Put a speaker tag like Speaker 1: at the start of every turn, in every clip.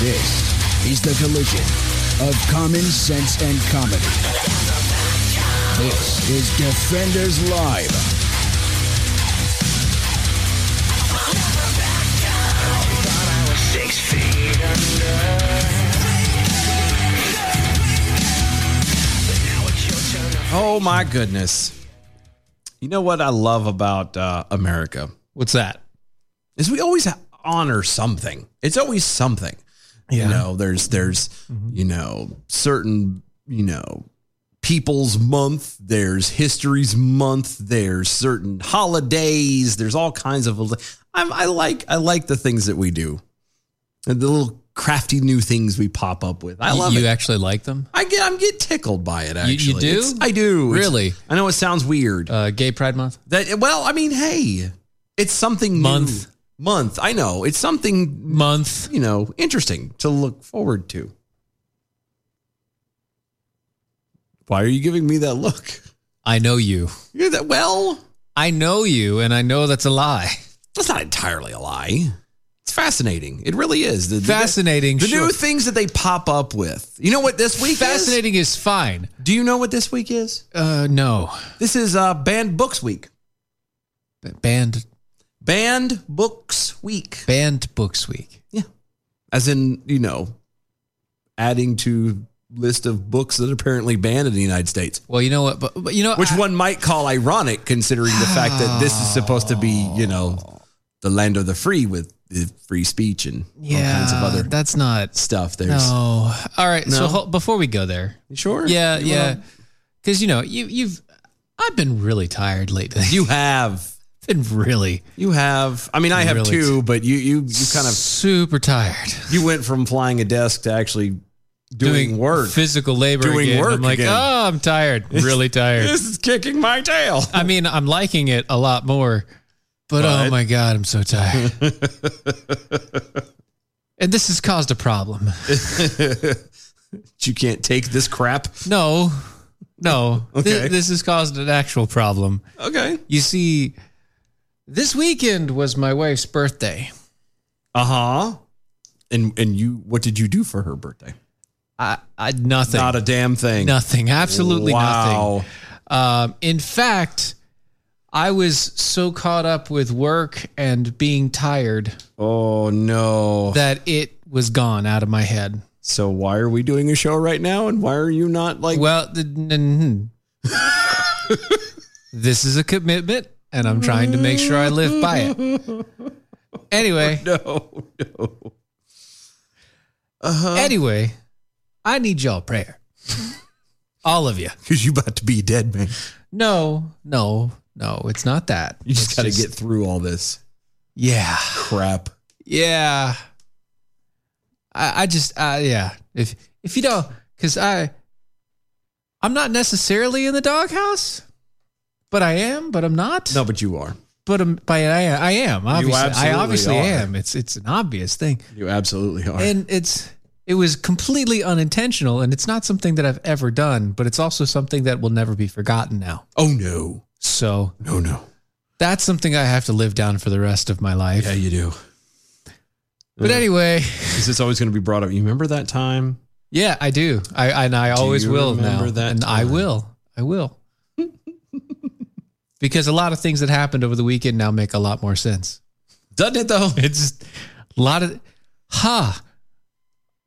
Speaker 1: This is the collision of common sense and comedy. This is Defenders Live.
Speaker 2: Oh my goodness. You know what I love about uh, America
Speaker 3: What's that?
Speaker 2: is we always honor something. It's always something. You know, there's there's
Speaker 3: Mm-hmm.
Speaker 2: you know, certain, you know, people's month, there's history's month, there's certain holidays, there's all kinds of I'm, I like I like the things that we do. And the little crafty new things we pop up with. I
Speaker 3: You-
Speaker 2: love
Speaker 3: you
Speaker 2: it.
Speaker 3: actually like them?
Speaker 2: I get I'm get tickled by it
Speaker 3: you
Speaker 2: actually.
Speaker 3: do?
Speaker 2: It's- I do. It's-
Speaker 3: Really?
Speaker 2: I know it sounds weird.
Speaker 3: Uh, Gay Pride Month?
Speaker 2: that well, I mean, hey, it's something new.
Speaker 3: Month.
Speaker 2: Month. I know. It's something
Speaker 3: Month.
Speaker 2: you know, interesting to look forward to. Why are you giving me that look?
Speaker 3: I know you.
Speaker 2: You're that well,
Speaker 3: I know you, and I know that's a lie.
Speaker 2: that's not entirely a lie. It's fascinating. It really is. The, the-
Speaker 3: Fascinating.
Speaker 2: The, new
Speaker 3: sure.
Speaker 2: things that they pop up with. You know what this week is?
Speaker 3: Fascinating is fine.
Speaker 2: Do you know what this week is?
Speaker 3: Uh, no.
Speaker 2: This is uh, banned books week.
Speaker 3: Banned
Speaker 2: Banned books week.
Speaker 3: banned books week.
Speaker 2: Yeah. As in, you know, adding to list of books that are apparently banned in the United States,
Speaker 3: Well, you know what? But, but you know
Speaker 2: which
Speaker 3: I-
Speaker 2: one might call ironic considering the fact that this is supposed to be, you know, the land of the free with the free speech and
Speaker 3: Yeah,
Speaker 2: all kinds of other
Speaker 3: that's not.
Speaker 2: stuff. There's
Speaker 3: No. All right. So
Speaker 2: No?
Speaker 3: hol- before we go there,
Speaker 2: You sure.
Speaker 3: yeah,
Speaker 2: You
Speaker 3: yeah,
Speaker 2: wanna-
Speaker 3: because you know you you've I've been really tired lately.
Speaker 2: you have
Speaker 3: been really
Speaker 2: you have. I mean, I have
Speaker 3: Really?
Speaker 2: two, but you you you kind of
Speaker 3: super tired
Speaker 2: you went from flying a desk to actually doing, work.
Speaker 3: physical labor,
Speaker 2: Doing
Speaker 3: again.
Speaker 2: work
Speaker 3: I'm like,
Speaker 2: again.
Speaker 3: oh, I'm tired, really tired.
Speaker 2: This is kicking my tail.
Speaker 3: I mean, I'm liking it a lot more, but, oh
Speaker 2: But-
Speaker 3: my god, I'm so tired. and this has caused a problem.
Speaker 2: you can't take this crap.
Speaker 3: No, no, Thi-
Speaker 2: Okay.
Speaker 3: this has caused an actual problem.
Speaker 2: Okay.
Speaker 3: You see, this weekend was my wife's birthday.
Speaker 2: Uh huh. And and you, what did you do for her birthday?
Speaker 3: I, I nothing,
Speaker 2: Not a damn thing.
Speaker 3: nothing, absolutely nothing.
Speaker 2: wow.
Speaker 3: Um, in fact, I was so caught up with work and being tired
Speaker 2: Oh no.
Speaker 3: that it was gone out of my head.
Speaker 2: so why are we doing a show right now? And why are you not like?
Speaker 3: Well, the, n- n- n- this is a commitment, and I'm trying to make sure I live by it. Anyway,
Speaker 2: no, no.
Speaker 3: anyway, I need y'all prayer, all of you.
Speaker 2: Because you about to be dead, man.
Speaker 3: No, no, no, it's not that.
Speaker 2: You just
Speaker 3: It's
Speaker 2: got to get through all this
Speaker 3: yeah,
Speaker 2: crap.
Speaker 3: yeah. I, I just, I, yeah. If if you don't, because I, I'm not necessarily in the doghouse, but I am, but I'm not.
Speaker 2: No, but you are.
Speaker 3: but um, by I, I am obviously I
Speaker 2: absolutely
Speaker 3: obviously
Speaker 2: are.
Speaker 3: am. It's it's an obvious thing,
Speaker 2: You absolutely are.
Speaker 3: and it's it was completely unintentional, and it's not something that I've ever done, but it's also something that will never be forgotten now.
Speaker 2: oh no,
Speaker 3: So
Speaker 2: no, no.
Speaker 3: that's something I have to live down for the rest of my life.
Speaker 2: Yeah, you do.
Speaker 3: but anyway,
Speaker 2: Because it's always going to be brought up. You remember that time?
Speaker 3: yeah, I do. I and I always
Speaker 2: you
Speaker 3: will now,
Speaker 2: remember that
Speaker 3: and I
Speaker 2: time?
Speaker 3: will, I will, because a lot of things that happened over the weekend now make a lot more sense.
Speaker 2: Doesn't it though?
Speaker 3: It's just a lot of, ha.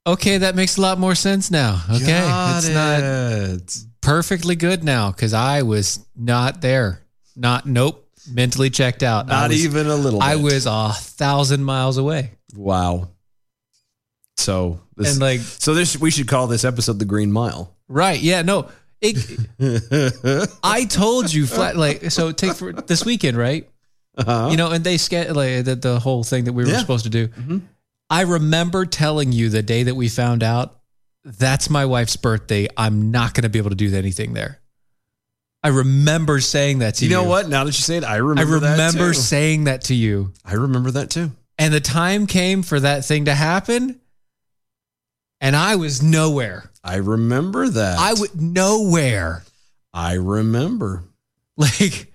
Speaker 3: Okay, that makes a lot more sense now. Okay, it's not perfectly good now because I was not there. Not nope, mentally checked out. I
Speaker 2: Not
Speaker 3: was,
Speaker 2: even a little.
Speaker 3: I
Speaker 2: bit.
Speaker 3: was a thousand miles away,
Speaker 2: Wow. So this
Speaker 3: and like
Speaker 2: so this we should call this episode the Green Mile.
Speaker 3: Right. Yeah. No. It. I told you flat. Like so. Take for this weekend, right? You know, and they scheduled like, the, the whole thing that we were
Speaker 2: Uh-huh. Yeah. Mm-hmm.
Speaker 3: supposed to do. I remember telling you the day that we found out that's my wife's birthday. I'm not going to be able to do anything there. I remember saying that to
Speaker 2: You
Speaker 3: you.
Speaker 2: know what? Now that you say it, I
Speaker 3: I
Speaker 2: remember. that,
Speaker 3: remember
Speaker 2: too.
Speaker 3: saying that to you.
Speaker 2: I remember that too.
Speaker 3: And the time came for that thing to happen. And I was nowhere.
Speaker 2: I remember that.
Speaker 3: I would nowhere.
Speaker 2: I remember.
Speaker 3: Like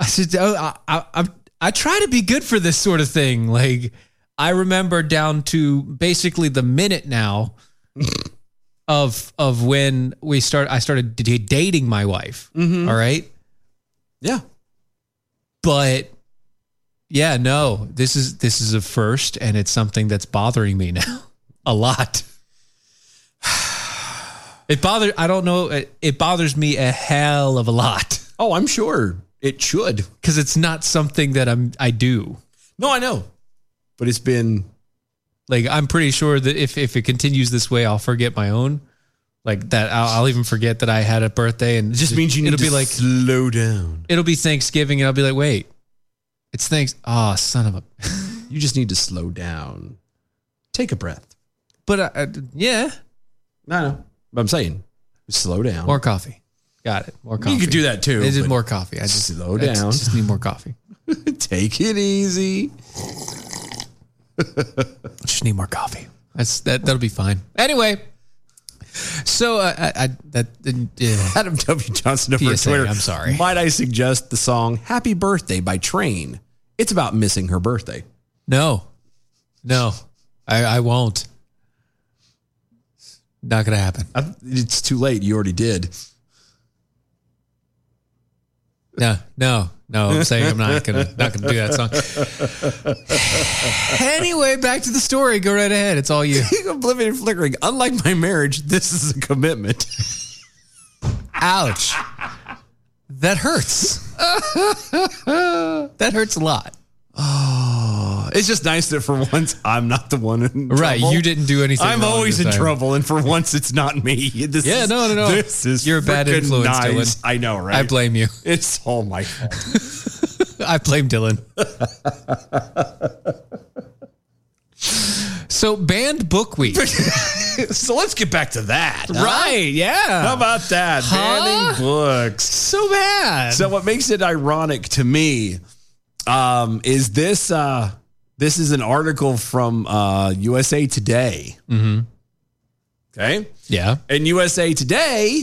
Speaker 3: I said, oh, I, I, I, I try to be good for this sort of thing. Like I remember down to basically the minute now of of when we start. I started d- dating my wife.
Speaker 2: Mm-hmm.
Speaker 3: All right,
Speaker 2: Yeah.
Speaker 3: but yeah, no, this is this is a first, and it's something that's bothering me now a lot. It bothers. I don't know. It, it bothers me a hell of a lot.
Speaker 2: Oh, I'm sure it should.
Speaker 3: because it's not something that I'm I do.
Speaker 2: No, I know. But it's been
Speaker 3: Like I'm pretty sure that if if it continues this way, I'll forget my own. Like that, I'll, I'll even forget that I had a birthday, and
Speaker 2: it just means you need
Speaker 3: it'll
Speaker 2: to
Speaker 3: be like
Speaker 2: slow down.
Speaker 3: it'll be Thanksgiving, and I'll be like, wait, it's thanks. Ah, son of a.
Speaker 2: You just need to slow down. Take a breath.
Speaker 3: But I, I, yeah,
Speaker 2: No, no. But I'm saying slow down.
Speaker 3: more coffee. Got it. More coffee.
Speaker 2: you could do that too.
Speaker 3: They did
Speaker 2: but
Speaker 3: more coffee. I just
Speaker 2: Slow
Speaker 3: I just-
Speaker 2: down.
Speaker 3: just need more coffee.
Speaker 2: Take it easy.
Speaker 3: Just need more coffee. That's that. That'll be fine. Anyway, so uh, I, I that yeah.
Speaker 2: Adam W. Johnson over
Speaker 3: PSA,
Speaker 2: Twitter.
Speaker 3: I'm sorry.
Speaker 2: Might I suggest the song Happy Birthday by Train? It's about missing her birthday.
Speaker 3: No, no, I, I won't. Not gonna happen.
Speaker 2: I- It's too late. You already did.
Speaker 3: No, no, no. I'm saying I'm not gonna not gonna do that song. anyway, back to the story. Go right ahead. It's all you.
Speaker 2: Oblivion flickering. Unlike my marriage, this is a commitment.
Speaker 3: Ouch. That hurts. that hurts a lot.
Speaker 2: It's just nice that for once I'm not the one in
Speaker 3: Right.
Speaker 2: trouble.
Speaker 3: You didn't do anything.
Speaker 2: I'm
Speaker 3: wrong
Speaker 2: always
Speaker 3: this
Speaker 2: in
Speaker 3: time.
Speaker 2: trouble, and for once it's not me. This
Speaker 3: Yeah,
Speaker 2: is,
Speaker 3: no, no, no.
Speaker 2: This is
Speaker 3: You're a bad
Speaker 2: frickin'
Speaker 3: influence,
Speaker 2: nice.
Speaker 3: Dylan.
Speaker 2: I know, right?
Speaker 3: I blame you.
Speaker 2: It's all my fault.
Speaker 3: I blame Dylan. so banned bookweed.
Speaker 2: so let's get back to that.
Speaker 3: Right, yeah.
Speaker 2: How about that?
Speaker 3: Huh?
Speaker 2: Banning books.
Speaker 3: so bad.
Speaker 2: So what makes it ironic to me um, is this. Uh, this is an article from uh, USA Today. Mm-hmm. Okay,
Speaker 3: yeah.
Speaker 2: and USA Today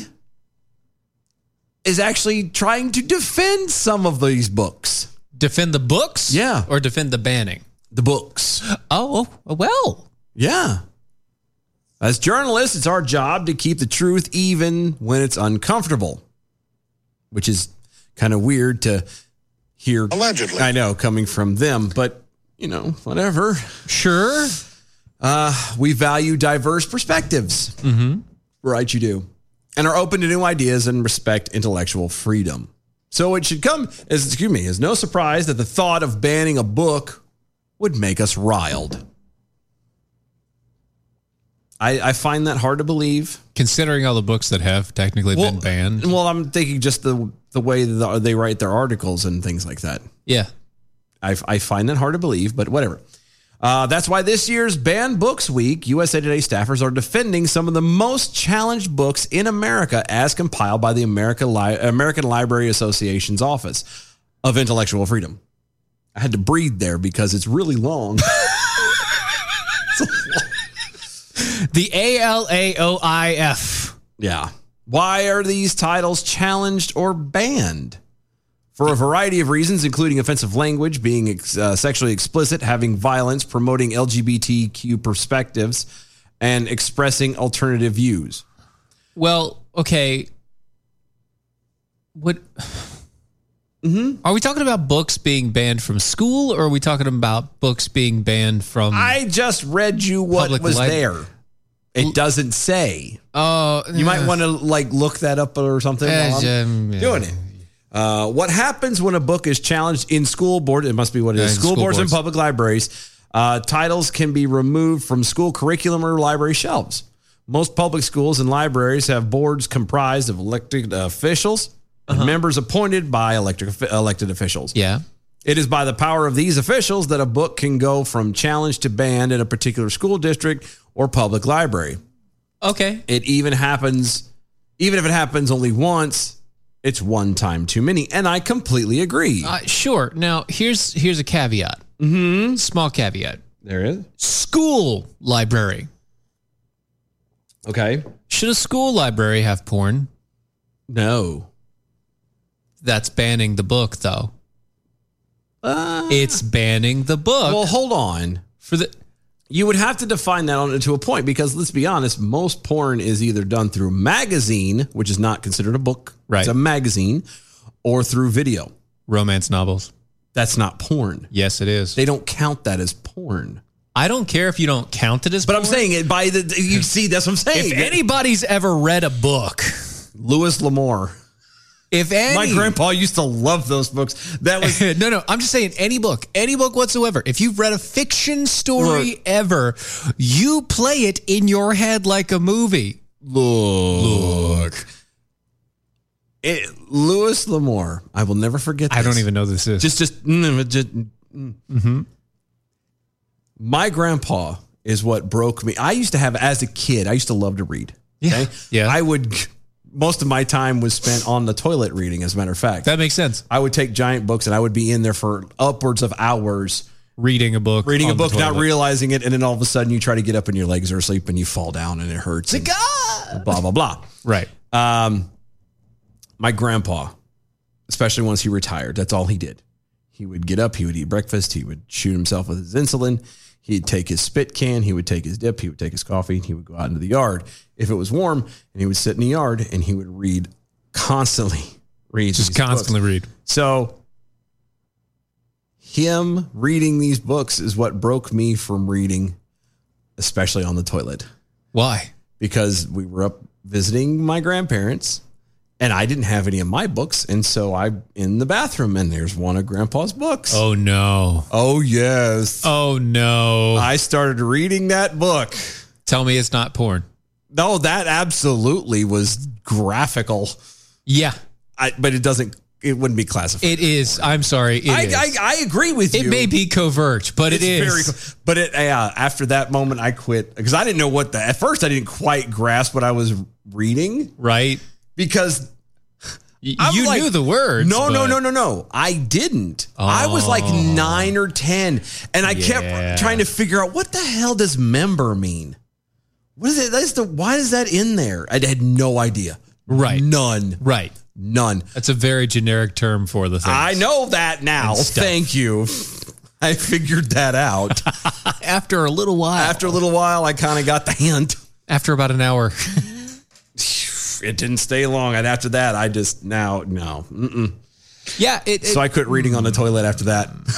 Speaker 2: is actually trying to defend some of these books.
Speaker 3: Defend the books?
Speaker 2: Yeah.
Speaker 3: Or defend the banning?
Speaker 2: The books.
Speaker 3: Oh, well.
Speaker 2: Yeah. As journalists, it's our job to keep the truth even when it's uncomfortable, which is kind of weird to hear. Allegedly. I know, coming from them, but, you know, whatever.
Speaker 3: Sure.
Speaker 2: We value diverse perspectives. Mm-hmm. Right, you do. And are open to new ideas and respect intellectual freedom. So it should come as excuse me, as no surprise that the thought of banning a book would make us riled. I, I find that hard to believe.
Speaker 3: Considering all the books that have technically been banned.
Speaker 2: Well, I'm thinking just the the way that they write their articles and things like that.
Speaker 3: Yeah.
Speaker 2: I, I find that hard to believe, but whatever. Uh, that's why this year's Banned Books Week, USA Today staffers are defending some of the most challenged books in America as compiled by the America Li- American Library Association's Office of Intellectual Freedom. I had to breathe there because it's really long.
Speaker 3: The A L A O I F.
Speaker 2: Yeah. Why are these titles challenged or banned? For a variety of reasons, including offensive language, being ex- uh, sexually explicit, having violence, promoting LGBTQ perspectives, and expressing alternative views.
Speaker 3: Well, okay. What? Are we talking about books being banned from school or are we talking about books being banned from.
Speaker 2: I just read you what
Speaker 3: Hmm. Public
Speaker 2: was
Speaker 3: lib-
Speaker 2: there. It doesn't say.
Speaker 3: oh,
Speaker 2: You might want to like look that up or something. while I'm doing it. Uh, what happens when a book is challenged in school board? It must be what it is.
Speaker 3: Yeah, in
Speaker 2: school,
Speaker 3: school
Speaker 2: boards, and
Speaker 3: boards.
Speaker 2: public libraries. Uh, titles can be removed from school curriculum or library shelves. Most public schools and libraries have boards comprised of elected officials and members appointed by electric, elected officials.
Speaker 3: Uh-huh. Yeah.
Speaker 2: It is by the power of these officials that a book can go from challenge to banned in a particular school district or public library.
Speaker 3: Okay.
Speaker 2: It even happens, even if it happens only once, it's one time too many. And I completely agree.
Speaker 3: Uh, sure. Now here's here's a caveat. Mm-hmm. Small caveat.
Speaker 2: there is.
Speaker 3: School library.
Speaker 2: Okay.
Speaker 3: Should a school library have porn?
Speaker 2: No.
Speaker 3: That's banning the book, though. it's banning the book
Speaker 2: Well, hold on.
Speaker 3: for the.
Speaker 2: You would have to define that on, to a point because let's be honest, most porn is either done through magazine, which is not considered a book,
Speaker 3: Right.
Speaker 2: It's a magazine, or through video.
Speaker 3: romance novels.
Speaker 2: That's not porn.
Speaker 3: Yes, it is.
Speaker 2: They don't count that as porn.
Speaker 3: I don't care if you don't count it as.
Speaker 2: But I'm
Speaker 3: porn.
Speaker 2: saying it by the you see that's what I'm saying.
Speaker 3: if anybody's ever read a book,
Speaker 2: Louis L'Amour,
Speaker 3: if any,
Speaker 2: my grandpa used to love those books. That was
Speaker 3: no, no, I'm just saying any book, any book whatsoever. If you've read a fiction story
Speaker 2: Look.
Speaker 3: ever, you play it in your head like a movie.
Speaker 2: look. It, Louis L'Amour. I will never forget. This.
Speaker 3: I don't even know Mm-hmm. this is.
Speaker 2: just just, mm, mm, just mm. my grandpa is what broke me i used to have as a kid i used to love to read
Speaker 3: Yeah. Yeah.
Speaker 2: i would most of my time was spent on the toilet reading as a matter of fact
Speaker 3: that makes sense.
Speaker 2: i would take giant books and i would be in there for upwards of hours
Speaker 3: Reading a book,
Speaker 2: reading a
Speaker 3: on the
Speaker 2: book not
Speaker 3: toilet.
Speaker 2: realizing it and then all of a sudden you try to get up and your legs are asleep and you fall down and it hurts and blah blah blah
Speaker 3: Right.
Speaker 2: um, my grandpa, especially once he retired, that's all he did. He would get up, he would eat breakfast, he would shoot himself with his insulin, he'd take his spit can, he would take his dip, he would take his coffee, and he would go out into the yard if it was warm, and he would sit in the yard and he would read constantly. Read
Speaker 3: Just
Speaker 2: these books.
Speaker 3: constantly read.
Speaker 2: So him reading these books is what broke me from reading, especially on the toilet
Speaker 3: Why?
Speaker 2: because we were up visiting my grandparents and I didn't have any of my books. And so I'm in the bathroom and there's one of grandpa's books.
Speaker 3: Oh no.
Speaker 2: Oh, yes.
Speaker 3: Oh no.
Speaker 2: I started reading that book.
Speaker 3: Tell me it's not porn.
Speaker 2: No, that absolutely was graphical.
Speaker 3: Yeah,
Speaker 2: I, but it doesn't, it wouldn't be classified.
Speaker 3: it is. I'm sorry. It,
Speaker 2: I,
Speaker 3: is.
Speaker 2: I, I agree with
Speaker 3: it
Speaker 2: you.
Speaker 3: may be covert, but
Speaker 2: It's
Speaker 3: it is.
Speaker 2: very, co- but it, yeah, after that moment, I quit because I didn't know what the, at first, I didn't quite grasp what I was reading
Speaker 3: right?
Speaker 2: because
Speaker 3: Y-
Speaker 2: I'm
Speaker 3: you
Speaker 2: like,
Speaker 3: knew the words.
Speaker 2: No, no,
Speaker 3: but- Oh.
Speaker 2: no, no, no. I didn't. I was like nine or 10, and I
Speaker 3: Yeah.
Speaker 2: kept trying to figure out what the hell does member mean? What is it? That's the, why is that in there? I had no idea.
Speaker 3: Right.
Speaker 2: None.
Speaker 3: Right.
Speaker 2: None.
Speaker 3: That's a very generic term for the thing.
Speaker 2: I know that now.
Speaker 3: And stuff.
Speaker 2: Thank you. I figured that out.
Speaker 3: After a little while,
Speaker 2: After a little while, I kind of got the hint.
Speaker 3: after about an hour,
Speaker 2: It didn't stay long. And after that, I just now, no. Mm-mm.
Speaker 3: yeah, it, it-
Speaker 2: So I quit reading on the toilet after that.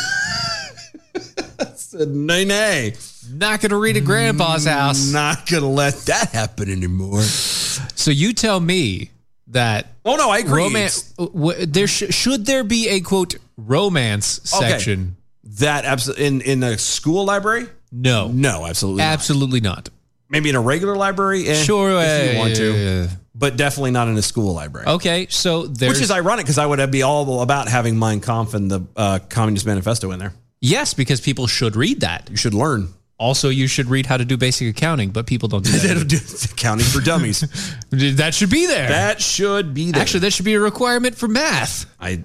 Speaker 2: said, nay, nay.
Speaker 3: not going to read at grandpa's house.
Speaker 2: Mm, not gonna let that happen anymore.
Speaker 3: So you tell me that
Speaker 2: Oh no, I agree.
Speaker 3: romance. W- there sh- should there be a quote romance
Speaker 2: Okay.
Speaker 3: section?
Speaker 2: That absolutely in in a school library?
Speaker 3: No,
Speaker 2: No, absolutely. not.
Speaker 3: absolutely not.
Speaker 2: Maybe in a regular library, eh,
Speaker 3: Sure,
Speaker 2: if you want to,
Speaker 3: uh,
Speaker 2: but definitely not in a school library.
Speaker 3: Okay, so there's
Speaker 2: Which is ironic because I would be all about having Mein Kampf and the uh, Communist Manifesto in there.
Speaker 3: yes, because people should read that.
Speaker 2: You should learn.
Speaker 3: Also, you should read how to do basic accounting, but people don't do
Speaker 2: That'll
Speaker 3: that.
Speaker 2: do- Accounting for dummies.
Speaker 3: that should be there.
Speaker 2: that should be there.
Speaker 3: Actually, that should be a requirement for math.
Speaker 2: I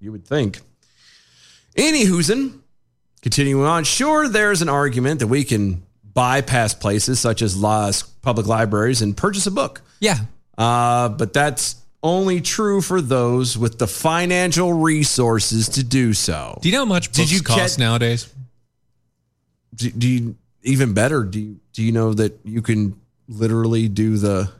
Speaker 2: you would think. Anywhosen, continuing on, sure, there's an argument that we can bypass places such as laws, public libraries and purchase a book.
Speaker 3: Yeah.
Speaker 2: Uh, but that's only true for those with the financial resources to do so.
Speaker 3: Do you know how much books
Speaker 2: Did you
Speaker 3: cost
Speaker 2: catch-
Speaker 3: nowadays?
Speaker 2: Do, do you even better? Do you, do you know that you can literally do the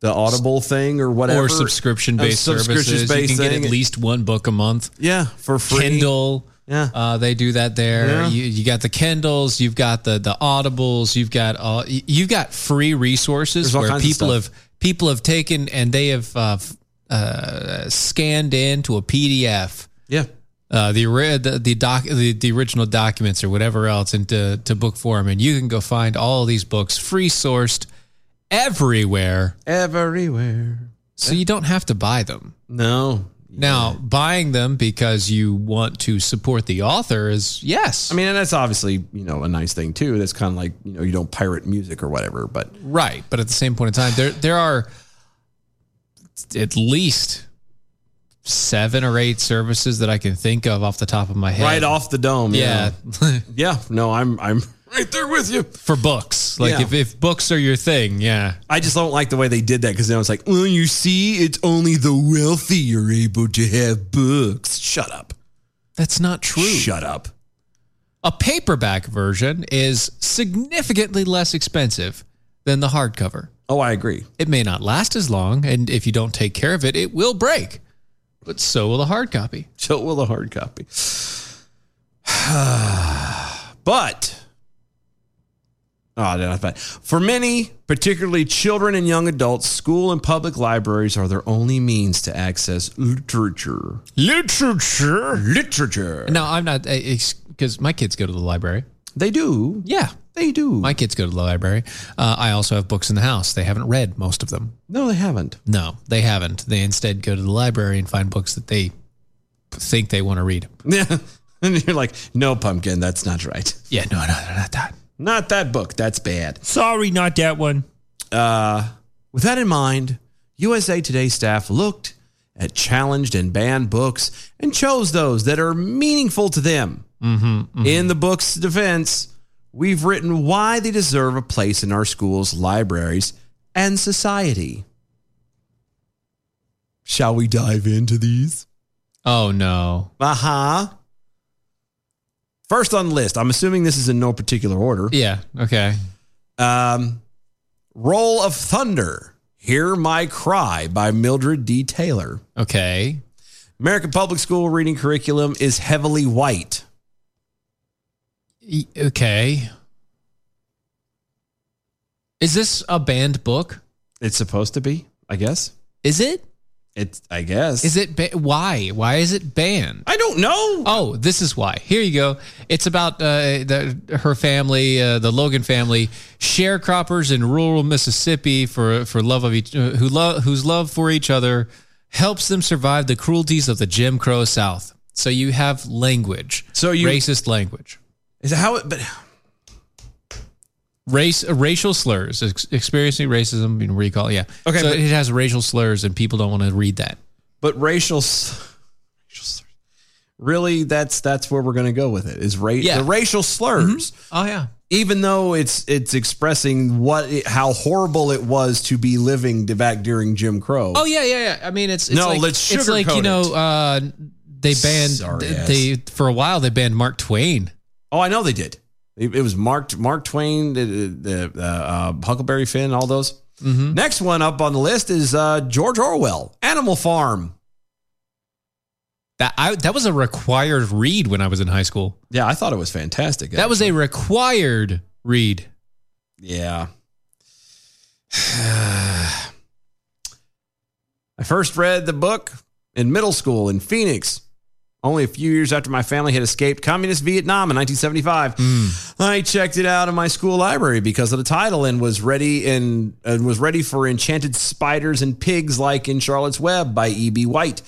Speaker 2: the Audible thing or whatever,
Speaker 3: Or subscription based
Speaker 2: A
Speaker 3: services. You can
Speaker 2: subscription-based
Speaker 3: get at
Speaker 2: thing.
Speaker 3: least one book a month.
Speaker 2: yeah for free.
Speaker 3: Kindle.
Speaker 2: Yeah.
Speaker 3: Uh, they do that there.
Speaker 2: Yeah.
Speaker 3: You, you got the Kindles, you've got the the Audibles, you've got all y- you've got free resources
Speaker 2: There's all
Speaker 3: where
Speaker 2: kinds of
Speaker 3: people
Speaker 2: stuff.
Speaker 3: have people have taken and they have uh, f- uh, scanned into a PDF
Speaker 2: Yeah,
Speaker 3: uh, the, ori- the the doc the, the original documents or whatever else into to book form, and you can go find all these books free sourced everywhere,
Speaker 2: Everywhere.
Speaker 3: so you don't have to buy them.
Speaker 2: No.
Speaker 3: Now, buying them because you want to support the author is yes,
Speaker 2: I mean, and that's obviously, you know, a nice thing too. That's kind of like, you know, you don't pirate music or whatever, but
Speaker 3: right, but at the same point in time, there there are at least seven or eight services that I can think of off the top of my head.
Speaker 2: right off the dome.
Speaker 3: yeah.
Speaker 2: Yeah. No, I'm I'm right there with you.
Speaker 3: for books. Like
Speaker 2: Yeah.
Speaker 3: if, if books are your thing, yeah.
Speaker 2: I just don't like the way they did that because then I was like, well, you see, it's only the wealthy are able to have books. Shut up.
Speaker 3: That's not true.
Speaker 2: Shut up.
Speaker 3: A paperback version is significantly less expensive than the hardcover.
Speaker 2: Oh, I agree.
Speaker 3: It may not last as long, and if you don't take care of it, it will break. But so will the hard copy.
Speaker 2: So will a hard copy. but oh, that's bad. For many, particularly children and young adults, school and public libraries are their only means to access literature. Literature. Literature.
Speaker 3: No, I'm not, because my kids go to the library.
Speaker 2: They do.
Speaker 3: Yeah,
Speaker 2: They do.
Speaker 3: my kids go to the library. Uh, I also have books in the house. They haven't read most of them.
Speaker 2: no, they haven't.
Speaker 3: No, they haven't. They instead go to the library and find books that they think they want to read.
Speaker 2: Yeah. And you're like, no, pumpkin, that's not right.
Speaker 3: Yeah, no, no, no, not that.
Speaker 2: Not that book. That's bad.
Speaker 3: Sorry, not that one.
Speaker 2: With that in mind, USA Today staff looked at challenged and banned books and chose those that are meaningful to them. In the book's defense, we've written why they deserve a place in our schools, libraries, and society. Shall we dive into these?
Speaker 3: Oh no.
Speaker 2: Uh huh. First on the list, I'm assuming this is in no particular order.
Speaker 3: Yeah. Okay.
Speaker 2: Um, Roll of Thunder, Hear My Cry by Mildred D. Taylor.
Speaker 3: Okay.
Speaker 2: American public school reading curriculum is heavily white.
Speaker 3: E- Okay. Is this a banned book?
Speaker 2: It's supposed to be, I guess.
Speaker 3: Is it?
Speaker 2: It's, I guess.
Speaker 3: Is it? Ba- why? Why is it banned?
Speaker 2: I don't know.
Speaker 3: Oh, this is why. Here you go. It's about uh, the, her family, uh, the Logan family, sharecroppers in rural Mississippi for for love of each uh, who love whose love for each other helps them survive the cruelties of the Jim Crow South. So you have language.
Speaker 2: So you-
Speaker 3: racist language.
Speaker 2: Is it how it, but
Speaker 3: race uh, racial slurs ex- experiencing racism in recall yeah
Speaker 2: Okay,
Speaker 3: so
Speaker 2: but-
Speaker 3: it has racial slurs and people don't want to read that
Speaker 2: but racial, s- racial slurs. Really, that's that's where we're going to go with it. Is ra-
Speaker 3: Yeah.
Speaker 2: the racial slurs,
Speaker 3: oh yeah
Speaker 2: even though it's it's expressing what it, how horrible it was to be living d- back during Jim Crow.
Speaker 3: oh yeah yeah yeah i mean it's, it's
Speaker 2: No,
Speaker 3: like,
Speaker 2: let's
Speaker 3: it's like you
Speaker 2: sugarcoat
Speaker 3: know
Speaker 2: it.
Speaker 3: uh they banned
Speaker 2: Sorry,
Speaker 3: they for a while they banned mark twain
Speaker 2: Oh, I know they did. It, it was Mark Mark Twain, the, the the, uh, Huckleberry Finn, all those. Next one up on the list is uh, George Orwell, Animal Farm.
Speaker 3: that i that was a required read when i was in high school
Speaker 2: Yeah, I thought it was fantastic.
Speaker 3: that was a required read
Speaker 2: yeah. I first read the book in middle school in Phoenix, only a few years after my family had escaped communist Vietnam in 1975. I checked it out in my school library because of the title and was ready and, and was ready for enchanted spiders and pigs like in Charlotte's Web by E.B. White.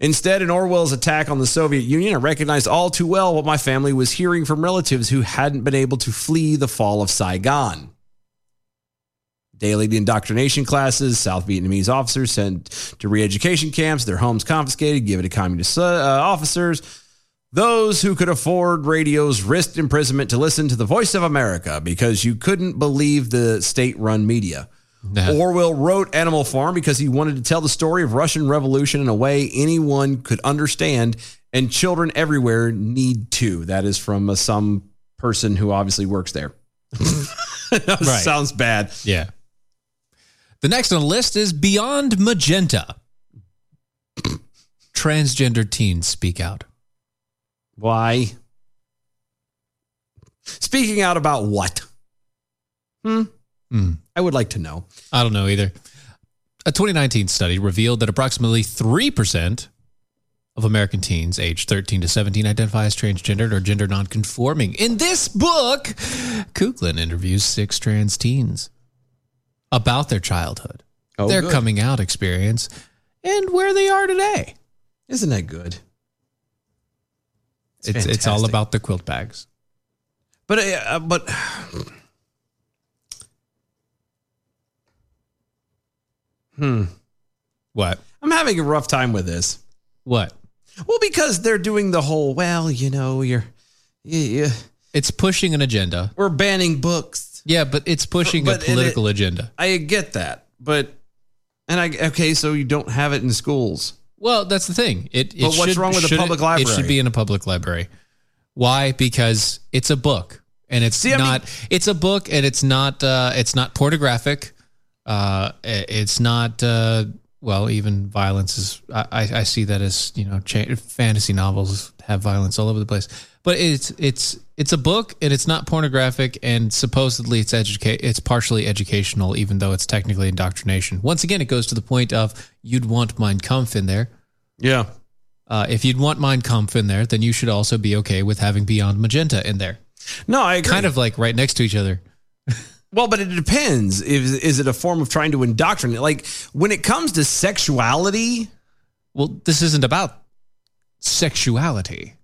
Speaker 2: Instead, in Orwell's attack on the Soviet Union, I recognized all too well what my family was hearing from relatives who hadn't been able to flee the fall of Saigon. Daily indoctrination classes, South Vietnamese officers sent to re education camps, their homes confiscated, given to communist uh, officers. Those who could afford radios risked imprisonment to listen to the voice of America because you couldn't believe the state run media.
Speaker 3: Nah.
Speaker 2: Orwell wrote Animal Farm because he wanted to tell the story of Russian Revolution in a way anyone could understand and children everywhere need to. That is from uh, some person who obviously works there. That
Speaker 3: Right.
Speaker 2: Sounds bad.
Speaker 3: yeah the next on the list is beyond magenta transgender teens speak out
Speaker 2: Why? Speaking out about what? Hmm.
Speaker 3: Hmm.
Speaker 2: I would like to know.
Speaker 3: I don't know either. A 2019 study revealed that approximately 3% of American teens aged 13 to 17 identify as transgendered or gender nonconforming. In this book, Kuklin interviews six trans teens about their childhood,
Speaker 2: Oh,
Speaker 3: their
Speaker 2: good.
Speaker 3: coming out experience, and where they are today.
Speaker 2: Isn't that good?
Speaker 3: It's, it's all
Speaker 2: fantastic.
Speaker 3: about the quilt bags.
Speaker 2: But uh, but
Speaker 3: What?
Speaker 2: I'm having a rough time with this.
Speaker 3: What?
Speaker 2: Well, because they're doing the whole well, you know, you're you, you,
Speaker 3: It's pushing an agenda.
Speaker 2: we're banning books.
Speaker 3: Yeah, but it's pushing
Speaker 2: But-
Speaker 3: a
Speaker 2: but it-
Speaker 3: political agenda.
Speaker 2: I get that, but and I okay, so you don't have it in schools.
Speaker 3: Well, that's the thing. It, it
Speaker 2: But what's
Speaker 3: should-
Speaker 2: wrong with a
Speaker 3: should-
Speaker 2: public
Speaker 3: It should
Speaker 2: library?
Speaker 3: be in a public library. Why? Because it's a book, and it's
Speaker 2: See, I mean-
Speaker 3: not. it's a book, and it's not. Uh, it's not pornographic. Uh, i- it's not. Uh, well, even violence is. I, I I see that as you know, cha- fantasy novels have violence all over the place. But it's it's it's a book, and it's not pornographic, and supposedly it's educa- It's partially educational, even though it's technically indoctrination. Once again, it goes to the point of you'd want Mein Kampf in there.
Speaker 2: Yeah.
Speaker 3: Uh, if you'd want Mein Kampf in there, then you should also be okay with having Beyond Magenta in there,
Speaker 2: No, I agree.
Speaker 3: kind of like right next to each other.
Speaker 2: Well, but it depends. Is is it a form of trying to indoctrinate? Like when it comes to sexuality,
Speaker 3: Well, this isn't about sexuality.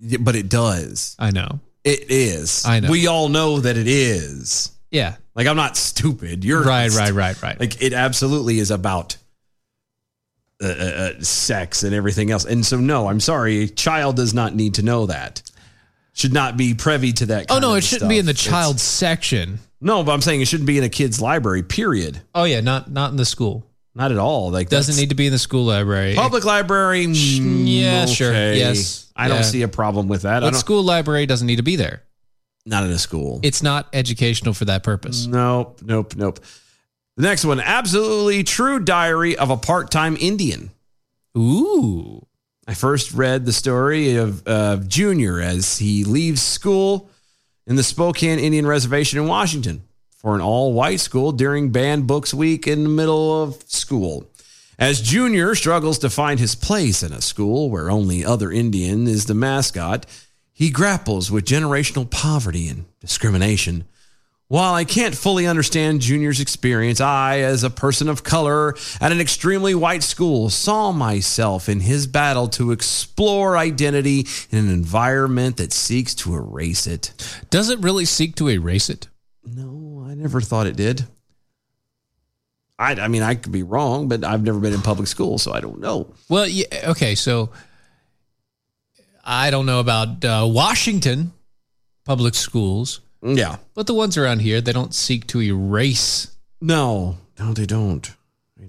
Speaker 2: yeah, but it does.
Speaker 3: I know.
Speaker 2: It is.
Speaker 3: I know.
Speaker 2: We all know that it is.
Speaker 3: Yeah.
Speaker 2: Like I'm not stupid. You're
Speaker 3: Right.
Speaker 2: stu-
Speaker 3: Right. Right. Right.
Speaker 2: Like it absolutely is about uh, uh, uh, sex and everything else. And so, no, I'm sorry, a child does not need to know that. Should not be privy to that.
Speaker 3: oh
Speaker 2: kind
Speaker 3: no,
Speaker 2: of
Speaker 3: it shouldn't be in the
Speaker 2: stuff.
Speaker 3: child
Speaker 2: It's-
Speaker 3: section.
Speaker 2: no, but I'm saying it shouldn't be in a kid's library. Period.
Speaker 3: Oh yeah, not not in the school.
Speaker 2: Not at all. Like
Speaker 3: Doesn't
Speaker 2: that's-
Speaker 3: need to be in the school library.
Speaker 2: public library. mm,
Speaker 3: yeah, sure. Yes.
Speaker 2: I don't
Speaker 3: Yeah.
Speaker 2: see a problem with that. I
Speaker 3: But
Speaker 2: don't,
Speaker 3: school library doesn't need to be there.
Speaker 2: not at a school.
Speaker 3: It's not educational for that purpose.
Speaker 2: Nope, nope, nope. The next one, absolutely true diary of a part-time Indian. Mm.
Speaker 3: Ooh.
Speaker 2: I first read the story of, of Junior as he leaves school in the Spokane Indian Reservation in Washington for an all white school during Banned Books Week in the middle of school. As Junior struggles to find his place in a school where only other Indian is the mascot, he grapples with generational poverty and discrimination. While I can't fully understand Junior's experience, I, as a person of color at an extremely white school, saw myself in his battle to explore identity in an environment that seeks to erase it.
Speaker 3: Does it really seek to erase it?
Speaker 2: No, I never thought it did. I, I mean, I could be wrong, but I've never been in public school, so I don't know.
Speaker 3: Well, yeah, okay, so I don't know about uh, Washington public schools,
Speaker 2: Yeah.
Speaker 3: but the ones around here, they don't seek to erase
Speaker 2: No, no, they don't.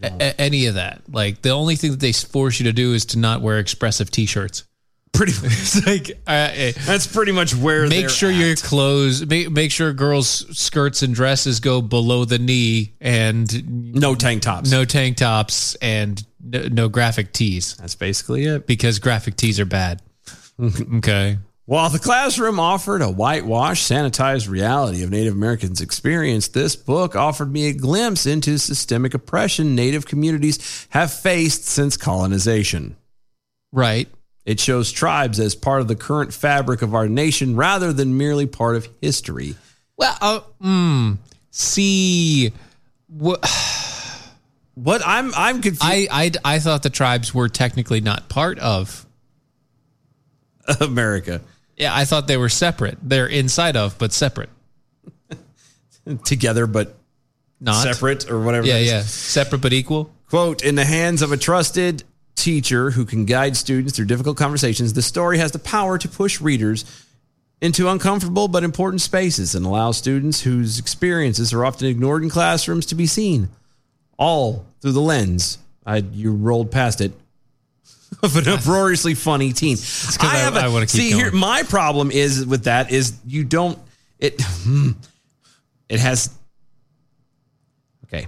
Speaker 3: a- a- any of that. Like the only thing that they force you to do is to not wear expressive t-shirts.
Speaker 2: Pretty.
Speaker 3: It's like uh, eh,
Speaker 2: That's pretty much where.
Speaker 3: make
Speaker 2: they're
Speaker 3: sure
Speaker 2: at.
Speaker 3: your clothes make, make sure girls skirts and dresses go below the knee and
Speaker 2: no tank tops.
Speaker 3: no tank tops and no, no graphic tees
Speaker 2: that's basically it.
Speaker 3: because graphic tees are bad. okay.
Speaker 2: While the classroom offered a whitewashed, sanitized reality of Native Americans' experience, this book offered me a glimpse into systemic oppression Native communities have faced since colonization.
Speaker 3: Right.
Speaker 2: It shows tribes as part of the current fabric of our nation rather than merely part of history.
Speaker 3: Well, uh, mm, see, wha-
Speaker 2: What I'm I'm confused
Speaker 3: I, I I thought the tribes were technically not part of.
Speaker 2: America
Speaker 3: Yeah, I thought they were separate. They're inside of, but separate,
Speaker 2: together but
Speaker 3: not
Speaker 2: separate or whatever.
Speaker 3: Yeah,
Speaker 2: that is.
Speaker 3: yeah, separate but equal.
Speaker 2: Quote, in the hands of a trusted teacher who can guide students through difficult conversations, the story has the power to push readers into uncomfortable but important spaces and allow students whose experiences are often ignored in classrooms to be seen, all through the lens. I, you rolled past it. Of an uproariously funny teen. I
Speaker 3: I-
Speaker 2: have a-
Speaker 3: I wanna keep
Speaker 2: see here.
Speaker 3: going.
Speaker 2: My problem is with that is you don't it. hmm, It has. Okay,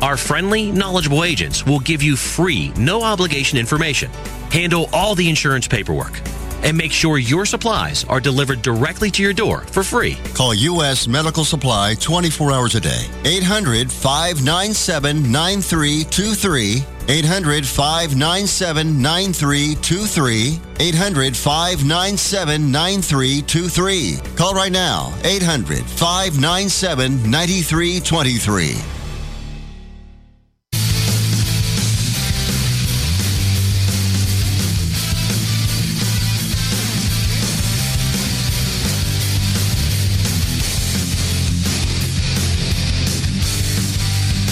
Speaker 4: Our friendly, knowledgeable agents will give you free, no obligation information, handle all the insurance paperwork, and make sure your supplies are delivered directly to your door for free.
Speaker 5: Call U.S. Medical Supply 24 hours a day. 800 597 9323. 800 597 9323. 800 597 9323. Call right now. 800 597 9323.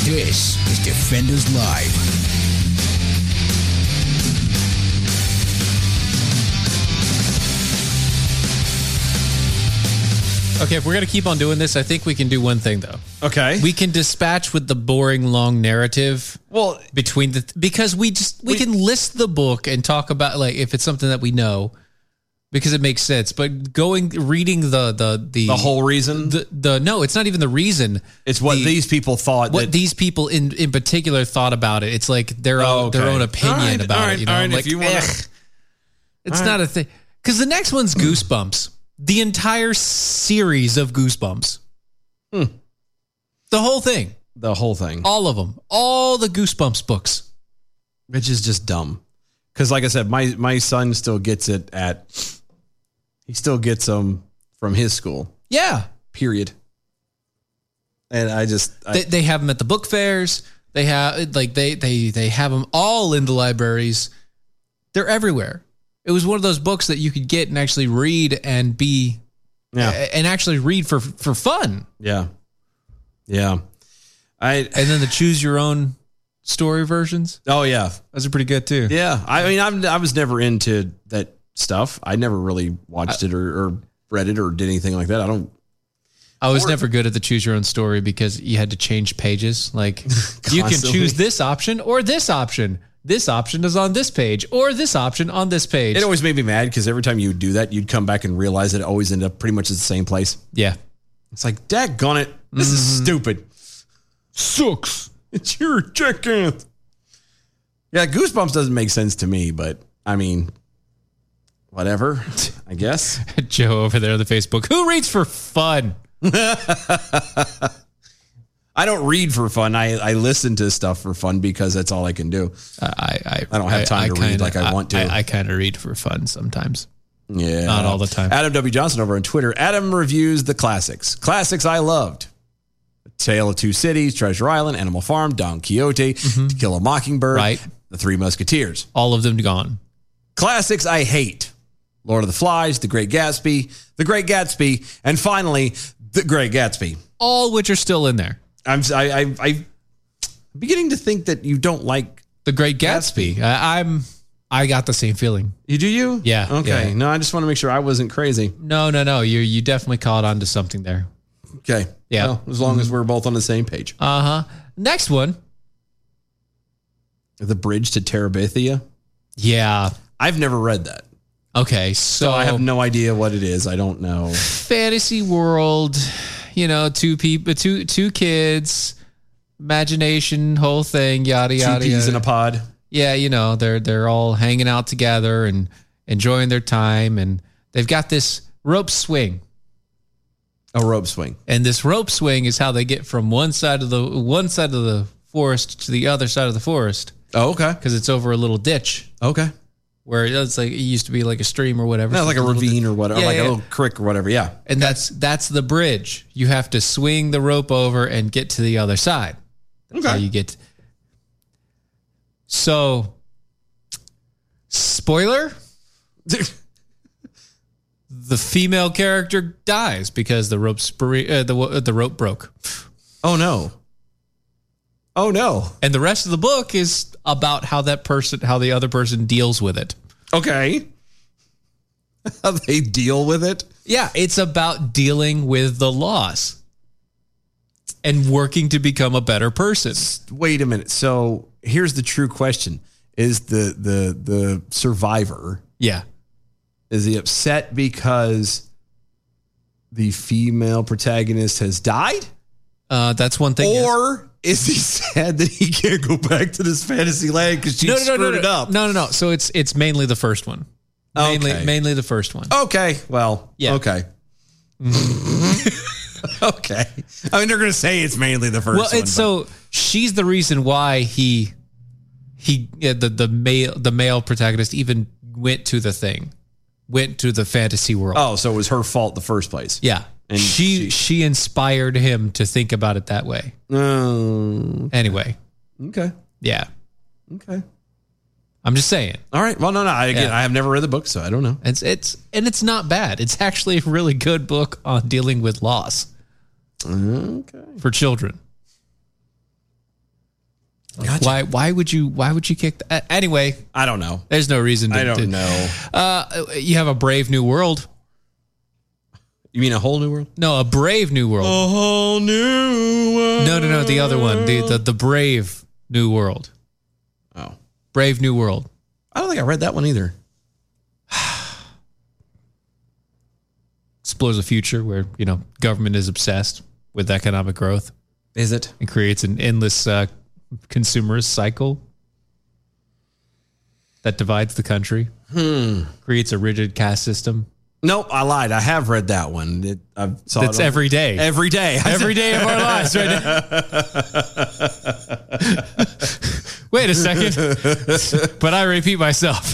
Speaker 1: This is Defenders Live.
Speaker 3: Okay, if we're gonna keep on doing this, I think we can do one thing though.
Speaker 2: Okay.
Speaker 3: We can dispatch with the boring long narrative.
Speaker 2: well,
Speaker 3: between the because we just we, can list the book and talk about like if it's something that we know because it makes sense but going reading the the the,
Speaker 2: the whole reason
Speaker 3: the, the no it's not even the reason
Speaker 2: it's what
Speaker 3: the-
Speaker 2: these people thought.
Speaker 3: what
Speaker 2: that,
Speaker 3: these people in in particular thought about it it's like their
Speaker 2: Oh,
Speaker 3: own their
Speaker 2: okay.
Speaker 3: own opinion
Speaker 2: All right,
Speaker 3: about
Speaker 2: all right,
Speaker 3: it you know
Speaker 2: all right,
Speaker 3: I'm
Speaker 2: if
Speaker 3: like
Speaker 2: you wanna-
Speaker 3: "Ugh." it's not a thing because the next one's goosebumps the entire series of goosebumps
Speaker 2: Hmm.
Speaker 3: the whole thing
Speaker 2: the whole thing,
Speaker 3: all of them all the goosebumps books
Speaker 2: which is just dumb. Because, like I said, my my son still gets it at. He still gets them from his school.
Speaker 3: yeah
Speaker 2: Period. And I just I,
Speaker 3: they, they have them at the book fairs. They have like they they they have them all in the libraries. They're everywhere. It was one of those books that you could get and actually read and be
Speaker 2: yeah
Speaker 3: and actually read for for fun.
Speaker 2: yeah yeah. I
Speaker 3: And then the choose your own story versions.
Speaker 2: oh yeah
Speaker 3: Those are pretty good too.
Speaker 2: yeah. I mean I'm I was never into that stuff. I never really watched it or, or read it or did anything like that. I don't
Speaker 3: I was never good at the choose your own story because you had to change pages. Like you can
Speaker 2: Constantly.
Speaker 3: choose this option or this option. This option is on this page or this option on this page.
Speaker 2: It always made me mad because every time you would do that, you'd come back and realize it always ended up pretty much at the same place.
Speaker 3: yeah.
Speaker 2: It's like, daggone it. This is stupid. Sucks. It's your chicken. Yeah, Goosebumps doesn't make sense to me, but I mean, whatever, I guess.
Speaker 3: Joe over there on the Facebook. Who reads for fun?
Speaker 2: I don't read for fun. I, I listen to stuff for fun because that's all I can do.
Speaker 3: I I,
Speaker 2: I don't have time to read
Speaker 3: kinda-
Speaker 2: like I want to.
Speaker 3: I, I kind of read for fun sometimes.
Speaker 2: Yeah.
Speaker 3: Not all the time.
Speaker 2: Adam W. Johnson over on Twitter. Adam reviews the classics. Classics I loved. Tale of Two Cities, Treasure Island, Animal Farm, Don Quixote, To Kill a Mockingbird,
Speaker 3: Mm-hmm. Right.
Speaker 2: The Three Musketeers.
Speaker 3: All of them gone.
Speaker 2: Classics I hate. Lord of the Flies, The Great Gatsby, The Great Gatsby, and finally, The Great Gatsby.
Speaker 3: All which are still in there.
Speaker 2: I'm I, I, I'm beginning to think that you don't like.
Speaker 3: The Great Gatsby. I, I'm. I got the same feeling.
Speaker 2: You do you?
Speaker 3: Yeah,
Speaker 2: Okay.
Speaker 3: yeah.
Speaker 2: No, I just want to make sure I wasn't crazy.
Speaker 3: No, no, no. You you definitely caught on to something there.
Speaker 2: Okay.
Speaker 3: Yeah.
Speaker 2: Well, as long as we're both on the same page.
Speaker 3: Uh huh. Next one.
Speaker 2: The Bridge to Terabithia.
Speaker 3: Yeah.
Speaker 2: I've never read that.
Speaker 3: Okay. So,
Speaker 2: So I have no idea what it is. I don't know.
Speaker 3: fantasy world. You know, two people, two two kids, imagination, whole thing, yada
Speaker 2: Two
Speaker 3: yada.
Speaker 2: peas
Speaker 3: yada.
Speaker 2: in a pod.
Speaker 3: yeah, you know, they're they're all hanging out together and enjoying their time, and they've got this rope swing,
Speaker 2: A rope swing.
Speaker 3: and this rope swing is how they get from one side of the one side of the forest to the other side of the forest
Speaker 2: Oh, okay.
Speaker 3: because it's over a little ditch
Speaker 2: Okay.
Speaker 3: where it's like it used to be like a stream or whatever.
Speaker 2: That's
Speaker 3: so
Speaker 2: like
Speaker 3: it's
Speaker 2: a
Speaker 3: little
Speaker 2: ravine
Speaker 3: ditch.
Speaker 2: or whatever,
Speaker 3: Yeah,
Speaker 2: like
Speaker 3: yeah.
Speaker 2: a little creek or whatever. Yeah.
Speaker 3: and that's that's the bridge. You have to swing the rope over and get to the other side. That's how
Speaker 2: Okay.
Speaker 3: you get. So, spoiler: the female character dies because the rope spri- uh, the wo- the rope broke,
Speaker 2: oh no. Oh no.
Speaker 3: and the rest of the book is about how that person, how the other person deals with it.
Speaker 2: Okay. How they deal with it.
Speaker 3: Yeah, it's about dealing with the loss and working to become a better person.
Speaker 2: Wait a minute. So here's the true question: Is the the the survivor
Speaker 3: Yeah.
Speaker 2: is he upset because the female protagonist has died?
Speaker 3: Uh, that's one thing. yes.
Speaker 2: Or is he sad that he can't go back to this fantasy land because she
Speaker 3: no, no, no,
Speaker 2: screwed
Speaker 3: no, no,
Speaker 2: it up?
Speaker 3: no, no, no. So it's it's mainly the first one. Mainly,
Speaker 2: Okay.
Speaker 3: mainly the first one.
Speaker 2: Okay. Well.
Speaker 3: Yeah.
Speaker 2: Okay. okay. I mean, they're gonna say it's mainly the first.
Speaker 3: well,
Speaker 2: one,
Speaker 3: it's so
Speaker 2: but-
Speaker 3: she's the reason why he he yeah, the the male the male protagonist even went to the thing, went to the fantasy world.
Speaker 2: Oh, so it was her fault the first place.
Speaker 3: Yeah,
Speaker 2: And
Speaker 3: she,
Speaker 2: she-
Speaker 3: she inspired him to think about it that way.
Speaker 2: Um,
Speaker 3: Anyway,
Speaker 2: okay.
Speaker 3: yeah,
Speaker 2: Okay.
Speaker 3: I'm just saying
Speaker 2: All right. Well, no, no. I, again,
Speaker 3: Yeah.
Speaker 2: I have never read the book, so I don't know.
Speaker 3: it's it's and it's not bad. It's actually a really good book on dealing with loss
Speaker 2: Okay.
Speaker 3: for children.
Speaker 2: Gotcha.
Speaker 3: Why why would you why would you kick that? Anyway,
Speaker 2: I don't know.
Speaker 3: There's no reason. To,
Speaker 2: I
Speaker 3: to-
Speaker 2: don't know.
Speaker 3: Uh, you have a brave new world.
Speaker 2: You mean a whole new world?
Speaker 3: No, a brave new world.
Speaker 2: A whole new world.
Speaker 3: No, no, no. The other one. The, the the brave new world.
Speaker 2: Oh.
Speaker 3: Brave new world.
Speaker 2: I don't think I read that one either.
Speaker 3: Explores a future where you know government is obsessed with economic growth
Speaker 2: Is it?
Speaker 3: and creates an endless uh, consumerist cycle that divides the country. Hmm. Creates a rigid caste system
Speaker 2: Nope, I lied. I have read that one. It, I've saw
Speaker 3: that's
Speaker 2: it on-
Speaker 3: every day.
Speaker 2: every day.
Speaker 3: every day of our lives right now. Wait a second. But I repeat myself.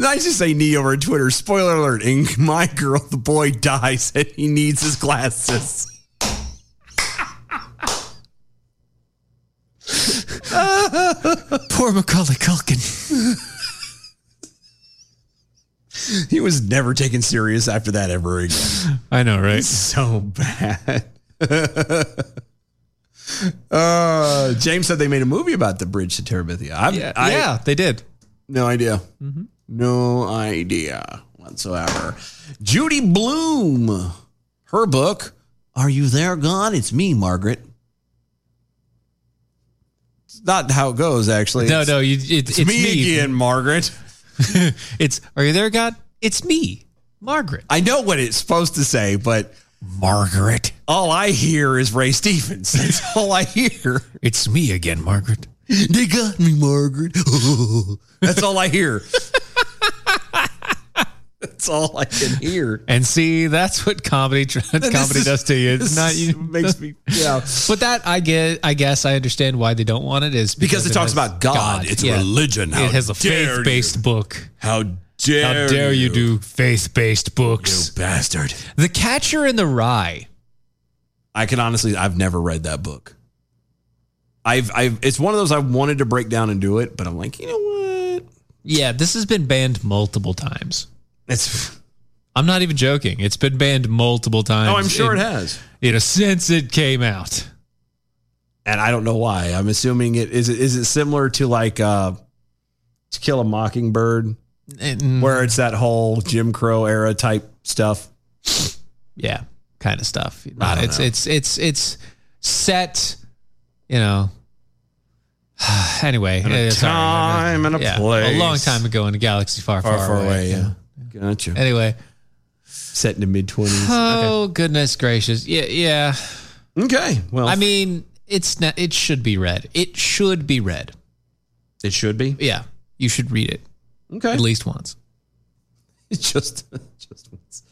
Speaker 2: I just say knee over Twitter. Spoiler alert: In my girl, the boy dies and he needs his glasses.
Speaker 3: Poor Macaulay Culkin.
Speaker 2: He was never taken serious after that ever again.
Speaker 3: I know, right?
Speaker 2: so bad. uh, James said they made a movie about the bridge to Terabithia. I've,
Speaker 3: Yeah,
Speaker 2: I,
Speaker 3: yeah, they did.
Speaker 2: No idea. No idea whatsoever. Judy Bloom, her book, Are You There, God? It's Me, Margaret. It's not how it goes, actually.
Speaker 3: No,
Speaker 2: It's-
Speaker 3: no, you, it,
Speaker 2: It's,
Speaker 3: it's
Speaker 2: me, again, Margaret.
Speaker 3: It's are you there, God? It's me, Margaret.
Speaker 2: I know what it's supposed to say, but Margaret. All I hear is Ray Stevens. That's all I hear.
Speaker 3: It's me again, Margaret.
Speaker 2: They got me, Margaret. That's all I hear. That's all I can hear.
Speaker 3: And see, that's what comedy tr- comedy
Speaker 2: is-
Speaker 3: does to you. It's
Speaker 2: This
Speaker 3: not you.
Speaker 2: makes me yeah.
Speaker 3: But that I get, I guess I understand why they don't want it is
Speaker 2: Because it
Speaker 3: has
Speaker 2: talks about God. It's religion. How
Speaker 3: it has a
Speaker 2: dare you.
Speaker 3: faith based book.
Speaker 2: How dare
Speaker 3: How dare you, do faith based
Speaker 2: you
Speaker 3: books?
Speaker 2: bastard?
Speaker 3: The Catcher in the Rye.
Speaker 2: I can honestly, I've never read that book. I've, I've, it's one of those I wanted to break down and do it, but I'm like, you know what?
Speaker 3: Yeah, this has been banned multiple times.
Speaker 2: It's,
Speaker 3: I'm not even joking. It's been banned multiple times.
Speaker 2: oh, I'm sure it
Speaker 3: in-
Speaker 2: has.
Speaker 3: You know, since it came out.
Speaker 2: And I don't know why. I'm assuming it is, it, is it similar to like, uh, to kill a mockingbird
Speaker 3: And-
Speaker 2: where it's that whole Jim Crow era type stuff.
Speaker 3: yeah, kind of stuff. Not, it's it's it's it's set, you know. anyway, eh, sorry.
Speaker 2: time and a place.
Speaker 3: a long time ago in a galaxy far, far,
Speaker 2: Far, far away. yeah. Gotcha.
Speaker 3: Anyway,
Speaker 2: Set in the mid 20s.
Speaker 3: oh goodness gracious, yeah, yeah.
Speaker 2: okay. Well,
Speaker 3: I mean, it's not. It should be read. It should be read.
Speaker 2: it should be.
Speaker 3: Yeah, you should read it
Speaker 2: Okay.
Speaker 3: at least once.
Speaker 2: It's just just once.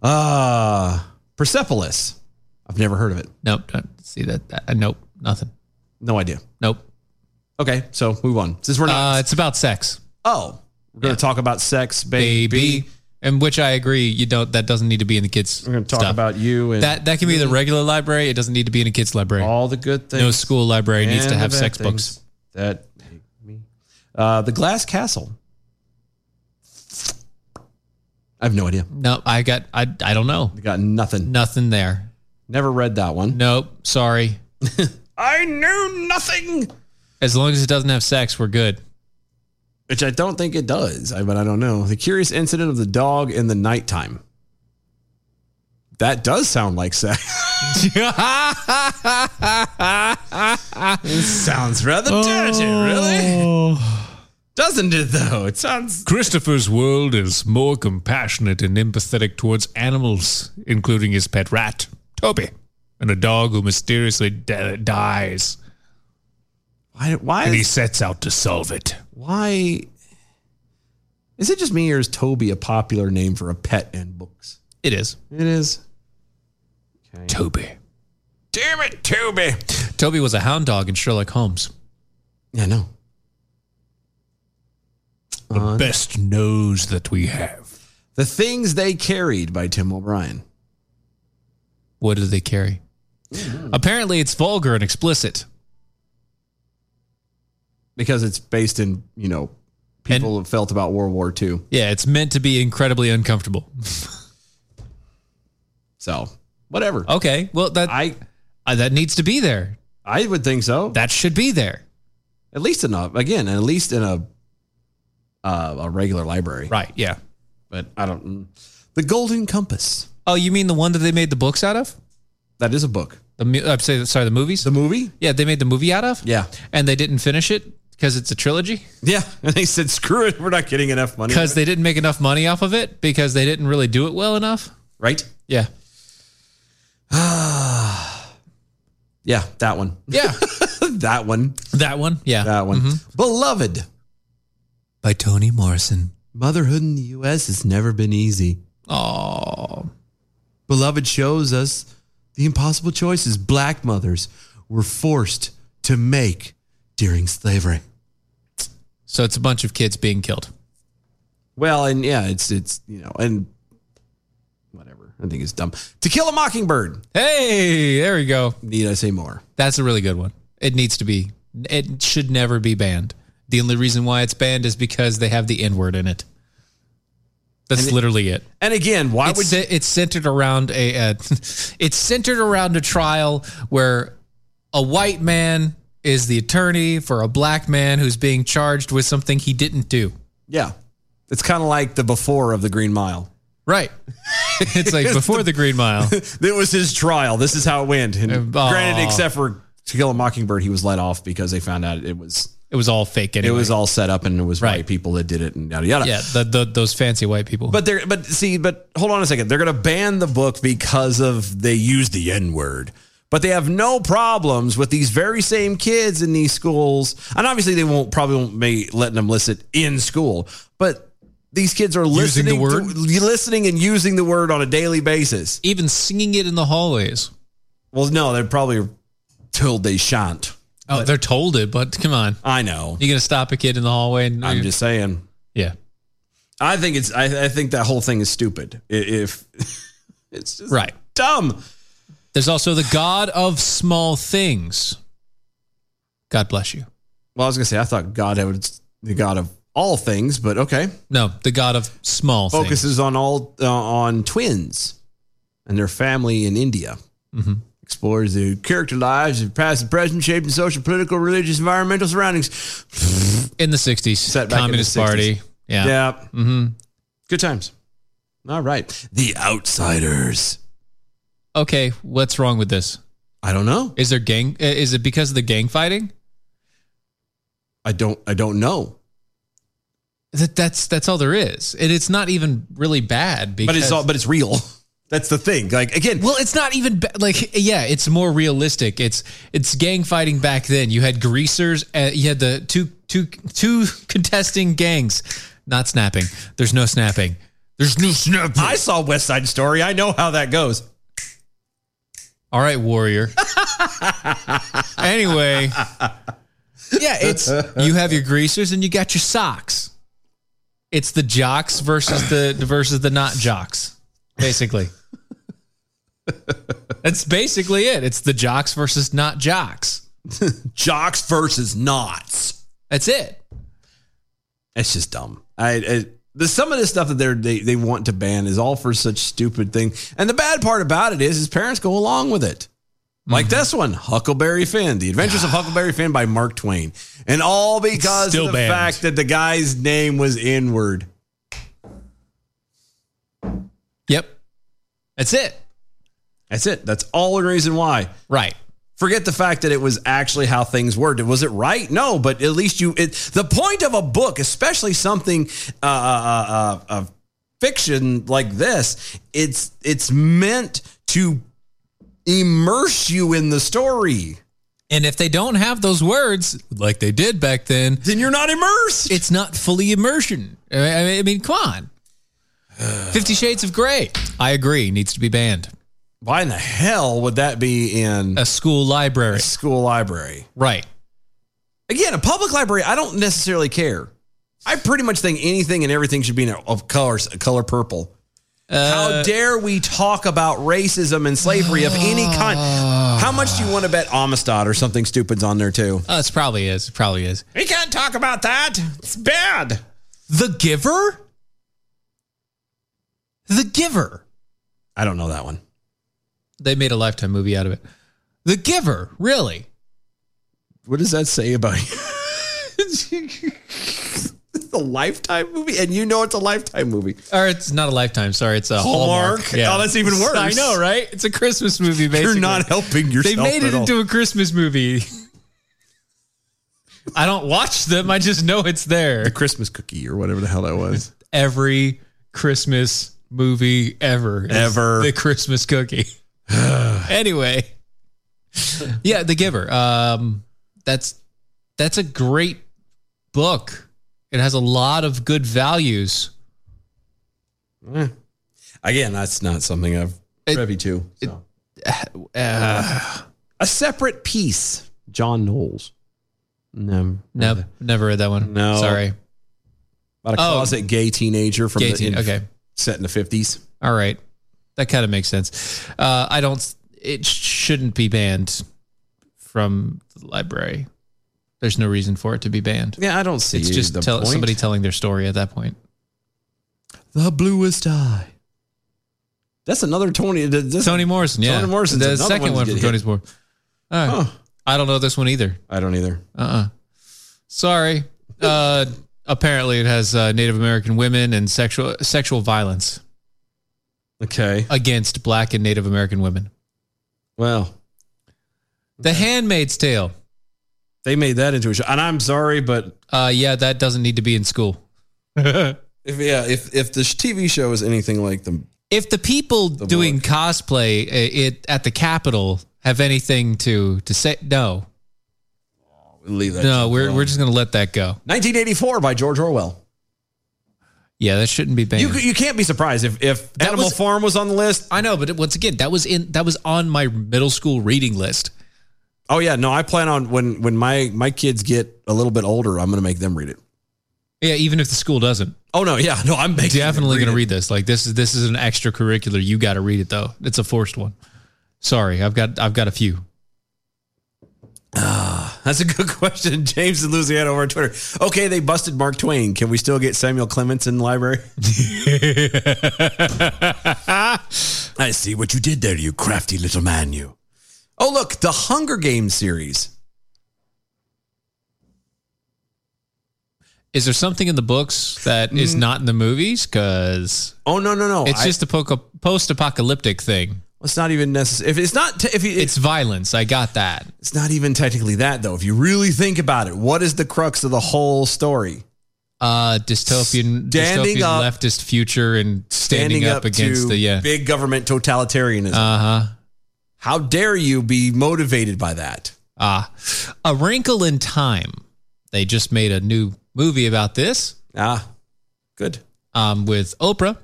Speaker 2: Uh Persepolis. I've never heard of it.
Speaker 3: Nope, don't see that. that uh, nope, nothing.
Speaker 2: No idea.
Speaker 3: Nope.
Speaker 2: Okay, so move on. Since we're not
Speaker 3: Uh, it's about sex,
Speaker 2: oh, we're gonna talk about sex, baby.
Speaker 3: baby. And which I agree, you don't. That doesn't need to be in the kids.
Speaker 2: We're gonna talk
Speaker 3: stuff.
Speaker 2: about you and
Speaker 3: That that can be the regular library. It doesn't need to be in a kid's library.
Speaker 2: all the good things.
Speaker 3: no school library needs to
Speaker 2: and
Speaker 3: have
Speaker 2: the bad
Speaker 3: sex books.
Speaker 2: things That make me uh The Glass Castle. I have no idea.
Speaker 3: No, I got I I don't know.
Speaker 2: I got nothing.
Speaker 3: Nothing there.
Speaker 2: Never read that one.
Speaker 3: Nope. Sorry.
Speaker 2: I knew nothing.
Speaker 3: As long as it doesn't have sex, we're good.
Speaker 2: Which I don't think it does, I, but I don't know. The Curious Incident of the Dog in the Nighttime. That does sound like sex. sounds rather dirty, really. Doesn't it, though? It sounds.
Speaker 3: Oh. Christopher's world is more compassionate and empathetic towards animals, including his pet rat, Toby, and a dog who mysteriously d- dies,
Speaker 2: Why? Why is,
Speaker 3: sets out to solve it.
Speaker 2: why is it just me, or is Toby a popular name for a pet in books?
Speaker 3: It is
Speaker 2: It is.
Speaker 3: Toby.
Speaker 2: Damn it, Toby.
Speaker 3: Toby was a hound dog in Sherlock Holmes.
Speaker 2: Yeah, no. Uh-huh.
Speaker 3: The best nose that we have.
Speaker 2: The Things They Carried by Tim O'Brien.
Speaker 3: What do they carry?
Speaker 2: Mm-hmm.
Speaker 3: Apparently, it's vulgar and explicit.
Speaker 2: because it's based in you know people have felt about World War II.
Speaker 3: Yeah, it's meant to be incredibly uncomfortable.
Speaker 2: So whatever.
Speaker 3: Okay, well that
Speaker 2: I
Speaker 3: uh, that needs to be there.
Speaker 2: I would think so.
Speaker 3: That should be there.
Speaker 2: at least in a again, at least in a uh, a regular library.
Speaker 3: Right. Yeah.
Speaker 2: But I don't. mm. The Golden Compass.
Speaker 3: Oh, you mean the one that they made the books out of?
Speaker 2: That is a book.
Speaker 3: The mu- I'm sorry, sorry, the movies.
Speaker 2: The movie.
Speaker 3: yeah, they made the movie out of.
Speaker 2: Yeah.
Speaker 3: and they didn't finish it because it's a trilogy.
Speaker 2: Yeah. And they said, screw it. We're not getting enough money.
Speaker 3: Because they didn't make enough money off of it because they didn't really do it well enough.
Speaker 2: right.
Speaker 3: Yeah.
Speaker 2: Yeah. That one.
Speaker 3: Yeah.
Speaker 2: that one.
Speaker 3: that one. Yeah. Mm-hmm.
Speaker 2: That one. Beloved.
Speaker 3: By Toni Morrison.
Speaker 2: Motherhood in the U.S. has never been easy.
Speaker 3: Oh.
Speaker 2: Beloved shows us the impossible choices black mothers were forced to make during slavery.
Speaker 3: So it's a bunch of kids being killed.
Speaker 2: Well, and yeah, it's it's you know, and whatever. I think it's dumb. To kill a mockingbird.
Speaker 3: Hey, there we go.
Speaker 2: Need I say more?
Speaker 3: That's a really good one. It needs to be. It should never be banned. The only reason why it's banned is because they have the N word in it. That's literally it.
Speaker 2: And again, why
Speaker 3: It's,
Speaker 2: would
Speaker 3: ce- it's centered around a. Uh, it's centered around a trial where a white man is the attorney for a black man who's being charged with something he didn't do.
Speaker 2: Yeah. It's kind of like the before of the Green Mile.
Speaker 3: Right. It's like before the, Green Mile.
Speaker 2: It was his trial. This is how it went. And
Speaker 3: Aw.
Speaker 2: granted, except for to kill a mockingbird, he was let off because they found out it was
Speaker 3: It was all fake
Speaker 2: it
Speaker 3: anyway.
Speaker 2: was all set up and it was
Speaker 3: Right.
Speaker 2: white people that did it and yada yada.
Speaker 3: yeah. The, the, those fancy white people.
Speaker 2: But they're but see, but hold on a second. They're gonna ban the book because of they use the N-word. But they have no problems with these very same kids in these schools. And obviously they won't probably won't be letting them listen in school, but These kids are
Speaker 3: Using the
Speaker 2: listening,
Speaker 3: word?
Speaker 2: to- listening and using the word on a daily basis.
Speaker 3: Even singing it in the hallways.
Speaker 2: Well, no, they're probably told they shan't.
Speaker 3: Oh, they're told it, but come on.
Speaker 2: I know.
Speaker 3: You gonna stop a kid in the hallway? And
Speaker 2: I'm just saying.
Speaker 3: yeah,
Speaker 2: I think it's. I, I think that whole thing is stupid. I- If it's just
Speaker 3: right.
Speaker 2: dumb.
Speaker 3: There's also the God of small things. God bless you.
Speaker 2: Well, I was gonna say I thought God was the God of all things, but okay.
Speaker 3: No, the God of small things.
Speaker 2: Focuses on all uh, on twins and their family in India. Mm-hmm. Explores their character lives, their past and present, shaping social, political, religious, environmental surroundings.
Speaker 3: in the 60s.
Speaker 2: Set back in
Speaker 3: Communist
Speaker 2: the 60s.
Speaker 3: Party. Yeah. Mm-hmm.
Speaker 2: Yeah. Good times. All right. The Outsiders.
Speaker 3: Okay, what's wrong with this?
Speaker 2: I don't know.
Speaker 3: Is there gang? uh, Is it because of the gang fighting?
Speaker 2: I don't. I don't know.
Speaker 3: That, that's that's all there is, and it's not even really bad. Because,
Speaker 2: But it's all. But it's real. That's the thing. Like again,
Speaker 3: well, it's not even ba- like yeah, it's more realistic. It's it's gang fighting back then. You had greasers. Uh, you had the two two two contesting gangs, not snapping. There's no snapping. There's no snapping.
Speaker 2: I saw West Side Story. I know how that goes.
Speaker 3: All right, warrior. anyway, yeah, it's you have your greasers and you got your socks. It's the jocks versus the versus the not jocks, basically. That's basically it. It's the jocks versus not jocks.
Speaker 2: Jocks versus knots.
Speaker 3: That's it.
Speaker 2: It's just dumb. I, I the some of the stuff that they're, they they want to ban is all for such stupid thing. And the bad part about it is, his parents go along with it. Like
Speaker 3: Mm-hmm.
Speaker 2: this one, Huckleberry Finn: The Adventures of Huckleberry Finn by Mark Twain, and all because of
Speaker 3: still
Speaker 2: the
Speaker 3: banned.
Speaker 2: fact that the guy's name was inward.
Speaker 3: Yep. That's it.
Speaker 2: That's it. That's all the reason why.
Speaker 3: Right.
Speaker 2: Forget the fact that it was actually how things were. Was it right? No, but at least you. It, the point of a book, especially something uh, uh, uh, of fiction like this, it's it's meant to immerse you in the story.
Speaker 3: And if they don't have those words like they did back then,
Speaker 2: Then you're not immersed.
Speaker 3: it's not fully immersion. I mean, I mean, I mean, come on. Fifty Shades of Grey. I agree. Needs to be banned.
Speaker 2: Why in the hell would that be in
Speaker 3: A school library.
Speaker 2: a school library?
Speaker 3: Right.
Speaker 2: Again, a public library. I don't necessarily care. I pretty much think anything and everything should be in a, of colors, color purple. How dare we talk about racism and slavery of any kind? How much do you want to bet Amistad or something stupid's on there too?
Speaker 3: Uh, it probably is. It probably is.
Speaker 2: We can't talk about that. It's bad.
Speaker 3: The Giver? The Giver.
Speaker 2: I don't know that one.
Speaker 3: They made a lifetime movie out of it. The Giver, really?
Speaker 2: What does that say about you? it's a lifetime movie, and you know it's a lifetime movie.
Speaker 3: Or it's not a lifetime, sorry, it's a Hallmark.
Speaker 2: Hallmark? Oh, that's even worse.
Speaker 3: I know, right? It's a Christmas movie basically.
Speaker 2: You're not helping
Speaker 3: They
Speaker 2: yourself.
Speaker 3: made it
Speaker 2: at all.
Speaker 3: into a Christmas movie. I don't watch them. I just know it's there.
Speaker 2: the Christmas cookie or whatever the hell that was.
Speaker 3: Every Christmas movie ever. is
Speaker 2: Ever.
Speaker 3: The Christmas cookie. anyway. Yeah, The Giver. Um that's that's a great book. It has a lot of good values.
Speaker 2: Again, that's not something I've
Speaker 3: It-
Speaker 2: privy to. so.
Speaker 3: Uh,
Speaker 2: a separate piece, John Knowles. No,
Speaker 3: no, never read that one.
Speaker 2: No.
Speaker 3: Sorry.
Speaker 2: About a
Speaker 3: Oh.
Speaker 2: closet gay teenager from
Speaker 3: Gay
Speaker 2: the,
Speaker 3: teen-
Speaker 2: in-
Speaker 3: okay.
Speaker 2: set in the fifties.
Speaker 3: All right. That kind of makes sense. Uh, I don't, it shouldn't be banned from the library. There's no reason for it to be banned.
Speaker 2: Yeah, I don't see.
Speaker 3: it's just tell, somebody telling their story at that point.
Speaker 2: the bluest eye. That's another Tony. th- This,
Speaker 3: Tony Morrison, yeah.
Speaker 2: Toni Morrison's
Speaker 3: the
Speaker 2: another
Speaker 3: second
Speaker 2: one to
Speaker 3: one from
Speaker 2: get hit.
Speaker 3: Tony's Morrison. All right.
Speaker 2: Huh.
Speaker 3: I don't know this one either.
Speaker 2: I don't either.
Speaker 3: Uh-uh. Sorry. Uh, apparently it has uh, Native American women and sexual sexual violence
Speaker 2: Okay.
Speaker 3: against black and Native American women.
Speaker 2: Well,
Speaker 3: The Handmaid's Tale.
Speaker 2: they made that into a show, and I'm sorry, but
Speaker 3: Uh, yeah, that doesn't need to be in school.
Speaker 2: if yeah, if if this TV show is anything like the
Speaker 3: if the people doing cosplay i- it at the Capitol have anything to to say, no,
Speaker 2: leave that.
Speaker 3: no, we're we're just gonna let that go.
Speaker 2: 1984 by George Orwell.
Speaker 3: Yeah, that shouldn't be banned.
Speaker 2: You, you can't be surprised if, if
Speaker 3: That
Speaker 2: Animal
Speaker 3: was-
Speaker 2: Farm was on the list.
Speaker 3: I know, but it- once again, that was in that was on my middle school reading list.
Speaker 2: Oh yeah, no, I plan on when when my my kids get a little bit older, I'm going to make them read it.
Speaker 3: Yeah, even if the school doesn't,
Speaker 2: Oh no, yeah, no, I'm making them
Speaker 3: definitely going
Speaker 2: it.
Speaker 3: to read this. Like this is this is an extracurricular. You got to read it though. It's a forced one. Sorry, I've got I've got a few.
Speaker 2: That's a good question, James in Louisiana over on Twitter. Okay, they busted Mark Twain. Can we still get Samuel Clements in the library? I see what you did there, you crafty little man, you. Oh look, the Hunger Games series.
Speaker 3: Is there something in the books that is not in the movies? Because
Speaker 2: Mm. Oh no, no, no!
Speaker 3: it's
Speaker 2: I-
Speaker 3: just a post apocalyptic thing.
Speaker 2: it's not even necessary. If it's not, te- if it-
Speaker 3: It's
Speaker 2: it's
Speaker 3: violence. I got that.
Speaker 2: it's not even technically that though. If you really think about it, what is the crux of the whole story?
Speaker 3: Uh, dystopian,
Speaker 2: Standing
Speaker 3: dystopian
Speaker 2: up-
Speaker 3: leftist future and standing, up, against
Speaker 2: to
Speaker 3: the yeah.
Speaker 2: big government totalitarianism.
Speaker 3: Uh huh.
Speaker 2: How dare you be motivated by that?
Speaker 3: Ah, A Wrinkle in Time. They just made a new movie about this
Speaker 2: Ah, good.
Speaker 3: um, with Oprah.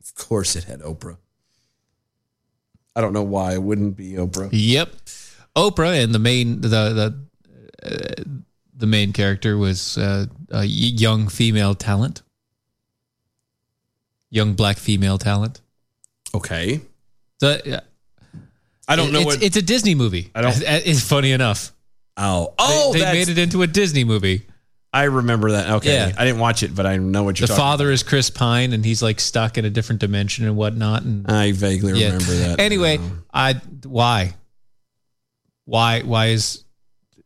Speaker 2: Of course, it had Oprah. I don't know why it wouldn't be Oprah.
Speaker 3: Yep, Oprah and the main the the uh, the main character was uh, a y- young female talent, young black female talent.
Speaker 2: Okay,
Speaker 3: The,
Speaker 2: I don't know
Speaker 3: it's,
Speaker 2: what.
Speaker 3: it's a Disney movie.
Speaker 2: I don't-
Speaker 3: It's funny enough.
Speaker 2: oh, oh,
Speaker 3: they, they
Speaker 2: that's-
Speaker 3: made it into a Disney movie.
Speaker 2: I remember that. Okay,
Speaker 3: Yeah.
Speaker 2: I didn't watch it, but I know what you're
Speaker 3: The
Speaker 2: talking.
Speaker 3: father is Chris Pine, and he's like stuck in a different dimension and whatnot. And
Speaker 2: about. I vaguely
Speaker 3: Yeah.
Speaker 2: remember that.
Speaker 3: Anyway,
Speaker 2: Um,
Speaker 3: I why why why is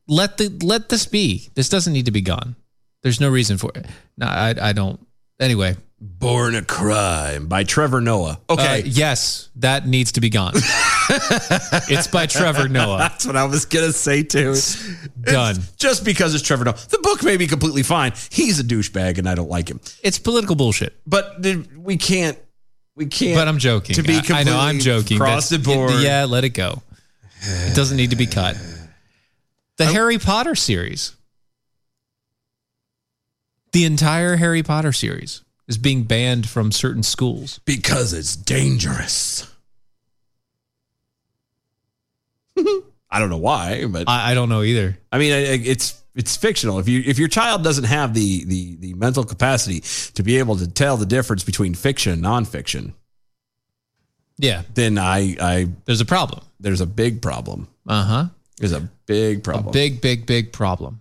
Speaker 3: let the let this be. This doesn't need to be gone. There's no reason for it. No, I I don't. Anyway,
Speaker 2: Born a Crime by Trevor Noah.
Speaker 3: uh,
Speaker 2: Okay,
Speaker 3: yes, that needs to be gone. it's by Trevor Noah.
Speaker 2: That's what I was gonna say too.
Speaker 3: Done.
Speaker 2: It's just because it's Trevor Noah. The book may be completely fine. He's a douchebag, and I don't like him.
Speaker 3: It's political bullshit.
Speaker 2: But the, we can't. We can't.
Speaker 3: But I'm joking.
Speaker 2: To be
Speaker 3: I- I know I'm
Speaker 2: completely
Speaker 3: joking.
Speaker 2: across
Speaker 3: That's-
Speaker 2: the board.
Speaker 3: Yeah, let it go. It doesn't need to be cut. The Harry Potter series. The entire Harry Potter series is being banned from certain schools.
Speaker 2: because it's dangerous. I don't know why, but
Speaker 3: I, I don't know either.
Speaker 2: I mean, I- I- it's it's fictional. If you if your child doesn't have the the the mental capacity to be able to tell the difference between fiction and nonfiction,
Speaker 3: Yeah,
Speaker 2: then I I
Speaker 3: there's a problem.
Speaker 2: there's a big problem.
Speaker 3: Uh huh.
Speaker 2: There's a big
Speaker 3: A
Speaker 2: problem.
Speaker 3: big, big, big problem.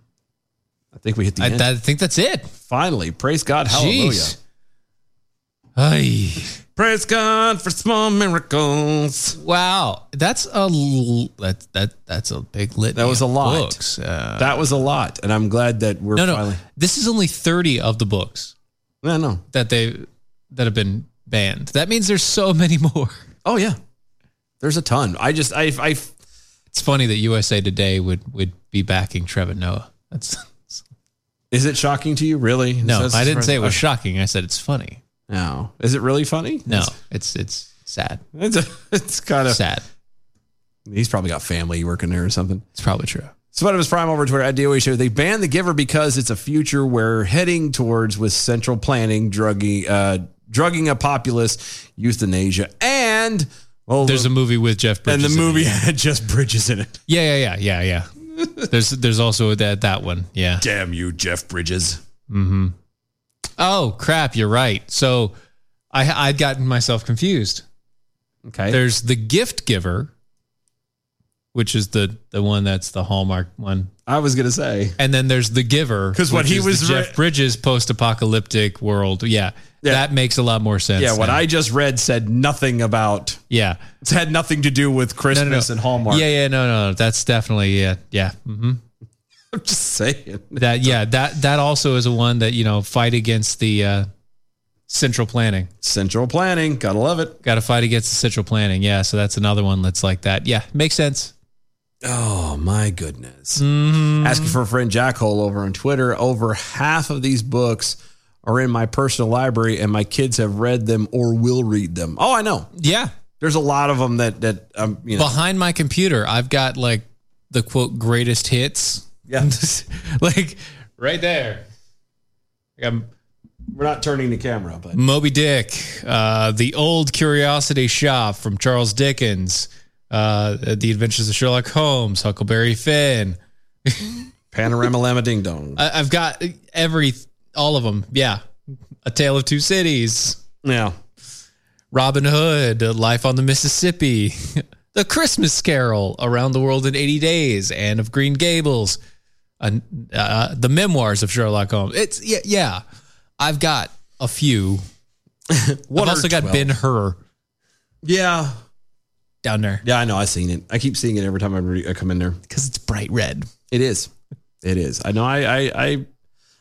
Speaker 2: I think we hit the
Speaker 3: I,
Speaker 2: end.
Speaker 3: I think that's it.
Speaker 2: Finally, praise God, hallelujah.
Speaker 3: Jeez. Ay.
Speaker 2: Praise God for small miracles.
Speaker 3: Wow, that's a l- that that that's a big lit.
Speaker 2: That was a lot.
Speaker 3: Books. Uh,
Speaker 2: That was a lot, and I'm glad that we're
Speaker 3: no, no.
Speaker 2: finally.
Speaker 3: This is only 30 of the books
Speaker 2: No, no.
Speaker 3: that they that have been banned. That means there's so many more.
Speaker 2: Oh yeah, there's a ton. I just I I
Speaker 3: It's funny that USA Today would would be backing Trevor Noah. That's
Speaker 2: Is it shocking to you? Really?
Speaker 3: no,
Speaker 2: Is this-
Speaker 3: I didn't say it was
Speaker 2: Okay.
Speaker 3: shocking. I said it's funny.
Speaker 2: No. Is it really funny?
Speaker 3: No, it's it's sad.
Speaker 2: It's, it's kind of.
Speaker 3: Sad.
Speaker 2: He's probably got family working there or something.
Speaker 3: It's probably true.
Speaker 2: Sweatimus Prime over Twitter at DOE Show. They banned The Giver because it's a future we're heading towards with central planning, drugging, uh, drugging a populace, euthanasia, and well,
Speaker 3: There's a movie with Jeff
Speaker 2: and
Speaker 3: Bridges.
Speaker 2: the
Speaker 3: in it.
Speaker 2: movie had just Bridges in it.
Speaker 3: Yeah, yeah, yeah, yeah, yeah. there's there's also that that one. Yeah.
Speaker 2: Damn you, Jeff Bridges.
Speaker 3: Oh crap, you're right. So I I'd gotten myself confused.
Speaker 2: Okay.
Speaker 3: There's the gift giver, which is the the one that's the hallmark one,
Speaker 2: I was gonna say.
Speaker 3: and then there's the giver
Speaker 2: 'Cause what
Speaker 3: which
Speaker 2: he
Speaker 3: is the
Speaker 2: was re-
Speaker 3: Jeff Bridges post apocalyptic world. Yeah,
Speaker 2: Yeah.
Speaker 3: that makes a lot more sense.
Speaker 2: Yeah, what
Speaker 3: now.
Speaker 2: I just read said nothing about.
Speaker 3: yeah
Speaker 2: It had nothing to do with Christmas and Hallmark.
Speaker 3: Yeah, yeah, no, no, that's definitely yeah, yeah. hmm
Speaker 2: I'm just saying.
Speaker 3: That yeah, that that also is a one that you know fight against the uh, central planning.
Speaker 2: Central planning. Gotta love it.
Speaker 3: Got to fight against the central planning. Yeah, so that's another one that's like that. Yeah, makes sense.
Speaker 2: Oh my goodness.
Speaker 3: Mm-hmm.
Speaker 2: Asking for a friend Jackhole over on Twitter. Over half of these books are in my personal library and my kids have read them or will read them. Oh, I know.
Speaker 3: Yeah,
Speaker 2: There's a lot of them that that um you know
Speaker 3: behind my computer, I've got like the quote greatest hits,
Speaker 2: yeah.
Speaker 3: like right there. Like I'm
Speaker 2: We're not turning the camera, but
Speaker 3: Moby Dick, uh, the old curiosity shop from Charles Dickens, uh, The Adventures of Sherlock Holmes, Huckleberry Finn.
Speaker 2: panorama lama ding dong.
Speaker 3: I, I've got every, all of them. Yeah. A Tale of Two Cities,
Speaker 2: yeah,
Speaker 3: Robin Hood, Life on the Mississippi, The Christmas Carol, Around the World in 80 Days, Anne of Green Gables, uh, uh, The Memoirs of Sherlock Holmes. It's, yeah, yeah. I've got a few. I've
Speaker 2: are
Speaker 3: also got
Speaker 2: 12?
Speaker 3: Ben Hur
Speaker 2: yeah,
Speaker 3: down there.
Speaker 2: yeah. I know. I've seen it. I keep seeing it every time I, re- I come in there.
Speaker 3: because it's bright red.
Speaker 2: It is. It is. I know. I, I I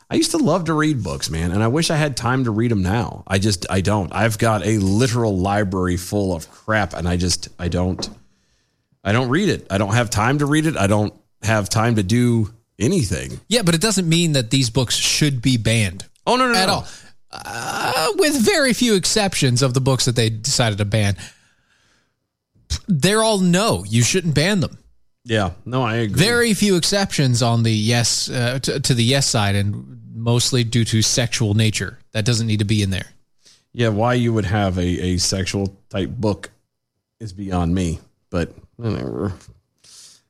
Speaker 2: I used to love to read books, man, and I wish I had time to read them now. I just I don't. I've got a literal library full of crap, and I just I don't. I don't read it. I don't have time to read it. I don't have time to do anything.
Speaker 3: Yeah, but it doesn't mean that these books should be banned
Speaker 2: Oh no no
Speaker 3: at all. Uh, with very few exceptions of the books that they decided to ban, they're all no. You shouldn't ban them.
Speaker 2: Yeah, no, I agree.
Speaker 3: Very few exceptions on the yes uh, to, to the yes side, and mostly due to sexual nature. That doesn't need to be in there.
Speaker 2: yeah, why you would have a, a sexual type book is beyond me. But whatever.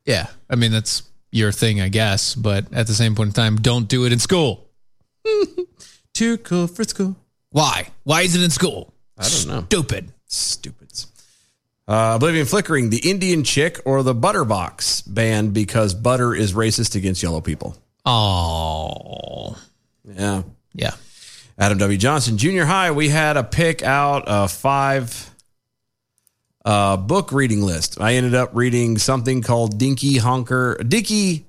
Speaker 3: Yeah, I mean that's your thing, I guess. But at the same point in time, don't do it in school.
Speaker 2: Too cool for school.
Speaker 3: Why? Why is it in school?
Speaker 2: I don't know.
Speaker 3: Stupid.
Speaker 2: Stupids. Uh, Oblivion Flickering, the Indian chick or the Butterbox banned because butter is racist against yellow people.
Speaker 3: Oh,
Speaker 2: Yeah.
Speaker 3: yeah.
Speaker 2: Adam W. Johnson, junior high, we had a pick out a five uh, book reading list. I ended up reading something called Dinky Honker, Dicky,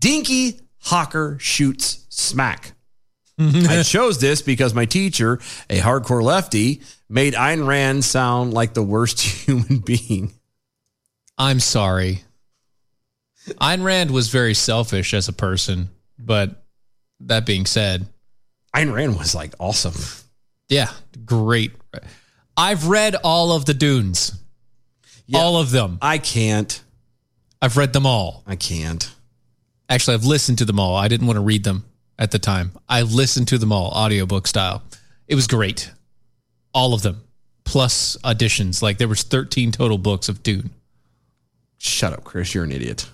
Speaker 2: Dinky Hawker Shoots Smack. I chose this because my teacher, a hardcore lefty, made Ayn Rand sound like the worst human being.
Speaker 3: I'm sorry. Ayn Rand was very selfish as a person, but that being said,
Speaker 2: Ayn Rand was like awesome.
Speaker 3: yeah, great. I've read all of the Dunes, all of them.
Speaker 2: I can't.
Speaker 3: I've read them all.
Speaker 2: I can't.
Speaker 3: Actually, I've listened to them all. I didn't want to read them at the time. I listened to them all, audiobook style. It was great. All of them, plus additions. Like there was 13 total books of Dune.
Speaker 2: Shut up, Chris. You're an idiot.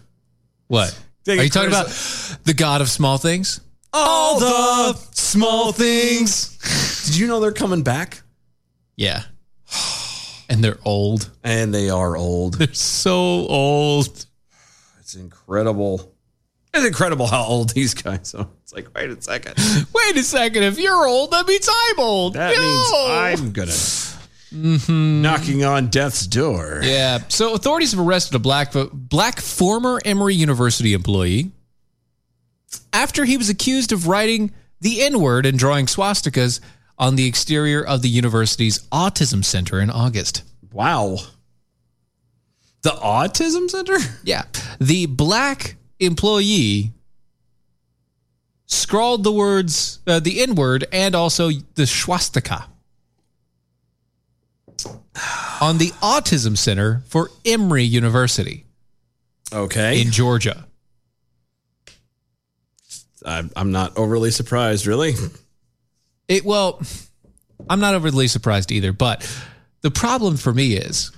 Speaker 3: What?
Speaker 2: Take
Speaker 3: Are
Speaker 2: it,
Speaker 3: you talking about the God of small things?
Speaker 2: All the small things. Did you know they're coming back?
Speaker 3: Yeah. And they're old.
Speaker 2: And they are old.
Speaker 3: They're so old.
Speaker 2: It's incredible. It's incredible how old these guys are. It's like, wait a second.
Speaker 3: Wait a second. If you're old, that means I'm old.
Speaker 2: That means I'm gonna knocking on death's door.
Speaker 3: Mm-hmm. Yeah. So authorities have arrested a black black former Emory University employee after he was accused of writing the N word and drawing swastikas on the exterior of the university's autism center in August.
Speaker 2: Wow. The autism center?
Speaker 3: Yeah. The black employee scrawled the words, uh, the N word, and also the swastika on the Autism Center for Emory University
Speaker 2: Okay.
Speaker 3: in Georgia.
Speaker 2: I'm, I'm not overly surprised, really.
Speaker 3: It, well, I'm not overly surprised either, but the problem for me is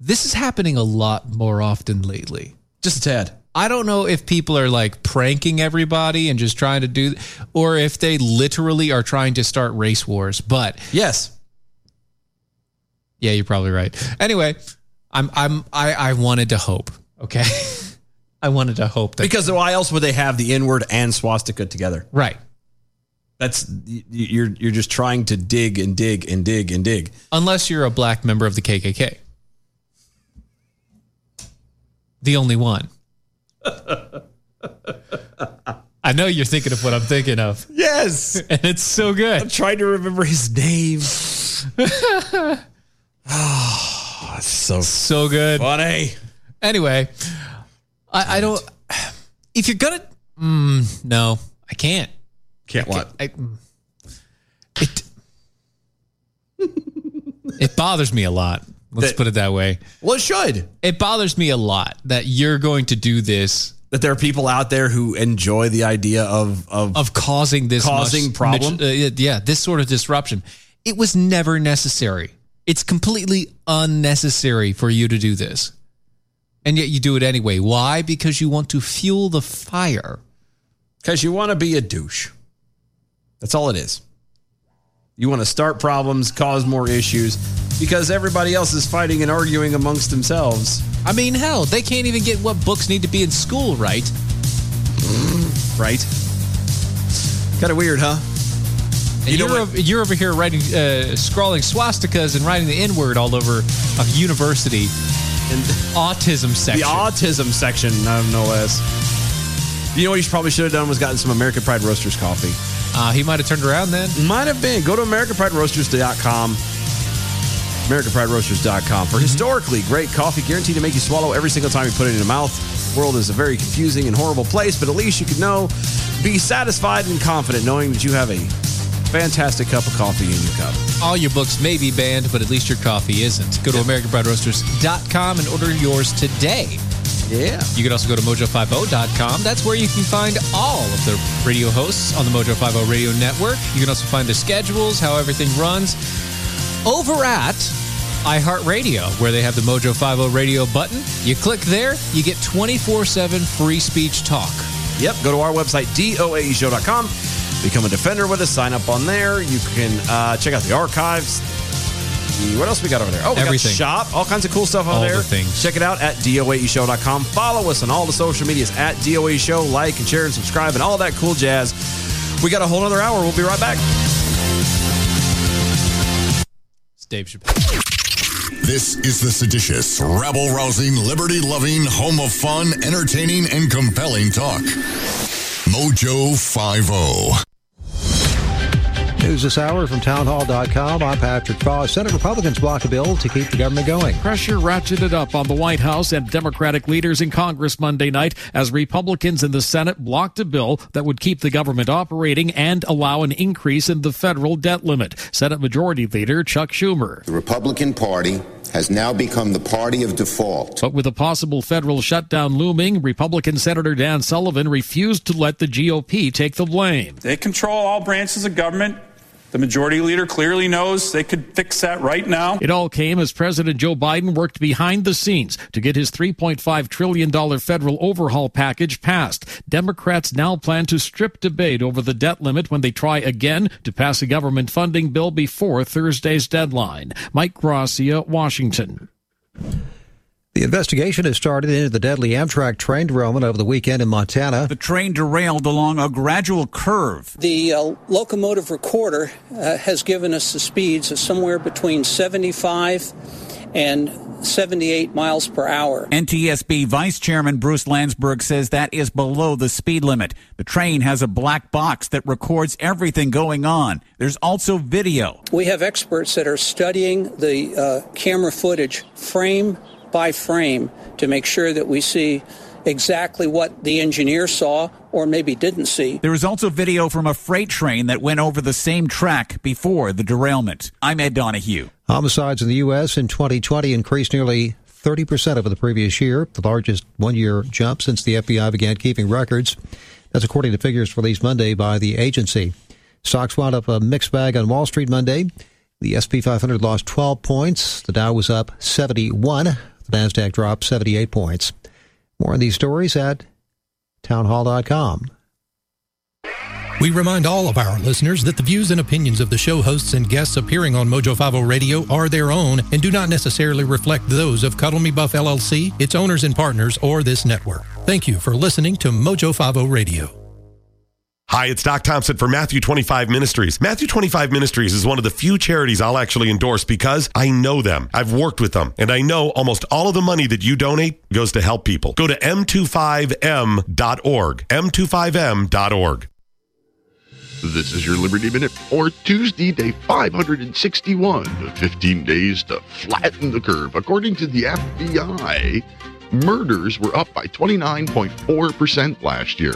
Speaker 3: this is happening a lot more often lately.
Speaker 2: Just a tad.
Speaker 3: I don't know if people are like pranking everybody and just trying to do, or if they literally are trying to start race wars. But
Speaker 2: Yes.
Speaker 3: yeah, you're probably right. Anyway, I'm I'm I I wanted to hope. Okay, I wanted to hope that
Speaker 2: Because why else would they have the N word and swastika together?
Speaker 3: right
Speaker 2: That's y- you're you're just trying to dig and dig and dig and dig.
Speaker 3: unless you're a black member of the KKK, the only one. I know you're thinking of what I'm thinking of,
Speaker 2: Yes,
Speaker 3: and it's so good.
Speaker 2: trying to remember his name. oh, that's Ah, so
Speaker 3: So good.
Speaker 2: funny.
Speaker 3: anyway, I, I don't. If you're gonna, mm, no, I can't.
Speaker 2: Can't what?
Speaker 3: I, mm. it it bothers me a lot. Let's
Speaker 2: That-
Speaker 3: put it that way.
Speaker 2: Well, it should.
Speaker 3: It bothers me a lot that you're going to do this
Speaker 2: that there are people out there who enjoy the idea of of,
Speaker 3: of causing this
Speaker 2: Causing problem?
Speaker 3: uh, yeah, this sort of disruption. It was never necessary. It's completely unnecessary for you to do this, and yet you do it anyway. Why? Because you want to fuel the fire.
Speaker 2: because you want to be a douche. That's all it is. You want to start problems, cause more issues, because everybody else is fighting and arguing amongst themselves.
Speaker 3: I mean, hell, they can't even get what books need to be in school, right?
Speaker 2: Right? Kind of weird, huh?
Speaker 3: And
Speaker 2: You
Speaker 3: you
Speaker 2: know
Speaker 3: are
Speaker 2: what-
Speaker 3: over, you're over here writing, uh, scrawling swastikas and writing the N word all over a university autism section.
Speaker 2: The autism section, um, no less. You know what you should- probably should have done was gotten some American Pride Roasters coffee.
Speaker 3: uh, he might have turned around then.
Speaker 2: Might have been. Go to AmericanPrideRoasters.com. AmericanPrideRoasters.com for historically great coffee guaranteed to make you swallow every single time you put it in your mouth. The world is a very confusing and horrible place, but at least you can know, be satisfied and confident knowing that you have a fantastic cup of coffee in your cup.
Speaker 3: All your books may be banned, but at least your coffee isn't. Go to AmericanBreadRoasters.com and order yours today.
Speaker 2: Yeah.
Speaker 3: You can also go to mojo50.com. That's where you can find all of the radio hosts on the Mojo 50 radio network. You can also find the schedules, how everything runs over at iHeartRadio, where they have the Mojo 50 radio button. You click there, you get 24 7 free speech talk.
Speaker 2: Yep. Go to our website, E doaeshow.com. Become a defender with us. Sign up on there. You can uh, check out the archives. What else we got over there? Oh, we
Speaker 3: Everything.
Speaker 2: got shop, all kinds of cool stuff on
Speaker 3: All
Speaker 2: there.
Speaker 3: the things.
Speaker 2: Check it out at doaeshow.com. Follow us on all the social medias at DOA E Show. Like and share and subscribe and all that cool jazz. We got a whole nother hour. We'll be right back.
Speaker 3: It's Dave Chappelle.
Speaker 6: This is the seditious, rabble rousing, liberty loving, home of fun, entertaining, and compelling talk. Mojo oh. 50.
Speaker 7: News this hour from townhall.com. I'm Patrick Foss. Senate Republicans block a bill to keep the government going.
Speaker 8: Pressure ratcheted up on the White House and Democratic leaders in Congress Monday night as Republicans in the Senate blocked a bill that would keep the government operating and allow an increase in the federal debt limit. Senate Majority Leader Chuck Schumer.
Speaker 9: The Republican Party has now become the party of default.
Speaker 8: But with a possible federal shutdown looming, Republican Senator Dan Sullivan refused to let the GOP take the blame.
Speaker 10: They control all branches of government. The majority leader clearly knows they could fix that right now.
Speaker 8: It all came as President Joe Biden worked behind the scenes to get his $3.5 trillion federal overhaul package passed. Democrats now plan to strip debate over the debt limit when they try again to pass a government funding bill before Thursday's deadline. Mike Gracia, Washington.
Speaker 7: The investigation has started into the deadly Amtrak train derailment over the weekend in Montana.
Speaker 11: The train derailed along a gradual curve.
Speaker 12: The uh, locomotive recorder uh, has given us the speeds of somewhere between 75 and 78 miles per hour.
Speaker 11: NTSB Vice Chairman Bruce Landsberg says that is below the speed limit. The train has a black box that records everything going on. There's also video.
Speaker 12: We have experts that are studying the uh, camera footage frame by frame to make sure that we see exactly what the engineer saw or maybe didn't see.
Speaker 11: There is also video from a freight train that went over the same track before the derailment. I'm Ed Donahue.
Speaker 7: Homicides in the U.S. in 2020 increased nearly 30% over the previous year, the largest one year jump since the FBI began keeping records. That's according to figures released Monday by the agency. Stocks wound up a mixed bag on Wall Street Monday. The SP 500 lost 12 points. The Dow was up 71. The NASDAQ dropped 78 points. More on these stories at townhall.com.
Speaker 13: We remind all of our listeners that the views and opinions of the show hosts and guests appearing on Mojo 50 Radio are their own and do not necessarily reflect those of Cuddle Me Buff LLC, its owners and partners, or this network. Thank you for listening to Mojo 50 Radio.
Speaker 14: Hi, it's Doc Thompson for Matthew 25 Ministries. Matthew 25 Ministries is one of the few charities I'll actually endorse because I know them. I've worked with them, and I know almost all of the money that you donate goes to help people. Go to m25m.org. m25m.org.
Speaker 15: This is your Liberty Minute for Tuesday, day 561 of 15 days to flatten the curve. According to the FBI, murders were up by 29.4% last year.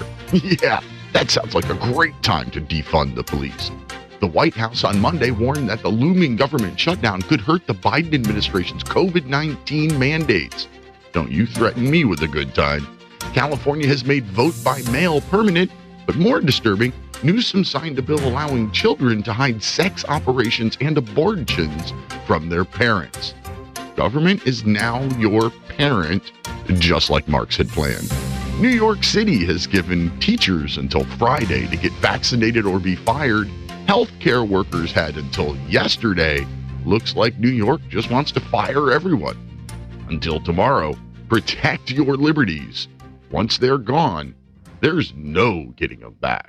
Speaker 15: Yeah, that sounds like a great time to defund the police. The White House on Monday warned that the looming government shutdown could hurt the Biden administration's COVID 19 mandates. Don't you threaten me with a good time. California has made vote by mail permanent, but more disturbing, Newsom signed a bill allowing children to hide sex operations and abortions from their parents. Government is now your parent, just like Marx had planned. New York City has given teachers until Friday to get vaccinated or be fired. Healthcare workers had until yesterday. Looks like New York just wants to fire everyone. Until tomorrow, protect your liberties. Once they're gone, there's no getting them back.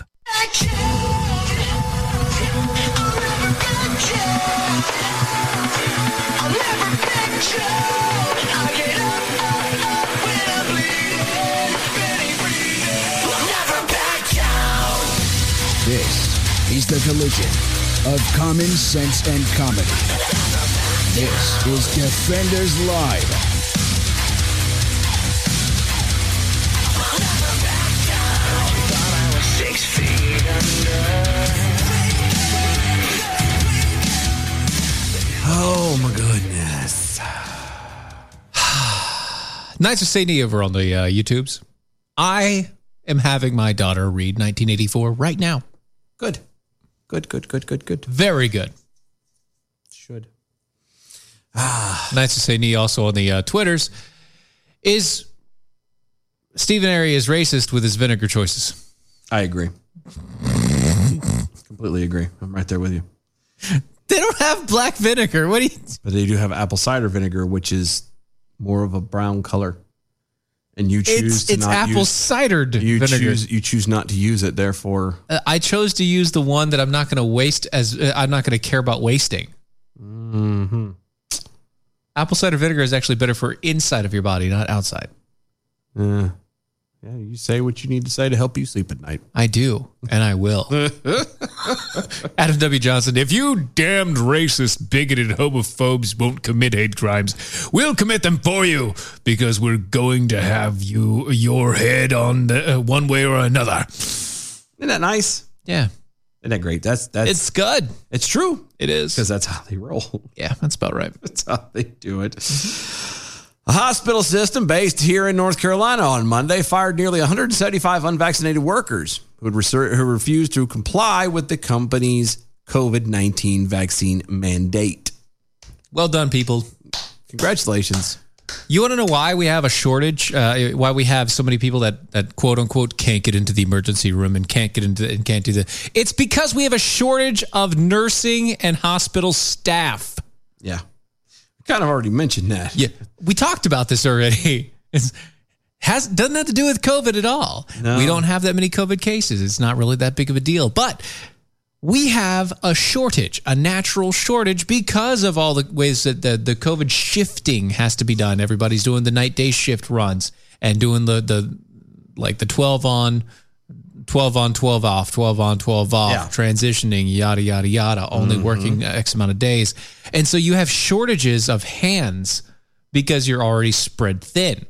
Speaker 1: This is the collision of common sense and comedy. This is Defenders Live.
Speaker 2: Oh my goodness.
Speaker 3: Nice of St. over on the uh, YouTubes. I am having my daughter read 1984 right now. Good.
Speaker 2: Good, good, good, good, good.
Speaker 3: Very good.
Speaker 2: Should.
Speaker 3: Nice to say knee also on the uh, Twitters. Is Stephen Airy is racist with his vinegar choices?
Speaker 2: I agree. Completely agree. I'm right there with you.
Speaker 3: They don't have black vinegar. What do you?
Speaker 2: But they do have apple cider vinegar, which is more of a brown color. And you choose
Speaker 3: It's-
Speaker 2: to
Speaker 3: it's
Speaker 2: not
Speaker 3: apple
Speaker 2: use,
Speaker 3: cidered
Speaker 2: you
Speaker 3: vinegar.
Speaker 2: Choose, you choose not to use it, therefore.
Speaker 3: Uh, I chose to use the one that I'm not going to waste as uh, I'm not going to care about wasting.
Speaker 2: Mm-hmm.
Speaker 3: Apple cider vinegar is actually better for inside of your body, not outside.
Speaker 2: Uh, yeah, you say what you need to say to help you sleep at night.
Speaker 3: I do, and I will. Adam W. Johnson, if you damned racist, bigoted homophobes won't commit hate crimes, we'll commit them for you because we're going to have you your head on the uh, one way or another.
Speaker 2: Isn't that nice?
Speaker 3: Yeah,
Speaker 2: Isn't that great? That's that's
Speaker 3: it's good.
Speaker 2: It's true.
Speaker 3: It is
Speaker 2: because that's how they roll.
Speaker 3: Yeah, that's about right.
Speaker 2: that's how they do it. A hospital system based here in North Carolina on Monday fired nearly 175 unvaccinated workers who, had reser- who refused to comply with the company's COVID 19 vaccine mandate.
Speaker 3: Well done, people.
Speaker 2: Congratulations.
Speaker 3: You want to know why we have a shortage? Uh, why we have so many people that that quote unquote can't get into the emergency room and can't get into and can't do the? It's because we have a shortage of nursing and hospital staff.
Speaker 2: Yeah. We kind of already mentioned that.
Speaker 3: Yeah, we talked about this already. It's, has doesn't have to do with COVID at all.
Speaker 2: No.
Speaker 3: We don't have that many COVID cases. It's not really that big of a deal, but we have a shortage, a natural shortage, because of all the ways that the, the COVID shifting has to be done. Everybody's doing the night day shift runs and doing the the like the twelve on. 12 on 12 off 12 on 12 off
Speaker 2: Yeah. Mm-hmm.
Speaker 3: transitioning yada yada yada only working x amount of days and so you have shortages of hands because you're already spread thin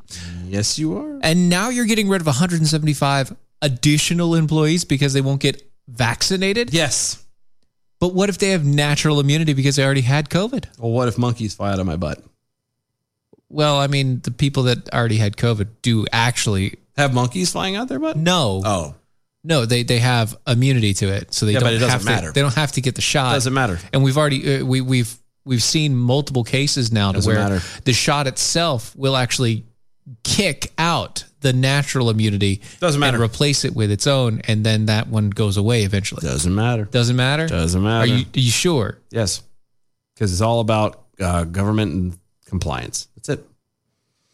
Speaker 2: Yes, you are.
Speaker 3: and now you're getting rid of 175 additional employees because they won't get vaccinated
Speaker 2: yes
Speaker 3: but what if they have natural immunity because they already had covid
Speaker 2: Well, what if monkeys fly out of my butt?
Speaker 3: well i mean the people that already had covid do actually
Speaker 2: Have monkeys flying out their butt?
Speaker 3: no
Speaker 2: Oh.
Speaker 3: no they they have immunity to it so they
Speaker 2: Yeah,
Speaker 3: don't
Speaker 2: but it doesn't
Speaker 3: have to-
Speaker 2: matter.
Speaker 3: they don't have to get the shot
Speaker 2: Doesn't matter.
Speaker 3: and we've already uh, we we've we've seen multiple cases now to
Speaker 2: Doesn't
Speaker 3: where
Speaker 2: matter.
Speaker 3: the shot itself will actually kick out the natural immunity
Speaker 2: Doesn't matter.
Speaker 3: and replace it with its own and then that one goes away eventually
Speaker 2: Doesn't matter.
Speaker 3: doesn't matter
Speaker 2: Doesn't matter.
Speaker 3: are you are you sure
Speaker 2: Yes, because it's all about uh, government and compliance. That's it.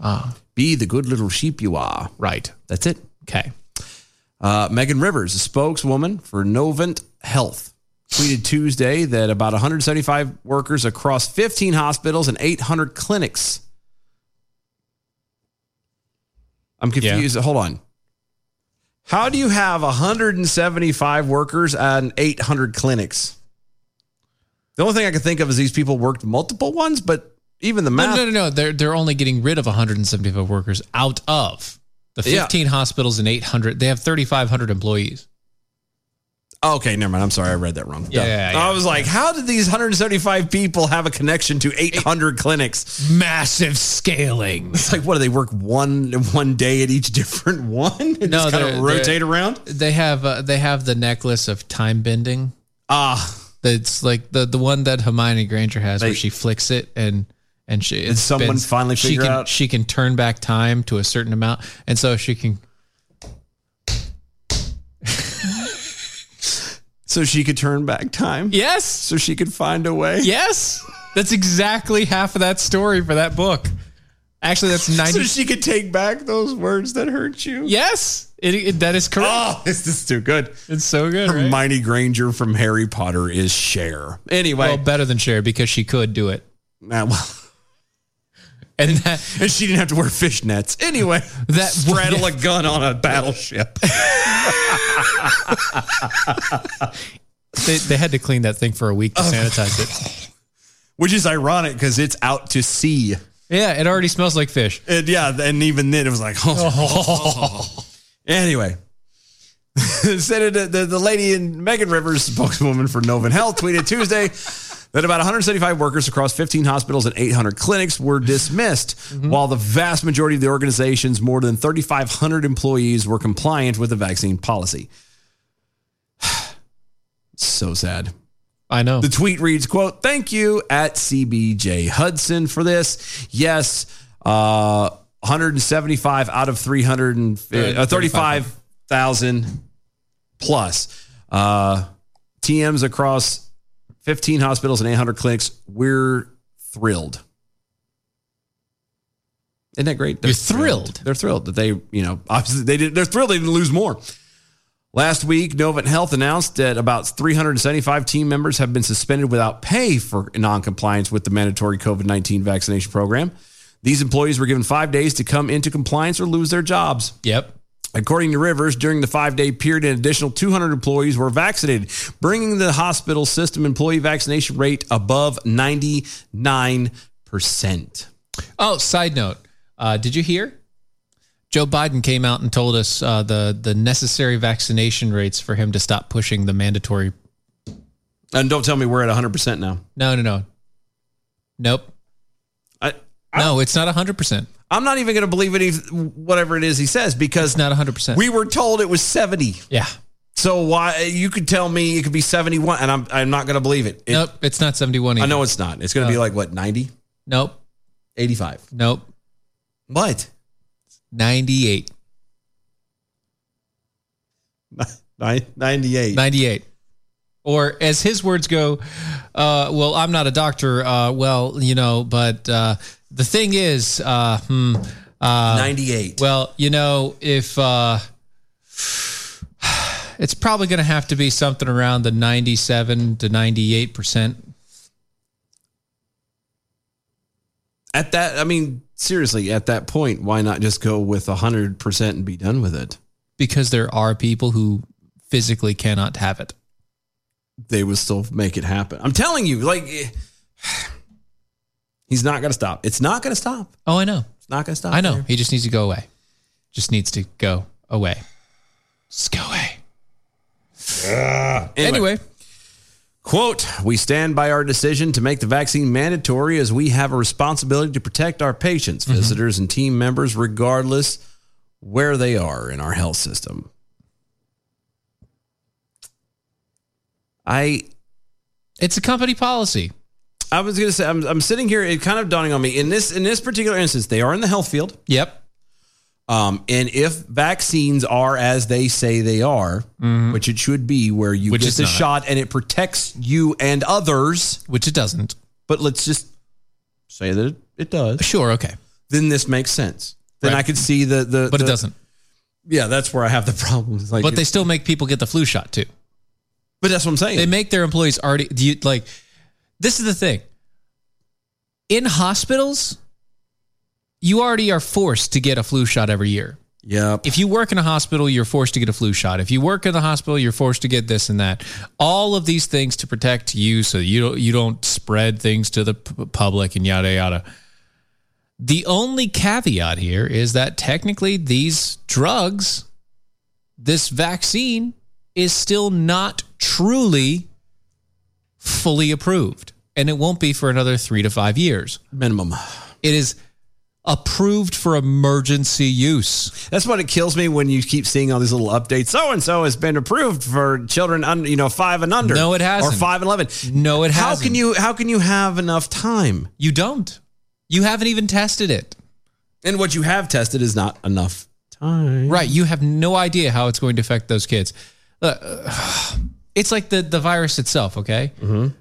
Speaker 3: Ah.
Speaker 2: Be the good little sheep you are.
Speaker 3: Right.
Speaker 2: That's it.
Speaker 3: Okay.
Speaker 2: Uh, Megan Rivers, a spokeswoman for Novant Health, tweeted Tuesday that about 175 workers across 15 hospitals and 800 clinics I'm confused. Hold on. How do you have 175 workers and 800 clinics? The only thing I can think of is these people worked multiple ones, but even the
Speaker 3: No,
Speaker 2: math.
Speaker 3: no, no, no. They're they're only getting rid of 175 workers out of the
Speaker 2: Yeah.
Speaker 3: 15 hospitals and 800. They have 3,500 employees.
Speaker 2: Oh, Okay, never mind. I'm sorry, I read that wrong.
Speaker 3: Yeah,
Speaker 2: Duh.
Speaker 3: yeah, yeah.
Speaker 2: I was like, how did these 175 people have a connection to 800 clinics?
Speaker 3: Massive scaling.
Speaker 2: It's like, what do they work one one day at each different one? And just kind
Speaker 3: they're-
Speaker 2: of rotate
Speaker 3: they're-
Speaker 2: around.
Speaker 3: They have uh, they have the necklace of time bending.
Speaker 2: Ah,
Speaker 3: that's like the the one that Hermione Granger has, where she flicks it and and she
Speaker 2: Did someone finally
Speaker 3: she
Speaker 2: figure
Speaker 3: can,
Speaker 2: out-
Speaker 3: she can turn back time to a certain amount, and so she can
Speaker 2: So she could turn back time.
Speaker 3: Yes.
Speaker 2: So she could find a way.
Speaker 3: Yes. That's exactly half of that story for that book. Actually, that's 90.
Speaker 2: So she could take back those words that hurt you.
Speaker 3: Yes. It, it- that is correct.
Speaker 2: Oh, this is too good.
Speaker 3: It's so good. right?
Speaker 2: Hermione Granger from Harry Potter is Cher. Anyway.
Speaker 3: Well, better than Cher because she could do it.
Speaker 2: well.
Speaker 3: And that,
Speaker 2: and she didn't have to wear fishnets. Anyway,
Speaker 3: that
Speaker 2: straddle a gun on a battleship.
Speaker 3: they, they had to clean that thing for a week to sanitize it.
Speaker 2: Which is ironic because it's out to sea.
Speaker 3: Yeah, it already smells like fish.
Speaker 2: And yeah, and even then it was like, oh. Anyway, Senator, the, the lady in Megan Rivers, spokeswoman for Novin Health, tweeted Tuesday that about 175 workers across 15 hospitals and 800 clinics were dismissed, while the vast majority of the organization's more than 3,500 employees were compliant with the vaccine policy. so sad.
Speaker 3: I know.
Speaker 2: The tweet reads, quote, thank you at CBJ Hudson for this. Yes, uh, 175 out of 300 and, uh, 35,000 plus. Uh, TMs across 15 hospitals and 800 clinics. We're thrilled. Isn't that great? They're thrilled. They're thrilled that they, you know, obviously they did, they're thrilled they didn't lose more. Last week, Novant Health announced that about 375 team members have been suspended without pay for noncompliance with the mandatory COVID 19 vaccination program. These employees were given five days to come into compliance or lose their jobs.
Speaker 3: Yep.
Speaker 2: According to Rivers, during the five day period, an additional 200 employees were vaccinated, bringing the hospital system employee vaccination rate above 99%.
Speaker 3: Oh, side note. Uh, did you hear? Joe Biden came out and told us uh, the the necessary vaccination rates for him to stop pushing the mandatory.
Speaker 2: And don't tell me we're at 100% now.
Speaker 3: No, no, no. Nope. no, it's not 100%.
Speaker 2: I'm not even going to believe any whatever it is he says because
Speaker 3: not 100%.
Speaker 2: We were told it was 70.
Speaker 3: Yeah.
Speaker 2: So why you could tell me it could be 71 and I'm I'm not going to believe it. It-
Speaker 3: nope, Uh. it's not 71 either.
Speaker 2: I know it's not. It's going to be
Speaker 3: No.
Speaker 2: like what 90?
Speaker 3: Nope.
Speaker 2: 85.
Speaker 3: Nope.
Speaker 2: What?
Speaker 3: 98.
Speaker 2: 98.
Speaker 3: 98. Or as his words go, uh, well, I'm not a doctor. Uh, well, you know, but uh, the thing is, uh, hmm, uh,
Speaker 2: 98.
Speaker 3: Well, you know, if uh, it's probably going to have to be something around the 97 to 98 percent.
Speaker 2: At that I mean seriously, at that point why not just go with 100% and be done with it?
Speaker 3: Because there are people who physically cannot have it.
Speaker 2: They would still make it happen. I'm telling you like eh, he's not going to stop. It's not going to stop.
Speaker 3: Oh, I know.
Speaker 2: It's not going to stop.
Speaker 3: I know.
Speaker 2: there.
Speaker 3: He just needs to go away. Just needs to go away. Just go away.
Speaker 2: Anyway. Quote, we stand by our decision to make the vaccine mandatory as we have a responsibility to protect our patients,
Speaker 3: Mm-hmm.
Speaker 2: visitors, and team members, regardless where they are in our health system. I.
Speaker 3: It's a company policy.
Speaker 2: I was going to say, I'm, I'm sitting here, it kind of dawning on me. In this in this particular instance, they are in the health field.
Speaker 3: Yep.
Speaker 2: Um, and if vaccines are as they say they are, which it should be, where you
Speaker 3: Mm-hmm. Which
Speaker 2: get
Speaker 3: it's
Speaker 2: the
Speaker 3: not.
Speaker 2: shot and it protects you and others,
Speaker 3: which it doesn't.
Speaker 2: But let's just say that it, it does.
Speaker 3: Sure, okay.
Speaker 2: Then this makes sense. Then
Speaker 3: Right.
Speaker 2: I could see the the.
Speaker 3: But it
Speaker 2: the-
Speaker 3: doesn't.
Speaker 2: Yeah, that's where I have the problem. It's Like,
Speaker 3: but they still make people get the flu shot too.
Speaker 2: But that's what I'm saying.
Speaker 3: They make their employees already do you, like this is the thing. In hospitals, you already are forced to get a flu shot every year.
Speaker 2: Yeah.
Speaker 3: If you work in a hospital, you're forced to get a flu shot. If you work in the hospital, you're forced to get this and that. All of these things to protect you, so you don't you don't spread things to the p- public and yada yada. The only caveat here is that technically these drugs, this vaccine, is still not truly fully approved, and it won't be for another three to five years
Speaker 2: minimum.
Speaker 3: It is approved for emergency use.
Speaker 2: That's what it kills me when you keep seeing all these little updates. So and so has been approved for children under, you know, five and under.
Speaker 3: No, it hasn't.
Speaker 2: Or five and eleven.
Speaker 3: No, it
Speaker 2: How
Speaker 3: hasn't.
Speaker 2: can you? How can you have enough time?
Speaker 3: You don't. You haven't even tested it.
Speaker 2: And what you have tested is not enough.
Speaker 3: Right. You have no idea how it's going to affect those kids. Uh, it's like the, the virus itself, okay?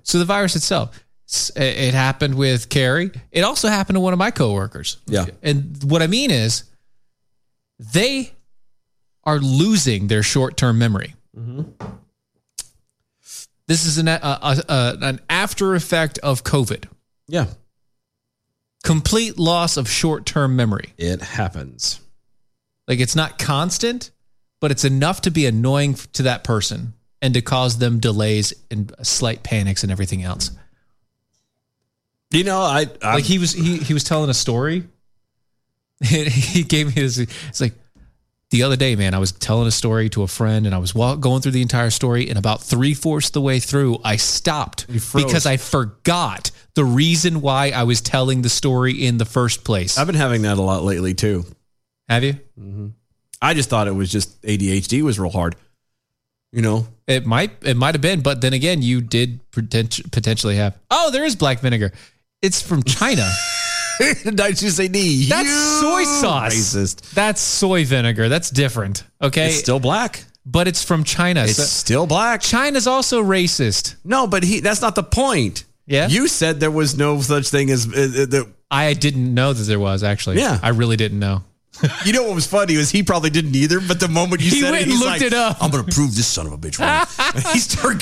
Speaker 3: So the virus itself, s- it happened with Carrie. It also happened to one of my coworkers.
Speaker 2: Yeah.
Speaker 3: And what I mean is they are losing their short term memory. This is an, a, a, a, an after effect of COVID.
Speaker 2: Yeah.
Speaker 3: Complete loss of short term memory.
Speaker 2: It happens.
Speaker 3: Like it's not constant, but it's enough to be annoying f- to that person and to cause them delays and slight panics and everything else.
Speaker 2: You know, I,
Speaker 3: like he was he he was telling a story. he gave me this. It's like the other day, man. I was telling a story to a friend, and I was walk, going through the entire story, and about three fourths the way through, I stopped
Speaker 2: froze.
Speaker 3: because I forgot the reason why I was telling the story in the first place.
Speaker 2: I've been having that a lot lately too.
Speaker 3: Have you?
Speaker 2: I just thought it was just ADHD was real hard. You know,
Speaker 3: It might it might have been, but then again, you did potent- potentially have. Oh, there is black vinegar. It's from China.
Speaker 2: I just say knee.
Speaker 3: That's soy sauce.
Speaker 2: racist.
Speaker 3: That's soy vinegar. That's different. Okay,
Speaker 2: It's still black,
Speaker 3: but it's from China.
Speaker 2: it's
Speaker 3: so-
Speaker 2: still black.
Speaker 3: China's also racist.
Speaker 2: No, but he that's not the point.
Speaker 3: Yeah?
Speaker 2: You said there was no such thing as uh, uh, the,
Speaker 3: I didn't know that there was actually.
Speaker 2: Yeah.
Speaker 3: I really didn't know.
Speaker 2: you know what was funny was he probably didn't either, but the moment you
Speaker 3: He
Speaker 2: said
Speaker 3: went
Speaker 2: it,
Speaker 3: and
Speaker 2: he's
Speaker 3: looked
Speaker 2: like,
Speaker 3: it up.
Speaker 2: I'm gonna prove this son of a bitch wrong. he started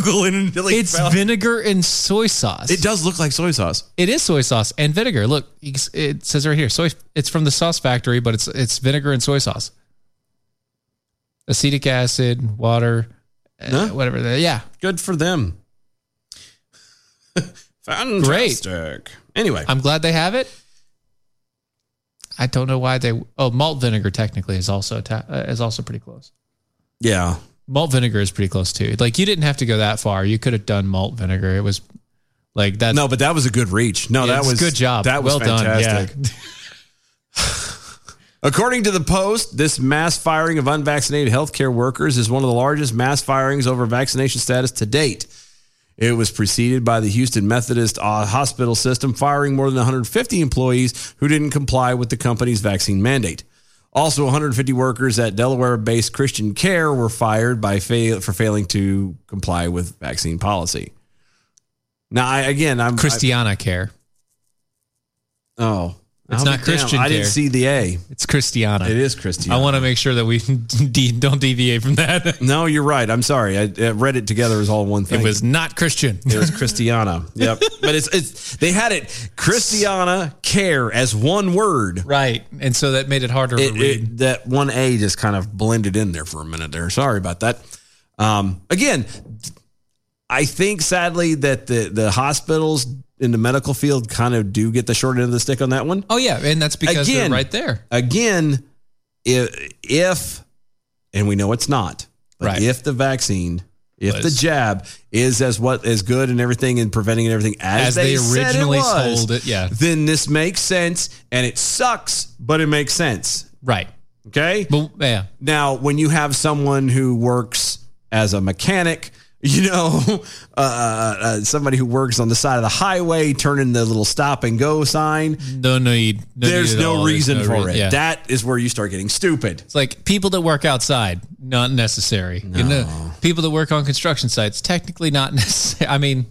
Speaker 2: googling and really
Speaker 3: it's
Speaker 2: found-
Speaker 3: vinegar and soy sauce.
Speaker 2: it does look like soy sauce.
Speaker 3: It is soy sauce and vinegar. Look, it says right here. Soy. It's from the sauce factory, but it's it's vinegar and soy sauce, acetic acid, water, uh,
Speaker 2: Huh?
Speaker 3: whatever. the- Yeah,
Speaker 2: Good for them. Fantastic. Great. Anyway,
Speaker 3: I'm glad they have it. I don't know why they. Oh, malt vinegar technically is also atta- uh, is also pretty close.
Speaker 2: yeah.
Speaker 3: Malt vinegar is pretty close too. Like you didn't have to go that far. You could have done malt vinegar. It was like that.
Speaker 2: No, but that was a good reach. No,
Speaker 3: Yeah,
Speaker 2: that
Speaker 3: it's
Speaker 2: was
Speaker 3: good job.
Speaker 2: That was
Speaker 3: Well done.
Speaker 2: fantastic. According to the Post, this mass firing of unvaccinated healthcare workers is one of the largest mass firings over vaccination status to date. It was preceded by the Houston Methodist uh, Hospital System firing more than 150 employees who didn't comply with the company's vaccine mandate. Also, 150 workers at Delaware-based Christian Care were fired by fail, for failing to comply with vaccine policy. Now, I, again, I'm I-
Speaker 3: Christiana care.
Speaker 2: oh,
Speaker 3: It's
Speaker 2: I'll
Speaker 3: not
Speaker 2: be damned.
Speaker 3: Christian
Speaker 2: I didn't
Speaker 3: Care.
Speaker 2: see the A.
Speaker 3: It's Christiana.
Speaker 2: It is Christian.
Speaker 3: I want to make sure that we de- don't deviate from that.
Speaker 2: No, you're right. I'm sorry. I, I read it together as all one thing.
Speaker 3: It was not Christian.
Speaker 2: It was Christiana. Yep. But it's it's they had it Christiana care as one word.
Speaker 3: Right. And so that made it harder
Speaker 2: It,
Speaker 3: to read.
Speaker 2: it- that one A just kind of blended in there for a minute there. Sorry about that. Um, again, I think sadly that the the hospitals in the medical field kind of do get the short end of the stick on that one.
Speaker 3: oh, yeah. And that's because
Speaker 2: Again.
Speaker 3: they're right there.
Speaker 2: Again, if, if and we know it's not, but
Speaker 3: Right.
Speaker 2: if the vaccine, if the
Speaker 3: Was.
Speaker 2: jab is as what as good and everything and preventing and everything as,
Speaker 3: As they
Speaker 2: said
Speaker 3: originally
Speaker 2: it was,
Speaker 3: sold it, yeah.
Speaker 2: then this makes sense and it sucks, but it makes sense.
Speaker 3: Right.
Speaker 2: Okay.
Speaker 3: But, yeah.
Speaker 2: Now, when you have someone who works as a mechanic, you know, uh, uh, somebody who works on the side of the highway turning the little stop and go sign,
Speaker 3: No need. No
Speaker 2: there's
Speaker 3: need at all.
Speaker 2: no
Speaker 3: There's
Speaker 2: reason
Speaker 3: no
Speaker 2: for
Speaker 3: rea-
Speaker 2: it.
Speaker 3: Yeah.
Speaker 2: That is where you start getting stupid.
Speaker 3: it's like people that work outside, not necessary. You know, people that work on construction sites, technically not necessary. I mean,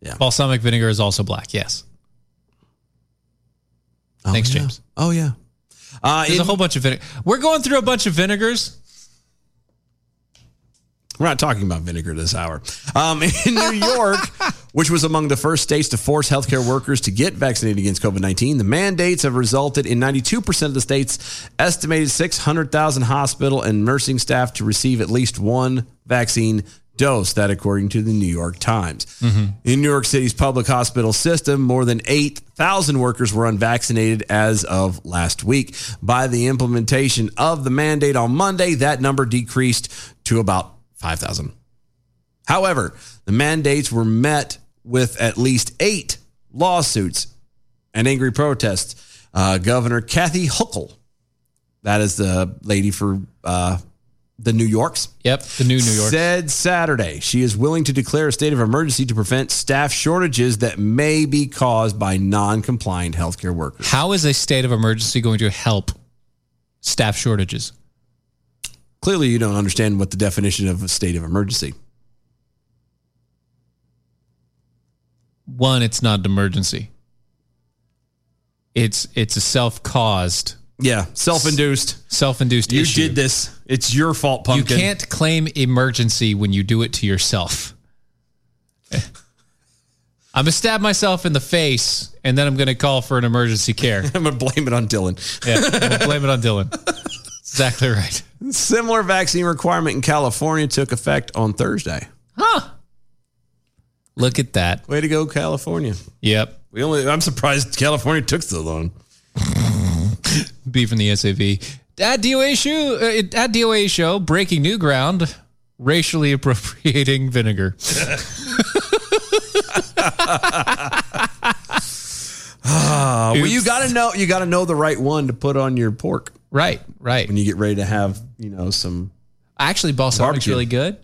Speaker 2: Yeah.
Speaker 3: balsamic vinegar is also black. Yes.
Speaker 2: Oh,
Speaker 3: Thanks,
Speaker 2: yeah.
Speaker 3: James.
Speaker 2: Oh yeah. Uh,
Speaker 3: There's a
Speaker 2: in-
Speaker 3: whole bunch of vinegar. We're going through a bunch of vinegars.
Speaker 2: We're not talking about vinegar this hour. Um, in New York, which was among the first states to force healthcare workers to get vaccinated against COVID 19, the mandates have resulted in 92% of the state's estimated 600,000 hospital and nursing staff to receive at least one vaccine dose. That, according to the New York Times. In New York City's public hospital system, more than 8,000 workers were unvaccinated as of last week. By the implementation of the mandate on Monday, that number decreased to about 5,000. However, the mandates were met with at least eight lawsuits and angry protests. Uh, Governor Kathy Hochul, that is the lady for uh, the New Yorks.
Speaker 3: Yep, the new New York.
Speaker 2: Said Saturday, she is willing to declare a state of emergency to prevent staff shortages that may be caused by non compliant healthcare workers.
Speaker 3: How is a state of emergency going to help staff shortages?
Speaker 2: Clearly, you don't understand what the definition of a state of emergency.
Speaker 3: One, it's not an emergency. It's it's a self-caused.
Speaker 2: Yeah, self-induced.
Speaker 3: Self-induced
Speaker 2: You
Speaker 3: issue.
Speaker 2: did this. It's your fault, pumpkin.
Speaker 3: You can't claim emergency when you do it to yourself. I'm gonna stab myself in the face, and then I'm gonna call for an emergency care.
Speaker 2: I'm gonna blame it on Dylan.
Speaker 3: Yeah, I'm gonna blame it on Dylan. Exactly right.
Speaker 2: Similar vaccine requirement in California took effect on Thursday.
Speaker 3: Huh? Look at that.
Speaker 2: Way to go, California.
Speaker 3: Yep.
Speaker 2: We only. I'm surprised California took so long.
Speaker 3: B from the SAV. At DOA show, uh, at DOA show, breaking new ground, racially appropriating vinegar.
Speaker 2: Ah, well,
Speaker 3: Oops.
Speaker 2: you gotta know. You gotta know the right one to put on your pork.
Speaker 3: Right. Right.
Speaker 2: When you get ready to have, you know, some.
Speaker 3: Actually, balsamic's really good.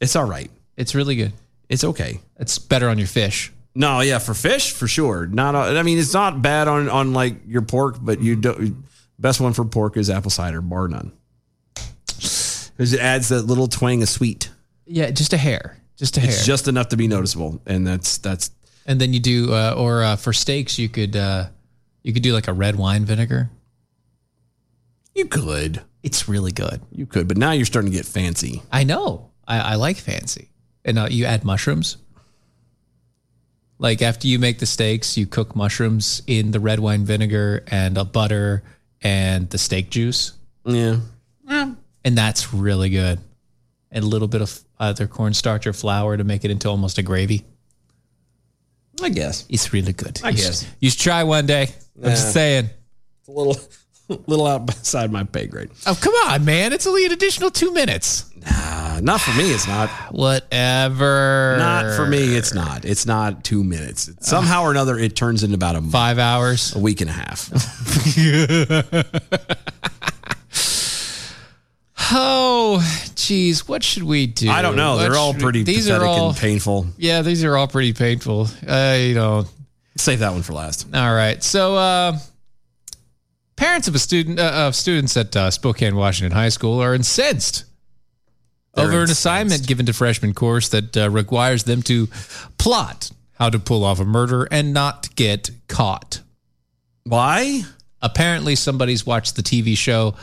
Speaker 2: It's all right.
Speaker 3: It's really good.
Speaker 2: It's okay.
Speaker 3: It's better on your fish.
Speaker 2: No, yeah, for fish for sure. Not. a- I mean, it's not bad on on like your pork, but you don't. Best one for pork is apple cider, bar none, because it adds that little twang of sweet.
Speaker 3: Yeah, just a hair. Just a hair.
Speaker 2: It's just enough to be noticeable, and that's that's
Speaker 3: and then you do, uh, or uh, for steaks, you could uh, you could do like a red wine vinegar.
Speaker 2: You could.
Speaker 3: It's really good.
Speaker 2: You could, but now you're starting to get fancy.
Speaker 3: I know. I, I like fancy. And uh, you add mushrooms. Like after you make the steaks, you cook mushrooms in the red wine vinegar and a butter and the steak juice.
Speaker 2: Yeah.
Speaker 3: And that's really good. And a little bit of either cornstarch or flour to make it into almost a gravy.
Speaker 2: I guess.
Speaker 3: It's really good.
Speaker 2: I
Speaker 3: You
Speaker 2: guess.
Speaker 3: should- You should try one day. I'm
Speaker 2: Nah.
Speaker 3: just saying.
Speaker 2: It's a little little outside my pay grade.
Speaker 3: Oh, come on, man. It's only an additional two minutes.
Speaker 2: Uh, not for me, it's not.
Speaker 3: Whatever.
Speaker 2: Not for me, it's not. It's not two minutes.
Speaker 3: Uh,
Speaker 2: Somehow or another, it turns into about a month,
Speaker 3: five hours,
Speaker 2: a week and a half.
Speaker 3: Oh, geez. What should we do?
Speaker 2: I don't know.
Speaker 3: What
Speaker 2: They're all
Speaker 3: should we-
Speaker 2: pretty
Speaker 3: these
Speaker 2: pathetic
Speaker 3: are all,
Speaker 2: and painful.
Speaker 3: Yeah, these are all pretty painful. Uh, you know.
Speaker 2: Save that one for last.
Speaker 3: All right. So, uh, parents of a student uh, of students at uh, Spokane Washington High School are incensed
Speaker 2: They're
Speaker 3: over an
Speaker 2: incensed.
Speaker 3: assignment given to freshman course that uh, requires them to plot how to pull off a murder and not get caught.
Speaker 2: Why?
Speaker 3: Apparently, somebody's watched the TV show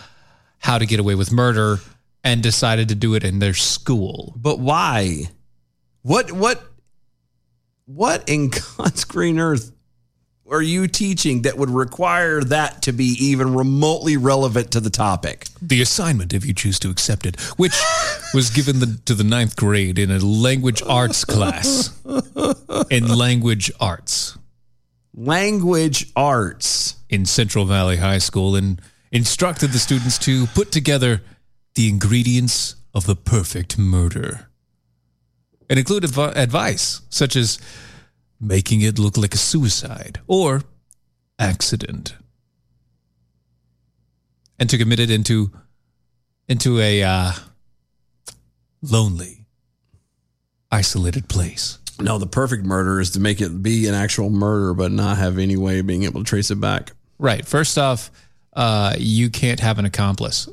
Speaker 3: How to Get Away with Murder and decided to do it in their school.
Speaker 2: But why? What what what in God's green earth are you teaching that would require that to be even remotely relevant to the topic?
Speaker 3: the assignment if you choose to accept it, which was given the, to the ninth grade in a language arts class. In language arts.
Speaker 2: Language arts.
Speaker 3: In Central Valley High School and instructed the students to put together the ingredients of the perfect murder and include adv- advice such as making it look like a suicide or accident and to commit it into into a uh, lonely isolated place
Speaker 2: No, the perfect murder is to make it be an actual murder, but not have any way of being able to trace it back.
Speaker 3: right first off uh, you can't have an accomplice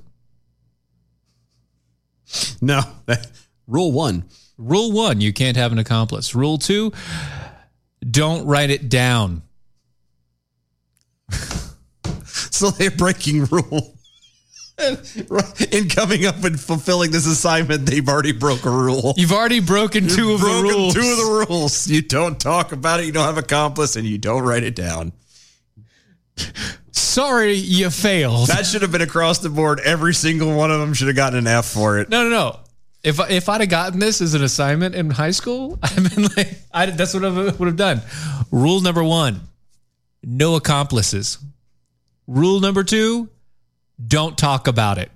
Speaker 2: No. Rule one.
Speaker 3: Rule one, you can't have an accomplice. Rule two, don't write it down.
Speaker 2: So they're breaking rule in coming up and fulfilling this assignment, they've already broke a rule.
Speaker 3: You've already broken two of
Speaker 2: You've
Speaker 3: the
Speaker 2: broken
Speaker 3: rules.
Speaker 2: Two of the rules. You don't talk about it. You don't have accomplice, and you don't write it down.
Speaker 3: Sorry, you failed.
Speaker 2: That should have been across the board. Every single one of them should have gotten an F for it.
Speaker 3: No, no, no. If if I'd have gotten this as an assignment in high school, I mean, like, I, that's what I would have done. Rule number one: no accomplices. Rule number two: don't talk about it.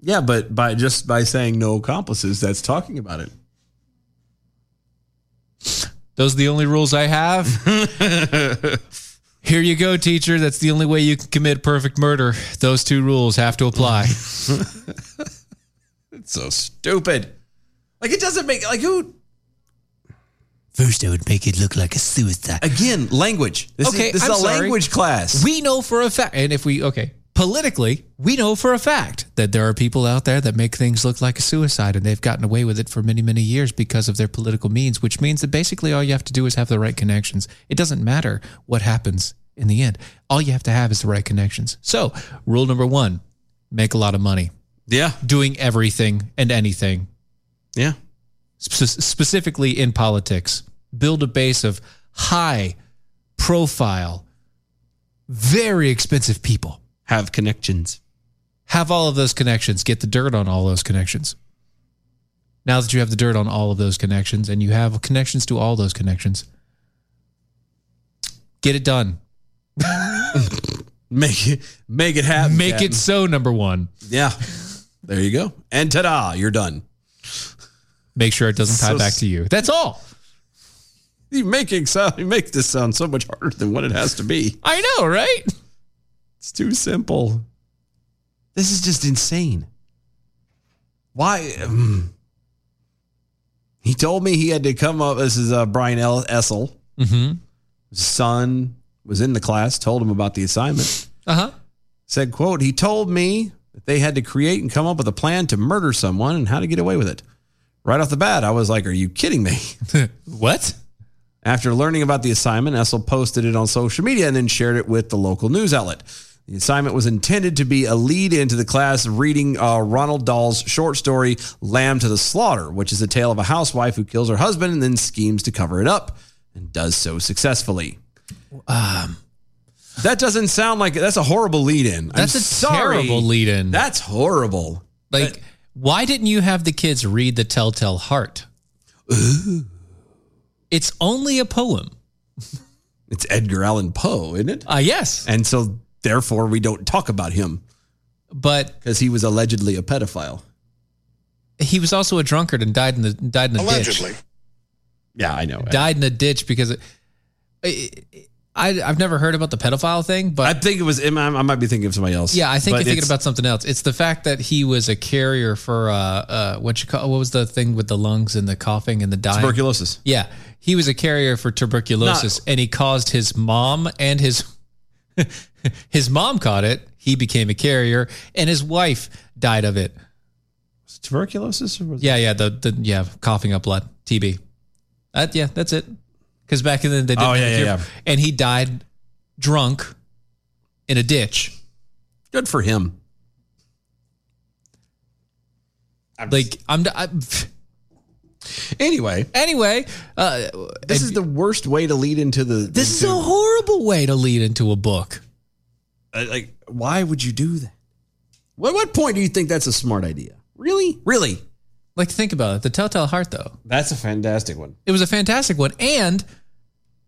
Speaker 2: Yeah, but by just by saying no accomplices, that's talking about it.
Speaker 3: Those are the only rules I have. Here you go, teacher. That's the only way you can commit perfect murder. Those two rules have to apply.
Speaker 2: It's so stupid. Like it doesn't make like who
Speaker 3: First, I would make it look like a suicide.
Speaker 2: Again, language. This is- this is a language class.
Speaker 3: We know for a fact, and if we okay politically, we know for a fact that there are people out there that make things look like a suicide, and they've gotten away with it for many, many years because of their political means. Which means that basically all you have to do is have the right connections. It doesn't matter what happens in the end. All you have to have is the right connections. So, rule number one: make a lot of money.
Speaker 2: Yeah,
Speaker 3: doing everything and anything.
Speaker 2: Yeah.
Speaker 3: Spe- specifically in politics, build a base of high profile, very expensive people.
Speaker 2: Have connections.
Speaker 3: Have all of those connections. Get the dirt on all those connections. Now that you have the dirt on all of those connections and you have connections to all those connections, get it done.
Speaker 2: make it make it happen.
Speaker 3: Make
Speaker 2: Captain.
Speaker 3: it so number 1.
Speaker 2: Yeah. There you go. And ta-da, you're done.
Speaker 3: Make sure it doesn't tie back to you. That's all.
Speaker 2: You making sound you make this sound so much harder than what it has to be.
Speaker 3: I know, right?
Speaker 2: It's too simple. This is just insane. Why? um, he told me he had to come up. This is uh, Brian L. Essel. Mm-hmm.
Speaker 3: Mhm.
Speaker 2: His son was in the class, told him about the assignment.
Speaker 3: Uh-huh.
Speaker 2: Said, quote, he told me that they had to create and come up with a plan to murder someone and how to get away with it. Right off the bat, I was like, are you kidding me?
Speaker 3: what?
Speaker 2: After learning about the assignment, Essel posted it on social media and then shared it with the local news outlet. The assignment was intended to be a lead into the class reading uh, Ronald Dahl's short story, Lamb to the Slaughter, which is the tale of a housewife who kills her husband and then schemes to cover it up and does so successfully.
Speaker 3: Um,
Speaker 2: that doesn't sound like that's a horrible lead in.
Speaker 3: That's a terrible lead in.
Speaker 2: That's horrible.
Speaker 3: Like, why didn't you have the kids read The Telltale Heart? It's only a poem.
Speaker 2: It's Edgar Allan Poe, isn't it?
Speaker 3: Uh, yes.
Speaker 2: And so, therefore, we don't talk about him.
Speaker 3: But
Speaker 2: because he was allegedly a pedophile.
Speaker 3: He was also a drunkard and died in the died in the
Speaker 2: Allegedly.
Speaker 3: ditch.
Speaker 2: Yeah, I know.
Speaker 3: Died in a ditch because it, I, I I've never heard about the pedophile thing, but
Speaker 2: I think it was. I might be thinking of somebody else.
Speaker 3: Yeah, I think
Speaker 2: But
Speaker 3: you're thinking
Speaker 2: it's-
Speaker 3: about something else. It's the fact that he was a carrier for uh, uh, what you call what was the thing with the lungs and the coughing and the dying
Speaker 2: Tuberculosis.
Speaker 3: Yeah, he was a carrier for tuberculosis, and he caused his mom and his his mom caught it. He became a carrier, and his wife died of it.
Speaker 2: tuberculosis or was
Speaker 3: Yeah, yeah, the, the yeah coughing up blood, TB. That yeah, that's it. Because back in the they didn't
Speaker 2: Oh,
Speaker 3: have
Speaker 2: yeah,
Speaker 3: a
Speaker 2: yeah,
Speaker 3: cure.
Speaker 2: yeah.
Speaker 3: and he died drunk in a ditch.
Speaker 2: Good for him.
Speaker 3: like I'm, I'm
Speaker 2: Anyway,
Speaker 3: anyway, uh,
Speaker 2: this is the worst way to lead into the.
Speaker 3: This is a horrible way to lead into a book.
Speaker 2: Uh, like, why would you do that? At what point do you think that's a smart idea? Really, really.
Speaker 3: Like, think about it. The Telltale Heart, though.
Speaker 2: That's a fantastic one.
Speaker 3: It was a fantastic one, and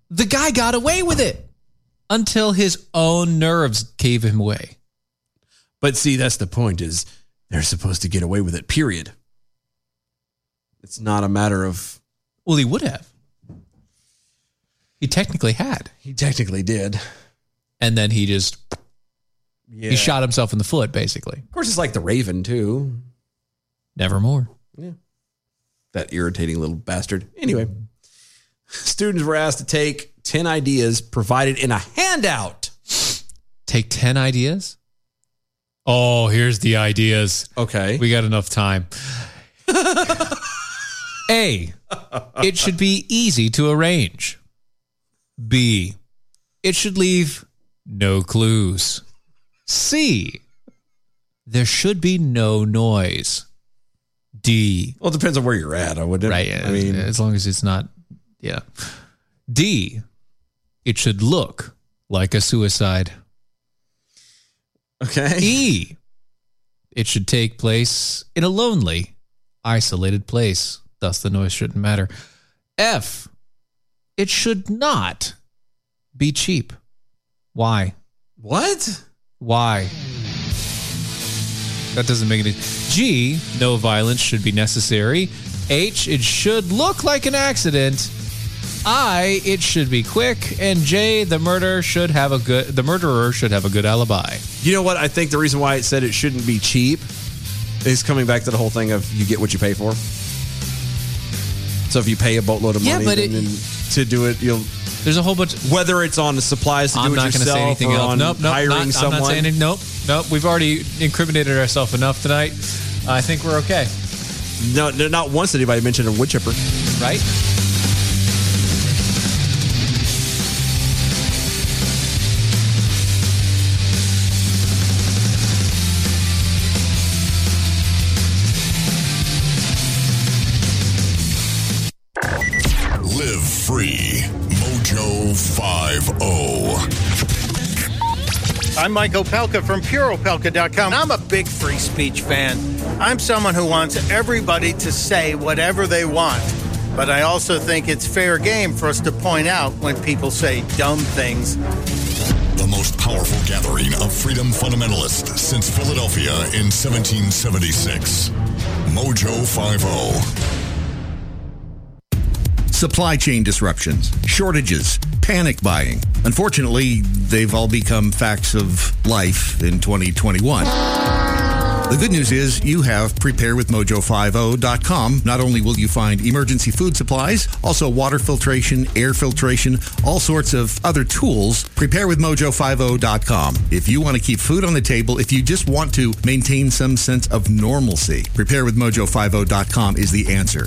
Speaker 3: the guy got away with it until his own nerves gave him away.
Speaker 2: But see, that's the point: is they're supposed to get away with it. Period. It's not a matter of.
Speaker 3: Well, he would have. He technically had.
Speaker 2: He technically did.
Speaker 3: And then he just
Speaker 2: Yeah.
Speaker 3: he shot himself in the foot, basically.
Speaker 2: Of course, it's like the Raven too.
Speaker 3: Nevermore.
Speaker 2: that irritating little bastard. Anyway, students were asked to take 10 ideas provided in a handout.
Speaker 3: Take 10 ideas. Oh, here's the ideas.
Speaker 2: Okay.
Speaker 3: We got enough time. A. It should be easy to arrange. B. It should leave no clues. C. there should be no noise. D.
Speaker 2: Well, it depends on where you're at. I would.
Speaker 3: Right. I mean, as long as it's not. Yeah. D. It should look like a suicide.
Speaker 2: Okay.
Speaker 3: E. It should take place in a lonely, isolated place. Thus, the noise shouldn't matter. F. It should not be cheap. Why?
Speaker 2: What?
Speaker 3: Why? That doesn't make any. G. No violence should be necessary. H. It should look like an accident. I. It should be quick. And J. The murder should have a good. The murderer should have a good alibi.
Speaker 2: You know what? I think the reason why it said it shouldn't be cheap is coming back to the whole thing of you get what you pay for. So if you pay a boatload of
Speaker 3: Yeah,
Speaker 2: money
Speaker 3: but it-
Speaker 2: then- then to do it, you'll.
Speaker 3: There's a whole bunch.
Speaker 2: Whether it's on the supplies to
Speaker 3: I'm
Speaker 2: do it
Speaker 3: not going to
Speaker 2: yourself
Speaker 3: say anything
Speaker 2: or
Speaker 3: else.
Speaker 2: on
Speaker 3: Nope, nope.
Speaker 2: hiring
Speaker 3: not,
Speaker 2: someone.
Speaker 3: I'm not saying it. Nope, nope. We've already incriminated ourselves enough tonight. I think we're okay.
Speaker 2: No, no, not once did anybody mention a wood chipper.
Speaker 3: Right?
Speaker 6: Live free. Mojo oh. 50.
Speaker 16: I'm Mike Opelka from PureOpelka.com. I'm a big free speech fan. I'm someone who wants everybody to say whatever they want. But I also think it's fair game for us to point out when people say dumb things.
Speaker 6: The most powerful gathering of freedom fundamentalists since Philadelphia in 1776. Mojo 50.
Speaker 17: oh. Supply chain disruptions, shortages, panic buying. Unfortunately, they've all become facts of life in 2021. The good news is you have preparewithmojo50.com. Not only will you find emergency food supplies, also water filtration, air filtration, all sorts of other tools. Preparewithmojo50.com. If you want to keep food on the table, if you just want to maintain some sense of normalcy, preparewithmojo50.com is the answer.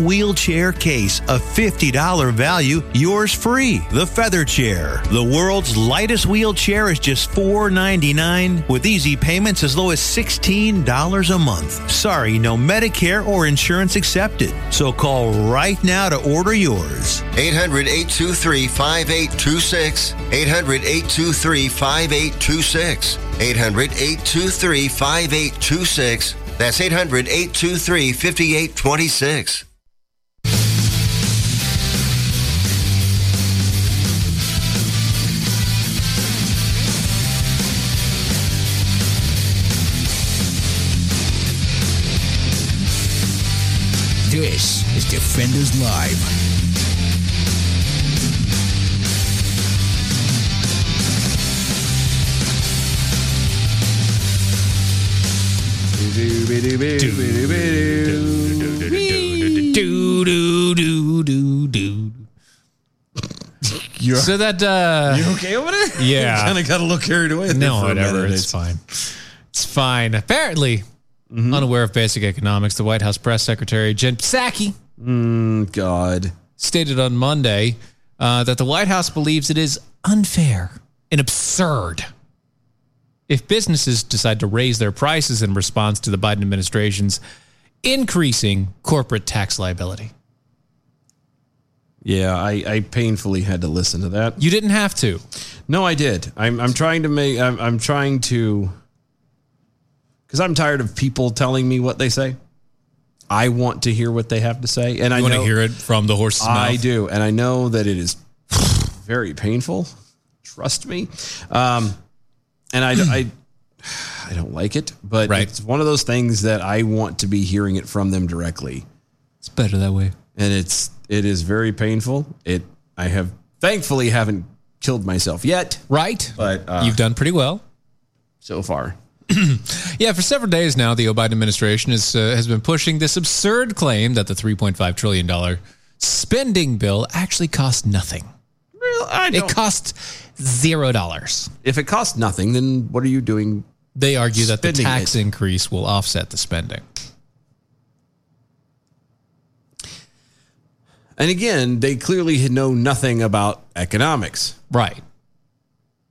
Speaker 18: wheelchair case, a $50 value, yours free. The Feather Chair, the world's lightest wheelchair, is just $4.99 with easy payments as low as $16 a month. Sorry, no Medicare or insurance accepted. So call right now to order yours.
Speaker 5: 800 823 5826. 800 823 5826. 800 823 5826. That's 800 823 5826.
Speaker 1: This is Defenders Live.
Speaker 3: Do do do do do. so that uh,
Speaker 2: You okay over there?
Speaker 3: Yeah,
Speaker 2: kind of got a little carried away. there
Speaker 3: No,
Speaker 2: for a
Speaker 3: whatever.
Speaker 2: minute.
Speaker 3: It's, fine. It's fine. Apparently,
Speaker 2: Mm-hmm.
Speaker 3: unaware of basic economics, the White House press secretary Jen Psaki,
Speaker 2: God,
Speaker 3: stated on Monday uh, that the White House believes it is unfair and absurd if businesses decide to raise their prices in response to the Biden administration's increasing corporate tax liability.
Speaker 2: Yeah, I, I painfully had to listen to that.
Speaker 3: You didn't have to.
Speaker 2: No, I did. I'm I'm trying to make I'm, I'm trying to because I'm tired of people telling me what they say. I want to hear what they have to say, and I
Speaker 3: You
Speaker 2: want
Speaker 3: wanna hear it from the horse's
Speaker 2: I
Speaker 3: mouth?
Speaker 2: do, and I know that it is very painful. Trust me, um, and I, I I don't like it, but it's one of those things that I want to be hearing it from them directly
Speaker 3: It's better that way.
Speaker 2: and it's it is very painful. It I have thankfully haven't killed myself yet.
Speaker 3: Right,
Speaker 2: but uh,
Speaker 3: You've done pretty well.
Speaker 2: so far.
Speaker 3: Yeah, for several days now, the Obama administration is, uh, has been pushing this absurd claim that the $3.5 trillion spending bill actually cost nothing.
Speaker 2: Real, I
Speaker 3: it cost zero dollars.
Speaker 2: If it costs nothing, then what are you doing?
Speaker 3: They argue that the
Speaker 2: Spending it.
Speaker 3: tax increase will offset the spending.
Speaker 2: And again, they clearly had know nothing about economics.
Speaker 3: Right.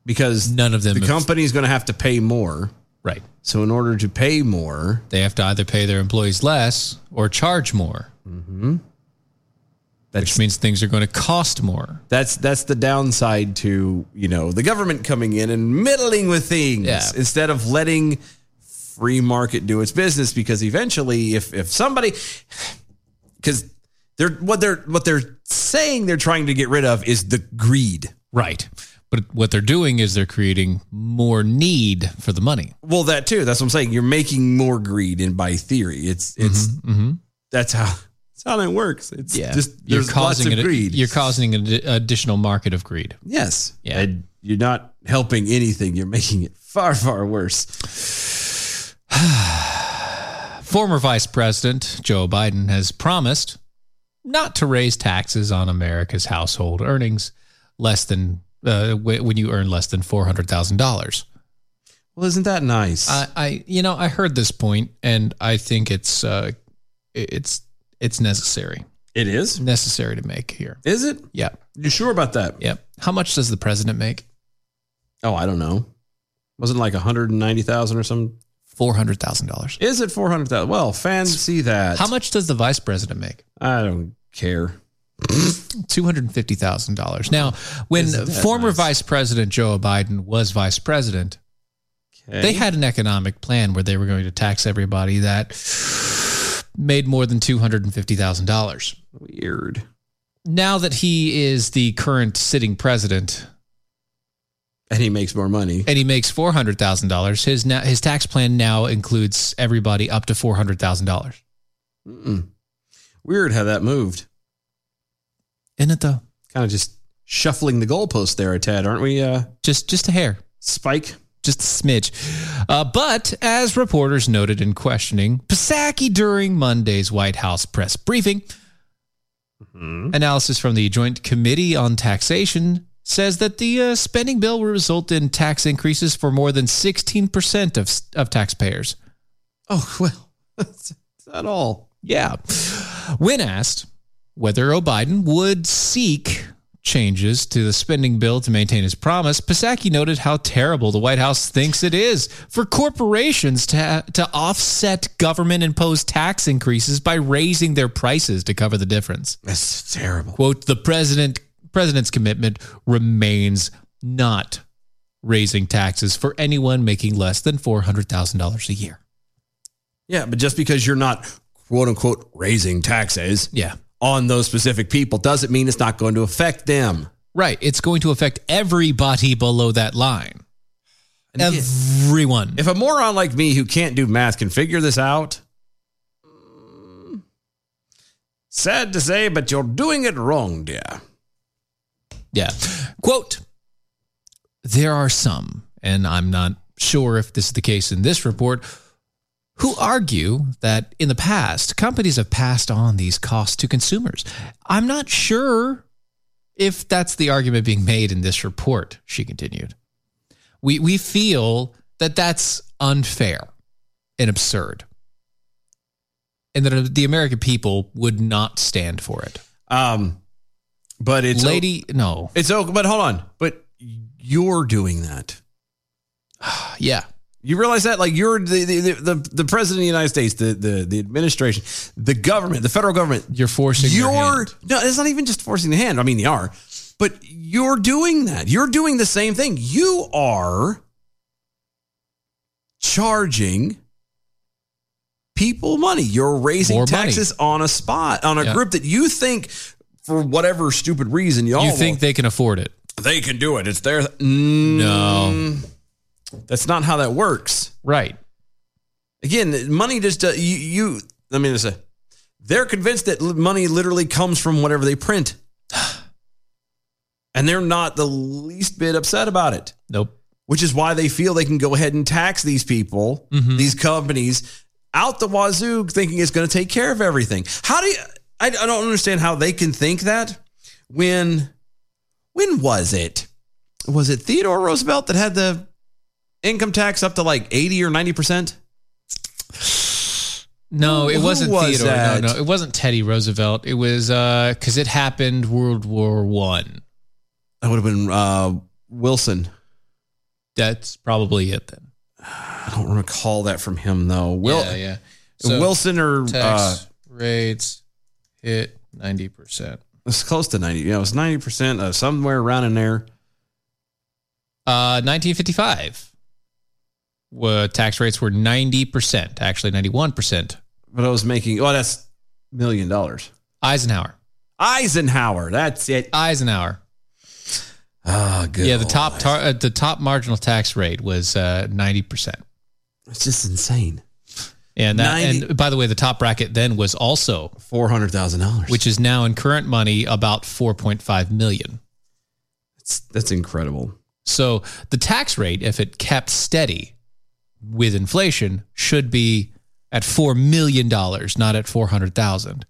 Speaker 2: Because none
Speaker 3: of them
Speaker 2: the
Speaker 3: have-
Speaker 2: company is going to have to pay more.
Speaker 3: Right.
Speaker 2: So in order to pay more,
Speaker 3: they have to either pay their employees less or charge more.
Speaker 2: Mm-hmm.
Speaker 3: Which means things are going to cost more.
Speaker 2: That's that's the downside to you know the government coming in and meddling with things
Speaker 3: Yeah.
Speaker 2: instead of letting free market do its business because eventually if if somebody because they're what they're what they're saying they're trying to get rid of is the greed
Speaker 3: right But what they're doing is they're creating more need for the money.
Speaker 2: well that too that's what I'm saying you're making more greed and by theory it's it's
Speaker 3: Mm-hmm.
Speaker 2: that's how that's how it works it's
Speaker 3: Yeah.
Speaker 2: just
Speaker 3: you're
Speaker 2: there's
Speaker 3: causing
Speaker 2: lots
Speaker 3: an,
Speaker 2: of greed
Speaker 3: You're causing an ad- additional market of greed.
Speaker 2: yes
Speaker 3: Yeah.
Speaker 2: And you're not helping anything you're making it far far worse
Speaker 3: Former Vice President Joe Biden has promised not to raise taxes on America's household earnings less than uh, wh- when you earn less than four hundred thousand dollars.
Speaker 2: Well, isn't that nice?
Speaker 3: I, I, you know, I heard this point, and I think it's uh, it- it's it's necessary.
Speaker 2: It is
Speaker 3: necessary to make here.
Speaker 2: Is it?
Speaker 3: Yeah.
Speaker 2: You sure about that?
Speaker 3: Yep. How much does the president make?
Speaker 2: Oh, I don't know. Wasn't it like 190,000 or some
Speaker 3: four hundred thousand dollars.
Speaker 2: Is it 400,000? Well, fancy that.
Speaker 3: How much does the vice president make?
Speaker 2: I don't care.
Speaker 3: Two hundred fifty thousand dollars. Now, when
Speaker 2: Isn't that
Speaker 3: former Vice President Joe Biden was vice president, they had an economic plan where they were going to tax everybody that made more than two hundred and fifty thousand dollars.
Speaker 2: Weird.
Speaker 3: Now that he is the current sitting president,
Speaker 2: and he makes more money,
Speaker 3: and he makes four hundred thousand dollars, his now his tax plan now includes everybody up to four hundred thousand dollars.
Speaker 2: Mm-mm. Weird how that moved.
Speaker 3: Isn't it though?
Speaker 2: Kind of just shuffling the goalpost there a tad, aren't we? Uh,
Speaker 3: just just a hair
Speaker 2: spike,
Speaker 3: just a smidge. Uh, but as reporters noted in questioning Psaki during Monday's White House press briefing,
Speaker 2: Mm-hmm.
Speaker 3: analysis from the Joint Committee on Taxation says that the uh, spending bill will result in tax increases for more than sixteen percent of of taxpayers.
Speaker 2: Oh well, at all.
Speaker 3: Yeah. When asked whether O'Biden would seek changes to the spending bill to maintain his promise, Psaki noted how terrible the White House thinks it is for corporations to, to offset government imposed tax increases by raising their prices to cover the difference.
Speaker 2: That's terrible.
Speaker 3: Quote, the president president's commitment remains not raising taxes for anyone making less than $400,000 a year.
Speaker 2: Yeah, but just because you're not quote unquote raising taxes
Speaker 3: yeah.
Speaker 2: on those specific people doesn't mean it's not going to affect them.
Speaker 3: Right. It's going to affect everybody below that line. Everyone.
Speaker 2: If a moron like me who can't do math can figure this out, mm, sad to say, but you're doing it wrong, dear.
Speaker 3: Yeah. Quote There are some, and I'm not sure if this is the case in this report, who argue that in the past, companies have passed on these costs to consumers. I'm not sure if that's the argument being made in this report, she continued. We, we feel that that's unfair and absurd, and that the American people would not stand for it.
Speaker 2: Um, but it's
Speaker 3: lady, no,
Speaker 2: it's okay. But hold on, but you're doing that.
Speaker 3: yeah,
Speaker 2: you realize that like you're the the, the, the, the president of the United States, the, the the administration, the government, the federal government.
Speaker 3: You're forcing their
Speaker 2: You're
Speaker 3: hand.
Speaker 2: no, it's not even just forcing the hand. I mean, they are, but you're doing that. You're doing the same thing. You are charging people money. You're raising
Speaker 3: More money.
Speaker 2: taxes on a spot on a
Speaker 3: Yeah.
Speaker 2: group that you think, for whatever stupid reason, y'all
Speaker 3: you think they can afford it?
Speaker 2: they can do it. It's their no. That's not how that works.
Speaker 3: Right.
Speaker 2: Again, money just uh, you. you I mean, it's a, they're convinced that li- money literally comes from whatever they print, and they're not the least bit upset about it.
Speaker 3: Nope.
Speaker 2: which is why they feel they can go ahead and tax these people, these companies out the wazoo, thinking it's going to take care of everything. How do you? I, I don't understand how they can think that when when was it? Was it Theodore Roosevelt that had the income tax up to like eighty or ninety percent?
Speaker 3: No, it
Speaker 2: Who
Speaker 3: wasn't
Speaker 2: was
Speaker 3: Theodore.
Speaker 2: that?
Speaker 3: No, no, it wasn't Teddy Roosevelt. It was because it happened World War One.
Speaker 2: That would have been uh, Wilson.
Speaker 3: That's probably it then.
Speaker 2: I don't recall that from him though. Will
Speaker 3: yeah, yeah.
Speaker 2: Wilson or
Speaker 3: tax
Speaker 2: uh,
Speaker 3: rates hit ninety percent.
Speaker 2: it's close to ninety. Yeah, it was ninety percent, uh, somewhere around in there.
Speaker 3: Uh, nineteen fifty-five. Well, tax rates were ninety percent, actually ninety-one percent.
Speaker 2: But I was making oh, that's million dollars.
Speaker 3: Eisenhower.
Speaker 2: Eisenhower. That's it.
Speaker 3: Eisenhower.
Speaker 2: Ah, good.
Speaker 3: yeah, the top tar- uh, the top marginal tax rate was uh, ninety percent.
Speaker 2: It's just insane.
Speaker 3: And that,
Speaker 2: 90
Speaker 3: and by the way, the top bracket then was also
Speaker 2: four hundred thousand dollars,
Speaker 3: which is now in current money about four point five million.
Speaker 2: That's that's incredible.
Speaker 3: So the tax rate, if it kept steady with inflation, should be at four million dollars, not at four hundred thousand.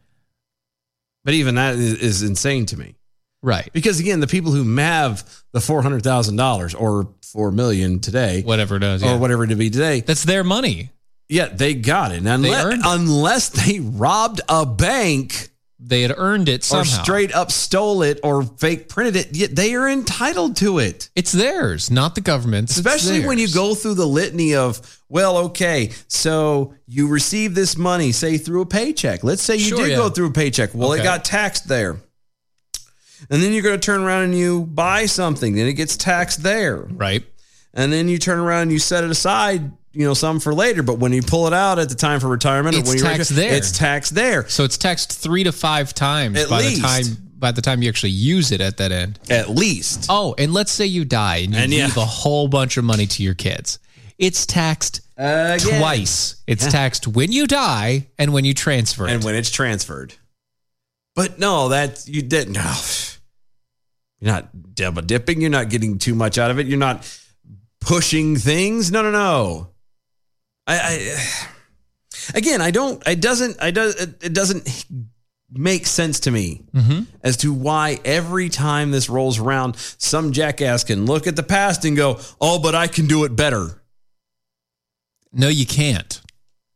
Speaker 2: But even that is, is insane to me.
Speaker 3: Right.
Speaker 2: Because again, the people who have the four hundred thousand dollars or four million today,
Speaker 3: whatever it is,
Speaker 2: or
Speaker 3: yeah.
Speaker 2: whatever to be today,
Speaker 3: that's their money.
Speaker 2: Yeah, they got it. Unless,
Speaker 3: earned it.
Speaker 2: unless they robbed a bank,
Speaker 3: they had earned it
Speaker 2: or
Speaker 3: somehow.
Speaker 2: straight up stole it or fake printed it. Yet they are entitled to it.
Speaker 3: It's theirs, not the government's. It's
Speaker 2: Especially when you
Speaker 3: theirs.
Speaker 2: go through the litany of, well, okay, so you receive this money, say through a paycheck. Let's say you
Speaker 3: Sure,
Speaker 2: did
Speaker 3: yeah.
Speaker 2: go through a paycheck. Well, it
Speaker 3: Okay.
Speaker 2: got taxed there. And then you're going to turn around and you buy something, then it gets taxed there.
Speaker 3: Right.
Speaker 2: And then you turn around and you set it aside, you know, some for later. But when you pull it out at the time for retirement,
Speaker 3: It's
Speaker 2: or when you
Speaker 3: taxed there.
Speaker 2: It's taxed there.
Speaker 3: So it's taxed three to five times
Speaker 2: At
Speaker 3: by the
Speaker 2: least.
Speaker 3: time by the time you actually use it at that end.
Speaker 2: At least.
Speaker 3: Oh, and let's say you die and you
Speaker 2: And yeah.
Speaker 3: leave a whole bunch of money to your kids. It's taxed
Speaker 2: Again.
Speaker 3: twice. It's
Speaker 2: Yeah.
Speaker 3: taxed when you die and when you transfer it.
Speaker 2: and when it's transferred. But no, that you didn't. No. You're not double dipping. You're not getting too much out of it. You're not pushing things. No, no, no. I, I again, I don't. It doesn't. I does. It it doesn't make sense to me
Speaker 3: Mm-hmm.
Speaker 2: as to why every time this rolls around, some jackass can look at the past and go, "Oh, but I can do it better."
Speaker 3: No, you can't.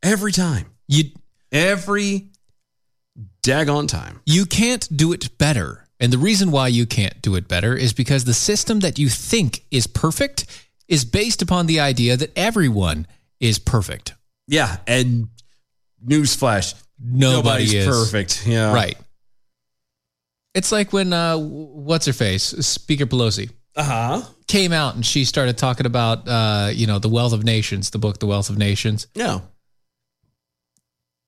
Speaker 2: Every time.
Speaker 3: You
Speaker 2: every daggone time.
Speaker 3: You can't do it better. And the reason why you can't do it better is because the system that you think is perfect is based upon the idea that everyone is perfect.
Speaker 2: Yeah, and newsflash,
Speaker 3: Nobody
Speaker 2: nobody's
Speaker 3: is.
Speaker 2: perfect. Yeah,
Speaker 3: Right. It's like when uh what's her face? Speaker Pelosi.
Speaker 2: Uh huh.
Speaker 3: Came out and she started talking about uh, you know, the wealth of nations, the book The Wealth of Nations.
Speaker 2: No.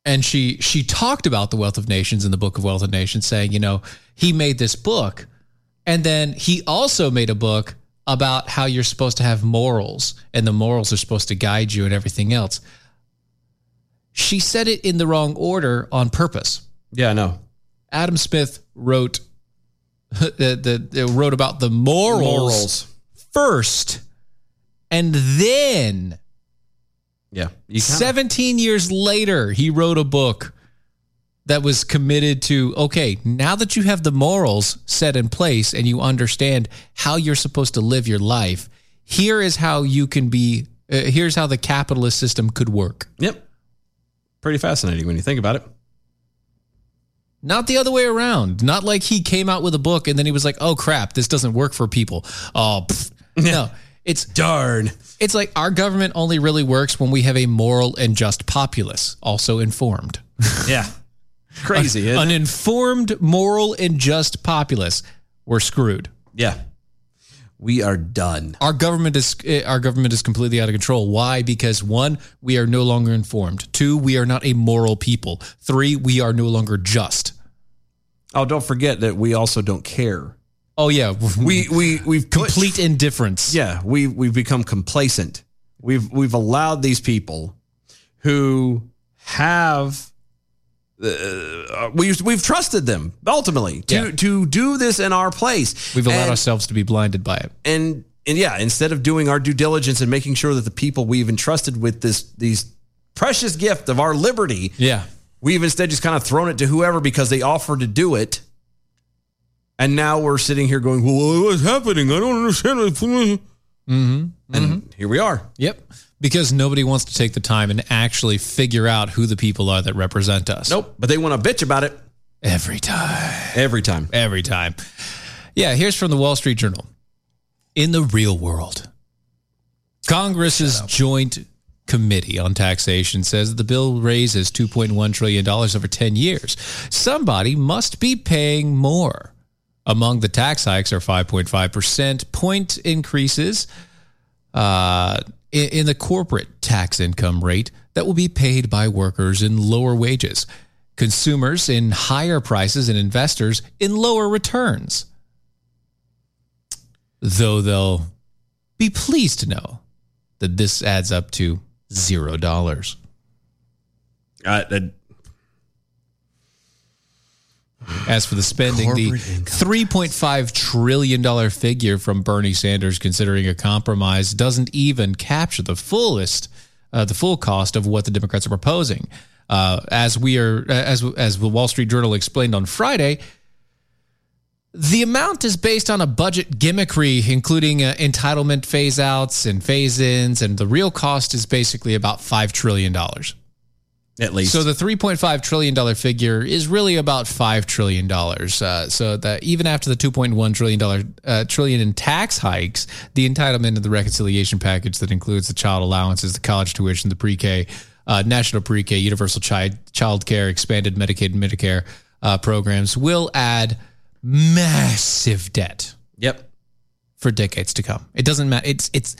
Speaker 3: and she she talked about the wealth of nations in the book of wealth of nations saying you know he made this book and then he also made a book about how you're supposed to have morals and the morals are supposed to guide you and everything else she said it in the wrong order on purpose
Speaker 2: Yeah, I know.
Speaker 3: adam smith wrote the, the wrote about the morals,
Speaker 2: Morals.
Speaker 3: first and then
Speaker 2: Yeah. You kinda-
Speaker 3: 17 years later, he wrote a book that was committed to okay, now that you have the morals set in place and you understand how you're supposed to live your life, here is how you can be, uh, here's how the capitalist system could work.
Speaker 2: Yep. Pretty fascinating when you think about it.
Speaker 3: Not the other way around. Not like he came out with a book and then he was like, oh crap, this doesn't work for people. Oh, pfft. no. It's
Speaker 2: darn.
Speaker 3: It's like our government only really works when we have a moral and just populace, also informed.
Speaker 2: Yeah. Crazy.
Speaker 3: An
Speaker 2: isn't it?
Speaker 3: informed, moral, and just populace. We're screwed.
Speaker 2: yeah. We are done.
Speaker 3: Our government is eh, our government is completely out of control. Why? Because one, we are no longer informed. Two, we are not a moral people. Three, we are no longer just.
Speaker 2: Oh, don't forget that we also don't care.
Speaker 3: Oh yeah,
Speaker 2: We we we've put-
Speaker 3: complete indifference.
Speaker 2: Yeah, we we've become complacent. We've we've allowed these people who have uh, we've we've trusted them ultimately to
Speaker 3: Yeah.
Speaker 2: to do this in our place.
Speaker 3: We've allowed
Speaker 2: And-
Speaker 3: ourselves to be blinded by it.
Speaker 2: and and yeah, instead of doing our due diligence and making sure that the people we've entrusted with this these precious gift of our liberty,
Speaker 3: Yeah.
Speaker 2: we've instead just kind of thrown it to whoever because they offered to do it. And now we're sitting here going, "Well, what's happening? I don't understand."
Speaker 3: Mm-hmm.
Speaker 2: And here we are.
Speaker 3: Yep. Because nobody wants to take the time and actually figure out who the people are that represent us.
Speaker 2: Nope. But they want to bitch about it
Speaker 3: every time.
Speaker 2: Every time.
Speaker 3: Every time. Yeah. Here's from the Wall Street Journal. In the real world, Congress's joint committee on taxation says that the bill raises $2.1 trillion over 10 years. Somebody must be paying more. Among the tax hikes are 5.5% point increases uh, in, in the corporate tax income rate that will be paid by workers in lower wages, consumers in higher prices, and investors in lower returns. Though they'll be pleased to know that this adds up to zero dollars.
Speaker 2: Uh,
Speaker 3: As for the spending, the $3.5 trillion figure from Bernie Sanders considering a compromise doesn't even capture the fullest, uh, the full cost of what the Democrats are proposing. Uh, as we are, as, as the Wall Street Journal explained on Friday, the amount is based on a budget gimmickry, including uh, entitlement phase outs and phase ins, and the real cost is basically about $5 trillion.
Speaker 2: At least.
Speaker 3: So the $3.5 trillion figure is really about $5 trillion. Uh, so that even after the $2.1 trillion, uh, trillion in tax hikes, the entitlement of the reconciliation package that includes the child allowances, the college tuition, the pre-K, uh, national pre-K, universal child child care, expanded Medicaid and Medicare uh, programs will add massive debt.
Speaker 2: Yep.
Speaker 3: For decades to come. It doesn't matter. It's, it's,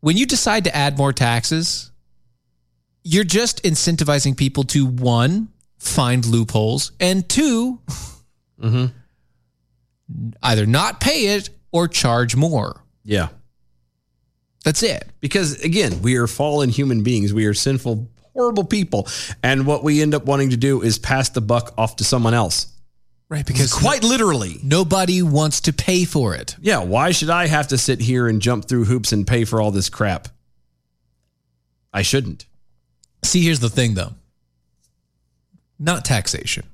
Speaker 3: when you decide to add more taxes, you're just incentivizing people to one find loopholes and 2 either not pay it or charge more.
Speaker 2: Yeah.
Speaker 3: That's it.
Speaker 2: Because again, we are fallen human beings. We are sinful, horrible people. And what we end up wanting to do is pass the buck off to someone else.
Speaker 3: Right, because
Speaker 2: quite literally,
Speaker 3: nobody wants to pay for it.
Speaker 2: Yeah, why should I have to sit here and jump through hoops and pay for all this crap? I shouldn't.
Speaker 3: See, here's the thing though. Not taxation.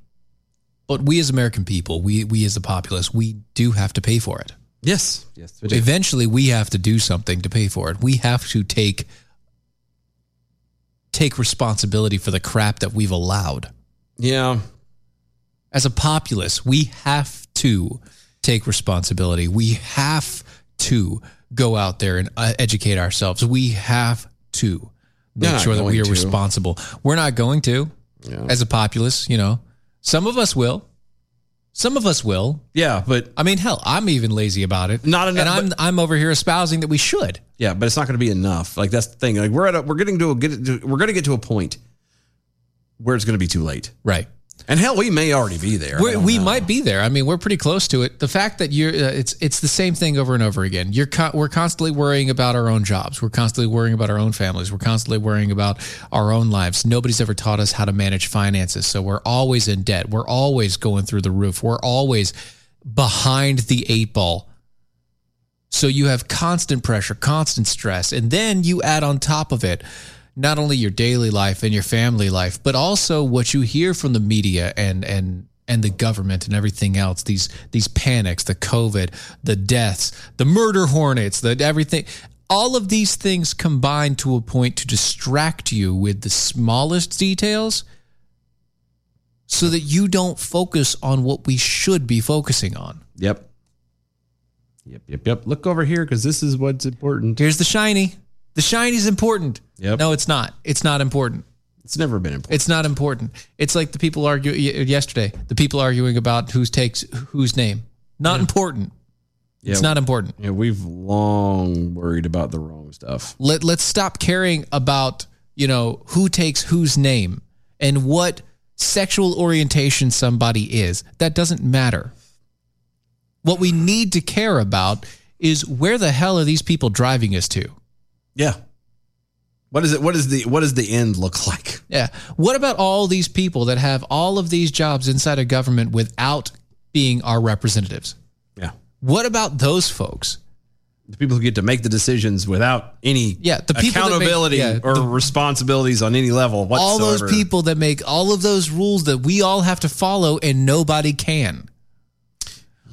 Speaker 3: But we as American people, we we as the populace, we do have to pay for it.
Speaker 2: Yes. Yes. we do.
Speaker 3: Eventually we have to do something to pay for it. We have to take take responsibility for the crap that we've allowed.
Speaker 2: Yeah.
Speaker 3: As a populace, we have to take responsibility. We have to go out there and uh, educate ourselves. We have to
Speaker 2: They're
Speaker 3: make
Speaker 2: not
Speaker 3: sure that we
Speaker 2: going
Speaker 3: are
Speaker 2: to.
Speaker 3: responsible. We're not going to as a populace, you know. Some of us will. Some of us will.
Speaker 2: Yeah, but
Speaker 3: I mean, hell, I'm even lazy about it. Not
Speaker 2: enough-
Speaker 3: And I'm I'm over here espousing that we should.
Speaker 2: Yeah, but it's not going to be enough. Like that's the thing. Like we're at a, we're getting to a get we're going to get to a point where it's going to be too late.
Speaker 3: Right.
Speaker 2: And hell, we may already be there. I
Speaker 3: We're,
Speaker 2: don't
Speaker 3: we
Speaker 2: know.
Speaker 3: might be there. I mean, we're pretty close to it. The fact that you're, uh, it's it's the same thing over and over again. You're co- we're constantly worrying about our own jobs. We're constantly worrying about our own families. We're constantly worrying about our own lives. Nobody's ever taught us how to manage finances, so we're always in debt. We're always going through the roof. We're always behind the eight ball. So you have constant pressure, constant stress, and then you add on top of it not only your daily life and your family life, but also what you hear from the media and and and the government and everything else. These these panics, the COVID, the deaths, the murder hornets, the everything. All of these things combine to a point to distract you with the smallest details so that you don't focus on what we should be focusing on.
Speaker 2: Yep. Yep. Yep. Yep. Look over here because this is what's important.
Speaker 3: Here's the shiny. The shiny's important.
Speaker 2: Yep.
Speaker 3: No, it's not. It's not important.
Speaker 2: It's never been important.
Speaker 3: It's not important. It's like the people argue y- yesterday. The people arguing about whose takes whose name. Not important. It's not important.
Speaker 2: Yeah, we've long worried about the wrong stuff.
Speaker 3: Let let's stop caring about you know who takes whose name and what sexual orientation somebody is. That doesn't matter. What we need to care about is where the hell are these people driving us to?
Speaker 2: Yeah. What is it? What is the what does the end look like?
Speaker 3: Yeah. What about all these people that have all of these jobs inside of government without being our representatives?
Speaker 2: Yeah.
Speaker 3: What about those folks?
Speaker 2: The people who get to make the decisions without any
Speaker 3: Yeah, the people that make-
Speaker 2: accountability
Speaker 3: yeah,
Speaker 2: or responsibilities on any level whatsoever.
Speaker 3: All those people that make all of those rules that we all have to follow and nobody can.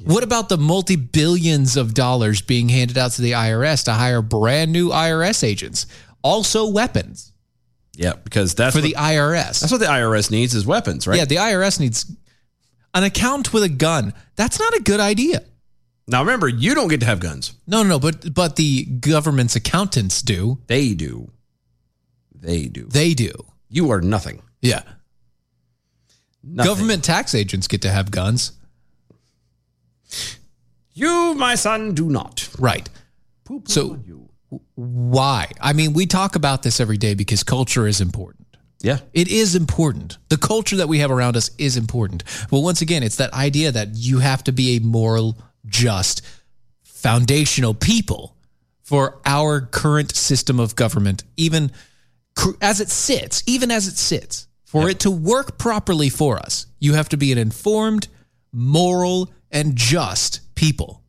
Speaker 3: What about the multi billions of dollars being handed out to the IRS to hire brand new IRS agents? Also, weapons
Speaker 2: Yeah, because that's
Speaker 3: for
Speaker 2: what-
Speaker 3: the IRS.
Speaker 2: That's what the IRS needs is weapons, right?
Speaker 3: Yeah, the IRS needs an accountant with a gun. That's not a good idea.
Speaker 2: Now remember, you don't get to have guns.
Speaker 3: No, no, no, but but the government's accountants do.
Speaker 2: They do. They do.
Speaker 3: They do.
Speaker 2: You are nothing.
Speaker 3: Yeah. Government tax agents get to have guns.
Speaker 2: You, my son, do not.
Speaker 3: Right. so w- why? I mean, we talk about this every day because culture is important.
Speaker 2: Yeah.
Speaker 3: It is important. The culture that we have around us is important. But once again, it's that idea that you have to be a moral, just, foundational people for our current system of government, even cr- as it sits, even as it sits. For it to work properly for us, you have to be an informed, moral, and just people.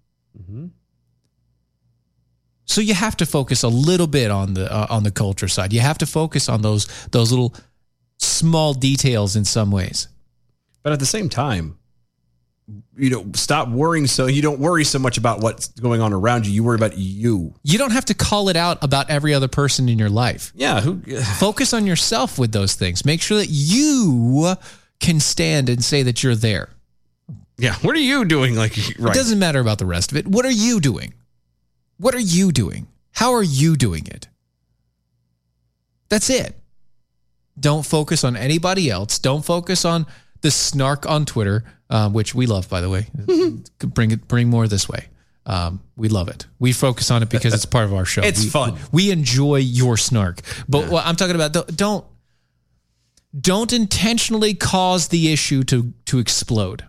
Speaker 3: So you have to focus a little bit on the uh, on the culture side. You have to focus on those those little small details in some ways.
Speaker 2: But at the same time, you know, stop worrying so you don't worry so much about what's going on around you. You worry about you.
Speaker 3: You don't have to call it out about every other person in your life.
Speaker 2: Yeah, who
Speaker 3: focus on yourself with those things. Make sure that you can stand and say that you're there.
Speaker 2: Yeah, what are you doing? Like, right?
Speaker 3: It doesn't matter about the rest of it. What are you doing? What are you doing? How are you doing it? That's it. Don't focus on anybody else. Don't focus on the snark on Twitter, uh, which we love, by the way. bring it, bring more this way. Um, we love it. We focus on it because it's part of our show.
Speaker 2: It's
Speaker 3: We-
Speaker 2: fun.
Speaker 3: We enjoy your snark, but what I'm talking about don't- don't don't intentionally cause the issue to to explode.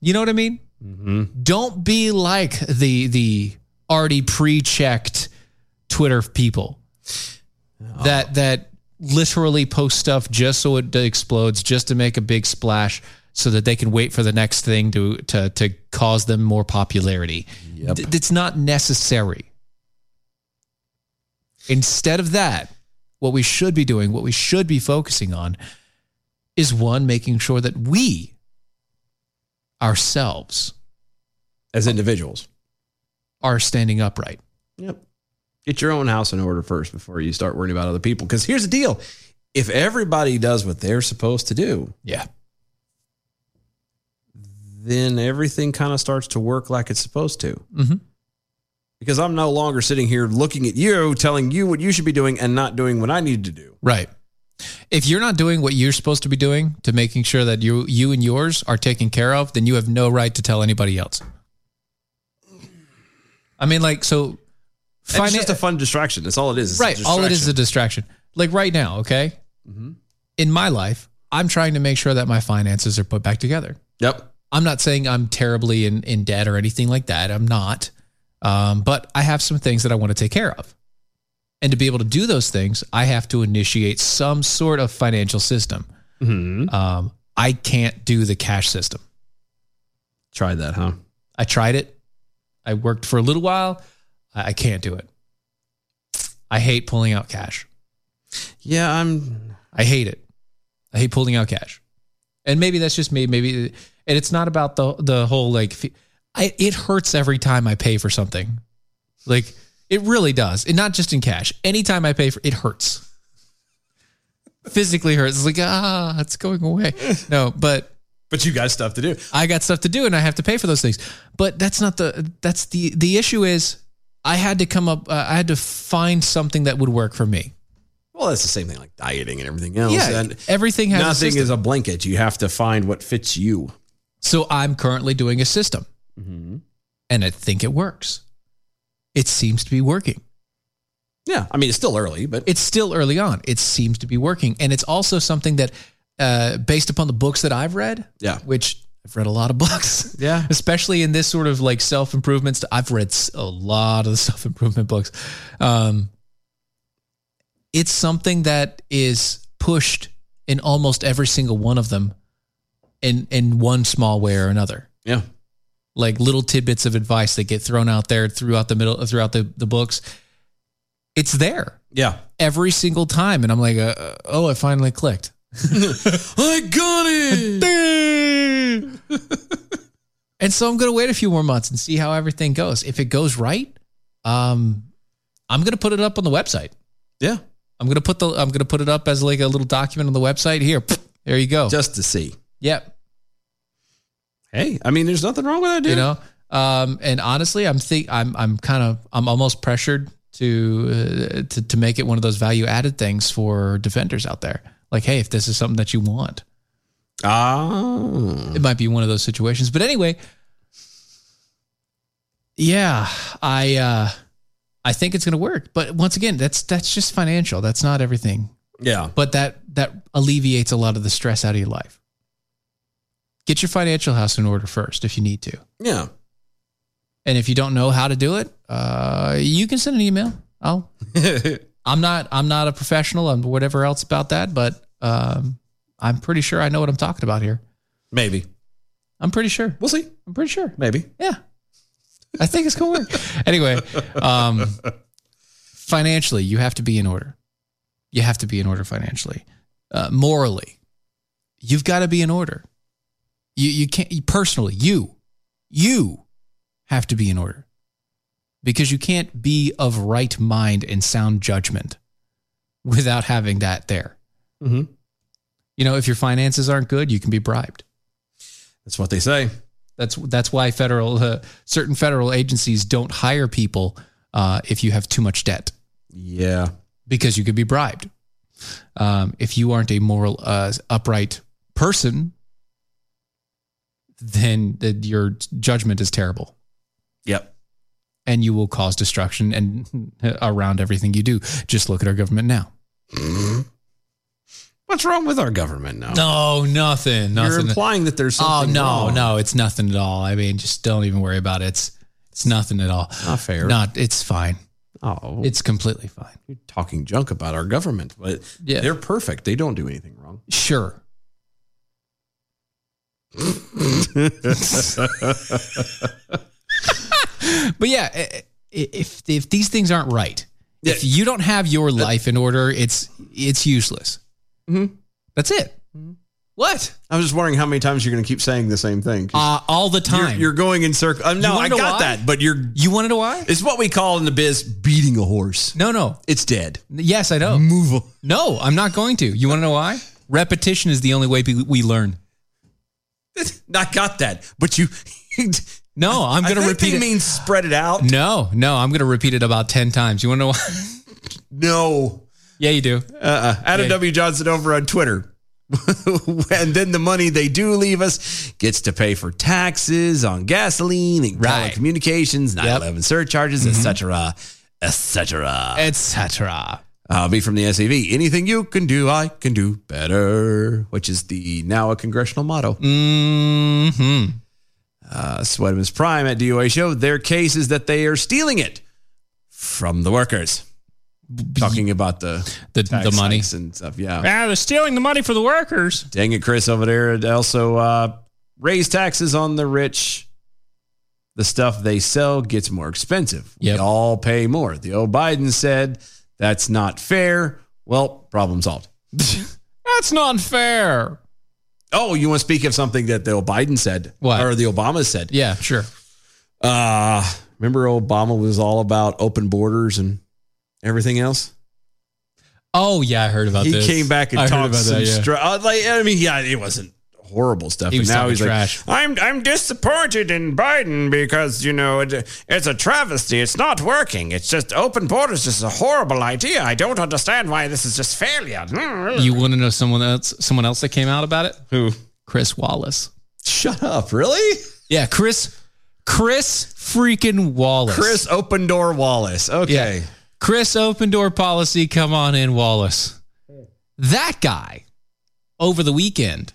Speaker 3: You know what I mean?
Speaker 2: Mm-hmm.
Speaker 3: Don't be like the the already pre-checked Twitter people that that literally post stuff just so it explodes, just to make a big splash, so that they can wait for the next thing to to to cause them more popularity. Th- it's not necessary. Instead of that, what we should be doing, what we should be focusing on, is one making sure that we ourselves
Speaker 2: as individuals
Speaker 3: are standing upright.
Speaker 2: Yep. Get your own house in order first before you start worrying about other people. Because here's the deal: if everybody does what they're supposed to do,
Speaker 3: yeah,
Speaker 2: then everything kind of starts to work like it's supposed to.
Speaker 3: Mhm.
Speaker 2: Because I'm no longer sitting here looking at you, telling you what you should be doing, and not doing what I need to do.
Speaker 3: Right. If you're not doing what you're supposed to be doing to making sure that you you and yours are taken care of, then you have no right to tell anybody else. I mean, like so.
Speaker 2: It's just a fun distraction. That's all it is. It's a
Speaker 3: eh, right. All it is is a
Speaker 2: distraction. Mm-hmm.
Speaker 3: distraction. Like right now, okay. In my life, I'm trying to make sure that my finances are put back together.
Speaker 2: Yep.
Speaker 3: I'm not saying I'm terribly in, in debt or anything like that. I'm not. Um, but I have some things that I want to take care of. And to be able to do those things, I have to initiate some sort of financial system. Um, I can't do the cash system.
Speaker 2: Tried that, huh?
Speaker 3: I tried it. I worked for a little while. I, I can't do it. I hate pulling out cash.
Speaker 2: Yeah, I'm.
Speaker 3: I hate it. I hate pulling out cash. And maybe that's just me. Maybe, and it's not about the the whole like. fe- I, it hurts every time I pay for something. Like it really does, and not just in cash. Anytime I pay for it, hurts. Physically hurts. It's like ah, it's going away. No, but
Speaker 2: But you got stuff to do.
Speaker 3: I got stuff to do and I have to pay for those things. But that's not the that's the the issue is I had to come up uh, I had to find something that would work for me.
Speaker 2: Well, that's the same thing like dieting and everything else.
Speaker 3: Yeah,
Speaker 2: and
Speaker 3: everything has a
Speaker 2: nothing
Speaker 3: system.
Speaker 2: is a blanket. You have to find what fits you.
Speaker 3: So I'm currently doing a system
Speaker 2: Mm-hmm.
Speaker 3: and I think it works. It seems to be working.
Speaker 2: Yeah, I mean it's still early, but
Speaker 3: It's still early on. It seems to be working and it's also something that uh based upon the books that I've read,
Speaker 2: Yeah.
Speaker 3: which I've read a lot of books.
Speaker 2: Yeah.
Speaker 3: Especially in this sort of like self-improvement stuff. I've read s- a lot of the self-improvement books. Um it's something that is pushed in almost every single one of them in in one small way or another.
Speaker 2: yeah.
Speaker 3: like little tidbits of advice that get thrown out there throughout the middle throughout the, the books it's there
Speaker 2: yeah
Speaker 3: every single time and i'm like uh, uh, oh i finally clicked
Speaker 2: I got it.
Speaker 3: and so i'm going to wait a few more months and see how everything goes if it goes right um i'm going to put it up on the website
Speaker 2: yeah
Speaker 3: i'm going to put the i'm going to put it up as like a little document on the website here there you go
Speaker 2: just to see
Speaker 3: yep
Speaker 2: hey, I mean, there's nothing wrong with that, dude.
Speaker 3: You know, um, and honestly, I'm think I'm I'm kind of I'm almost pressured to uh, to to make it one of those value added things for defenders out there. Like, hey, if this is something that you want,
Speaker 2: oh,
Speaker 3: it might be one of those situations. But anyway, yeah, I uh, I think it's gonna work. But once again, that's that's just financial. That's not everything.
Speaker 2: Yeah,
Speaker 3: But that that alleviates a lot of the stress out of your life. Get your financial house in order first if you need to.
Speaker 2: yeah.
Speaker 3: And if you don't know how to do it, uh, you can send an email. I'll. I'm not. I'm not a professional. I'm whatever else about that, but um, I'm pretty sure I know what I'm talking about here.
Speaker 2: Maybe.
Speaker 3: I'm pretty sure.
Speaker 2: We'll see.
Speaker 3: I'm pretty sure.
Speaker 2: Maybe.
Speaker 3: Yeah. I think it's gonna work. anyway, um, financially, you have to be in order. You have to be in order financially. Uh, morally, you've got to be in order. You you can't you, personally you you have to be in order because you can't be of right mind and sound judgment without having that there.
Speaker 2: Mm-hmm.
Speaker 3: You know, if your finances aren't good, you can be bribed.
Speaker 2: That's what they say.
Speaker 3: That's that's why federal uh, certain federal agencies don't hire people uh, if you have too much debt
Speaker 2: Yeah.
Speaker 3: because you could be bribed. Um, if you aren't a moral, uh, upright person, then the, your judgment is terrible.
Speaker 2: Yep.
Speaker 3: And you will cause destruction and around everything you do. Just look at our government now.
Speaker 2: What's wrong with our government now?
Speaker 3: No, nothing. nothing.
Speaker 2: You're implying that there's something.
Speaker 3: oh no,
Speaker 2: wrong.
Speaker 3: no, it's nothing at all. I mean, just don't even worry about it. It's it's nothing at all.
Speaker 2: Not fair.
Speaker 3: Not. It's fine.
Speaker 2: Oh,
Speaker 3: It's completely fine.
Speaker 2: you're talking junk about our government, but
Speaker 3: Yeah.
Speaker 2: they're perfect. They don't do anything wrong.
Speaker 3: Sure. but yeah, i- i- if if these things aren't right, if you don't have your life in order, it's it's useless.
Speaker 2: Mhm.
Speaker 3: That's it. What?
Speaker 2: I was just wondering how many times you're going to keep saying the same thing. 'Cause
Speaker 3: Uh, all the
Speaker 2: you're-
Speaker 3: time.
Speaker 2: You're, going in circles.
Speaker 3: You
Speaker 2: no,
Speaker 3: wanna
Speaker 2: I
Speaker 3: know
Speaker 2: got
Speaker 3: why?
Speaker 2: that, but you're.
Speaker 3: you want to know why?
Speaker 2: It's what we call in the biz beating a horse.
Speaker 3: No, no.
Speaker 2: It's dead.
Speaker 3: Yes, I know.
Speaker 2: Move on.
Speaker 3: No, I'm not going to. You want to know why? Repetition is the only way we- we learn.
Speaker 2: I got that, but you.
Speaker 3: No, I'm
Speaker 2: I
Speaker 3: going to
Speaker 2: think
Speaker 3: repeat
Speaker 2: they
Speaker 3: it.
Speaker 2: mean spread it out.
Speaker 3: no, no, I'm going to repeat it about 10 times. You want to know why?
Speaker 2: No.
Speaker 3: yeah, you do.
Speaker 2: Uh-uh. Adam
Speaker 3: Yeah.
Speaker 2: W. Johnson over on Twitter. and then the money they do leave us gets to pay for taxes on gasoline and
Speaker 3: Right. Mm-hmm.
Speaker 2: telecommunications, 9/11 surcharges, etc., etc.
Speaker 3: Etc.
Speaker 2: Uh, me from the SAV. Anything you can do, I can do better, which is the now a congressional motto.
Speaker 3: Mm. Mm-hmm.
Speaker 2: Uh, Sweatman's Prime at DOA Show. Their case is that they are stealing it from the workers. Talking about the
Speaker 3: The,
Speaker 2: tax
Speaker 3: the money.
Speaker 2: hikes and stuff. Yeah.
Speaker 3: Ah, they're stealing the money for the workers.
Speaker 2: Dang it, Chris over there. It Also, uh, raise taxes on the rich. The stuff they sell gets more expensive.
Speaker 3: Yep.
Speaker 2: We all pay more. The old Biden said that's not fair. Well, problem solved.
Speaker 3: That's not fair.
Speaker 2: Oh, you want to speak of something that the old Biden said
Speaker 3: What?
Speaker 2: or the Obama said?
Speaker 3: Yeah, sure.
Speaker 2: Uh, remember Obama was all about open borders and everything else?
Speaker 3: Oh yeah, I heard about
Speaker 2: he
Speaker 3: this.
Speaker 2: came back and
Speaker 3: I heard
Speaker 2: talked
Speaker 3: about
Speaker 2: some
Speaker 3: that, yeah.
Speaker 2: stra- uh, like, I mean, yeah, it wasn't horrible stuff.
Speaker 3: He
Speaker 2: and
Speaker 3: was
Speaker 2: now
Speaker 3: talking
Speaker 2: he's
Speaker 3: trash.
Speaker 2: like, I'm I'm disappointed in Biden because you know it, it's a travesty. It's not working. It's just open borders. Just a horrible idea. I don't understand why this is just failure. Hmm,
Speaker 3: You want to know someone else? Someone else that came out about it?
Speaker 2: Who?
Speaker 3: Chris Wallace.
Speaker 2: Shut up! Really,
Speaker 3: Yeah, Chris. Chris freaking Wallace.
Speaker 2: Chris Open Door Wallace. Okay,
Speaker 3: Chris open door policy. Come on in, Wallace. That guy over the weekend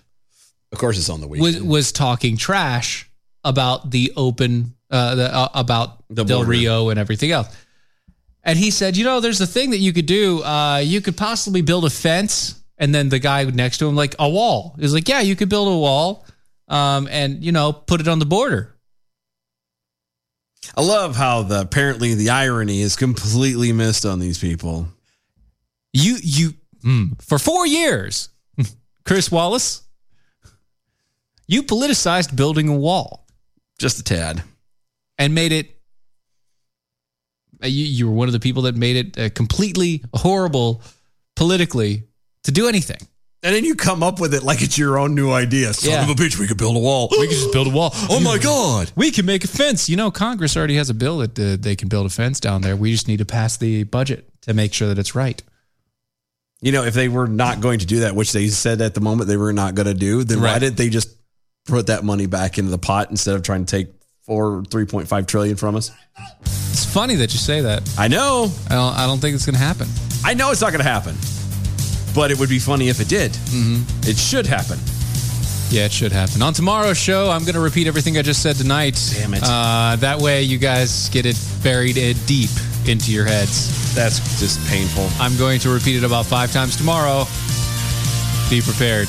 Speaker 2: of course it's on the
Speaker 3: was was talking trash about the open uh, the, uh about
Speaker 2: The
Speaker 3: Del
Speaker 2: border.
Speaker 3: Rio and everything else. And he said, you know, there's a thing that you could do. Uh, you could possibly build a fence, and then the guy next to him, like a wall, is like, yeah, you could build a wall, um, and you know, put it on the border.
Speaker 2: I love how the apparently the irony is completely missed on these people.
Speaker 3: You you hmm. for four years, Chris Wallace, you politicized building a wall,
Speaker 2: just a tad,
Speaker 3: and made it. uh, You you were one of the people that made it uh, completely horrible politically to do anything.
Speaker 2: And then you come up with it like it's your own new idea. Son
Speaker 3: Yeah.
Speaker 2: of a bitch, we could build a wall.
Speaker 3: We could just build a wall.
Speaker 2: Oh my God.
Speaker 3: We can make a fence. You know, Congress already has a bill that uh, they can build a fence down there. We just need to pass the budget to make sure that it's right.
Speaker 2: You know, if they were not going to do that, which they said at the moment they were not going to do, then why
Speaker 3: Right.
Speaker 2: did they just put that money back into the pot instead of trying to take four, three point five trillion from us?
Speaker 3: It's funny that you say that.
Speaker 2: I know.
Speaker 3: I don't, I don't think it's going to happen.
Speaker 2: I know it's not going to happen, but it would be funny if it did. Mm-hmm. It should happen.
Speaker 3: Yeah, it should happen. On tomorrow's show, I'm going to repeat everything I just said tonight. Damn
Speaker 2: it.
Speaker 3: Uh, that way, you guys get it buried it deep into your heads.
Speaker 2: That's just painful.
Speaker 3: I'm going to repeat it about five times tomorrow. Be prepared.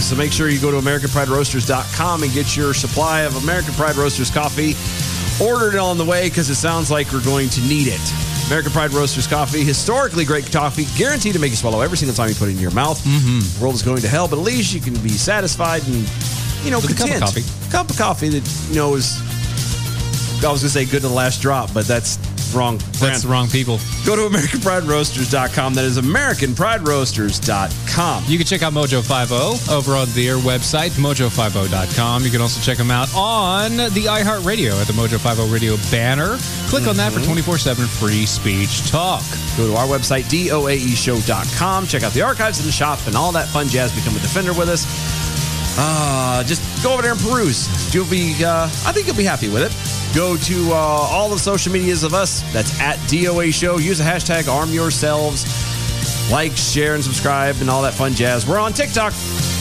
Speaker 2: So make sure you go to AmericanPrideRoasters.com and get your supply of American Pride Roasters coffee. Order it on the way because it sounds like we're going to need it. American Pride Roasters coffee, historically great coffee, guaranteed to make you swallow every single time you put it in your mouth.
Speaker 3: Mm-hmm.
Speaker 2: The world is going to hell, but at least you can be satisfied and, you know,
Speaker 3: With a cup of coffee.
Speaker 2: content. Cup of coffee that, you know, is, I was going to say good to the last drop, but that's wrong.
Speaker 3: That's the wrong people.
Speaker 2: Go to AmericanPrideRoasters.com. That is AmericanPrideRoasters.com.
Speaker 3: You can check out Mojo50 over on their website, mojo50.com. You can also check them out on the iHeartRadio at the Mojo50 radio banner. Click on that for 24 7 free speech talk.
Speaker 2: Go to our website, E doaeshow.com. Check out the archives in the shop and all that fun jazz. Become a defender with us. Uh, just go over there and peruse. You'll be, uh, I think you'll be happy with it. Go to uh, all the social medias of us. That's at DOA Show. Use the hashtag arm yourselves. Like, share, and subscribe, and all that fun jazz. We're on TikTok.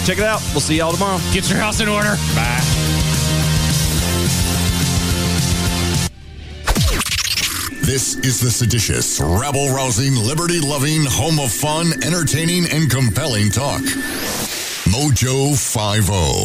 Speaker 2: Check it out. We'll see y'all tomorrow.
Speaker 3: Get your house in order. Bye.
Speaker 6: This is the seditious, rabble rousing, liberty loving, home of fun, entertaining, and compelling talk. Mojo oh. 5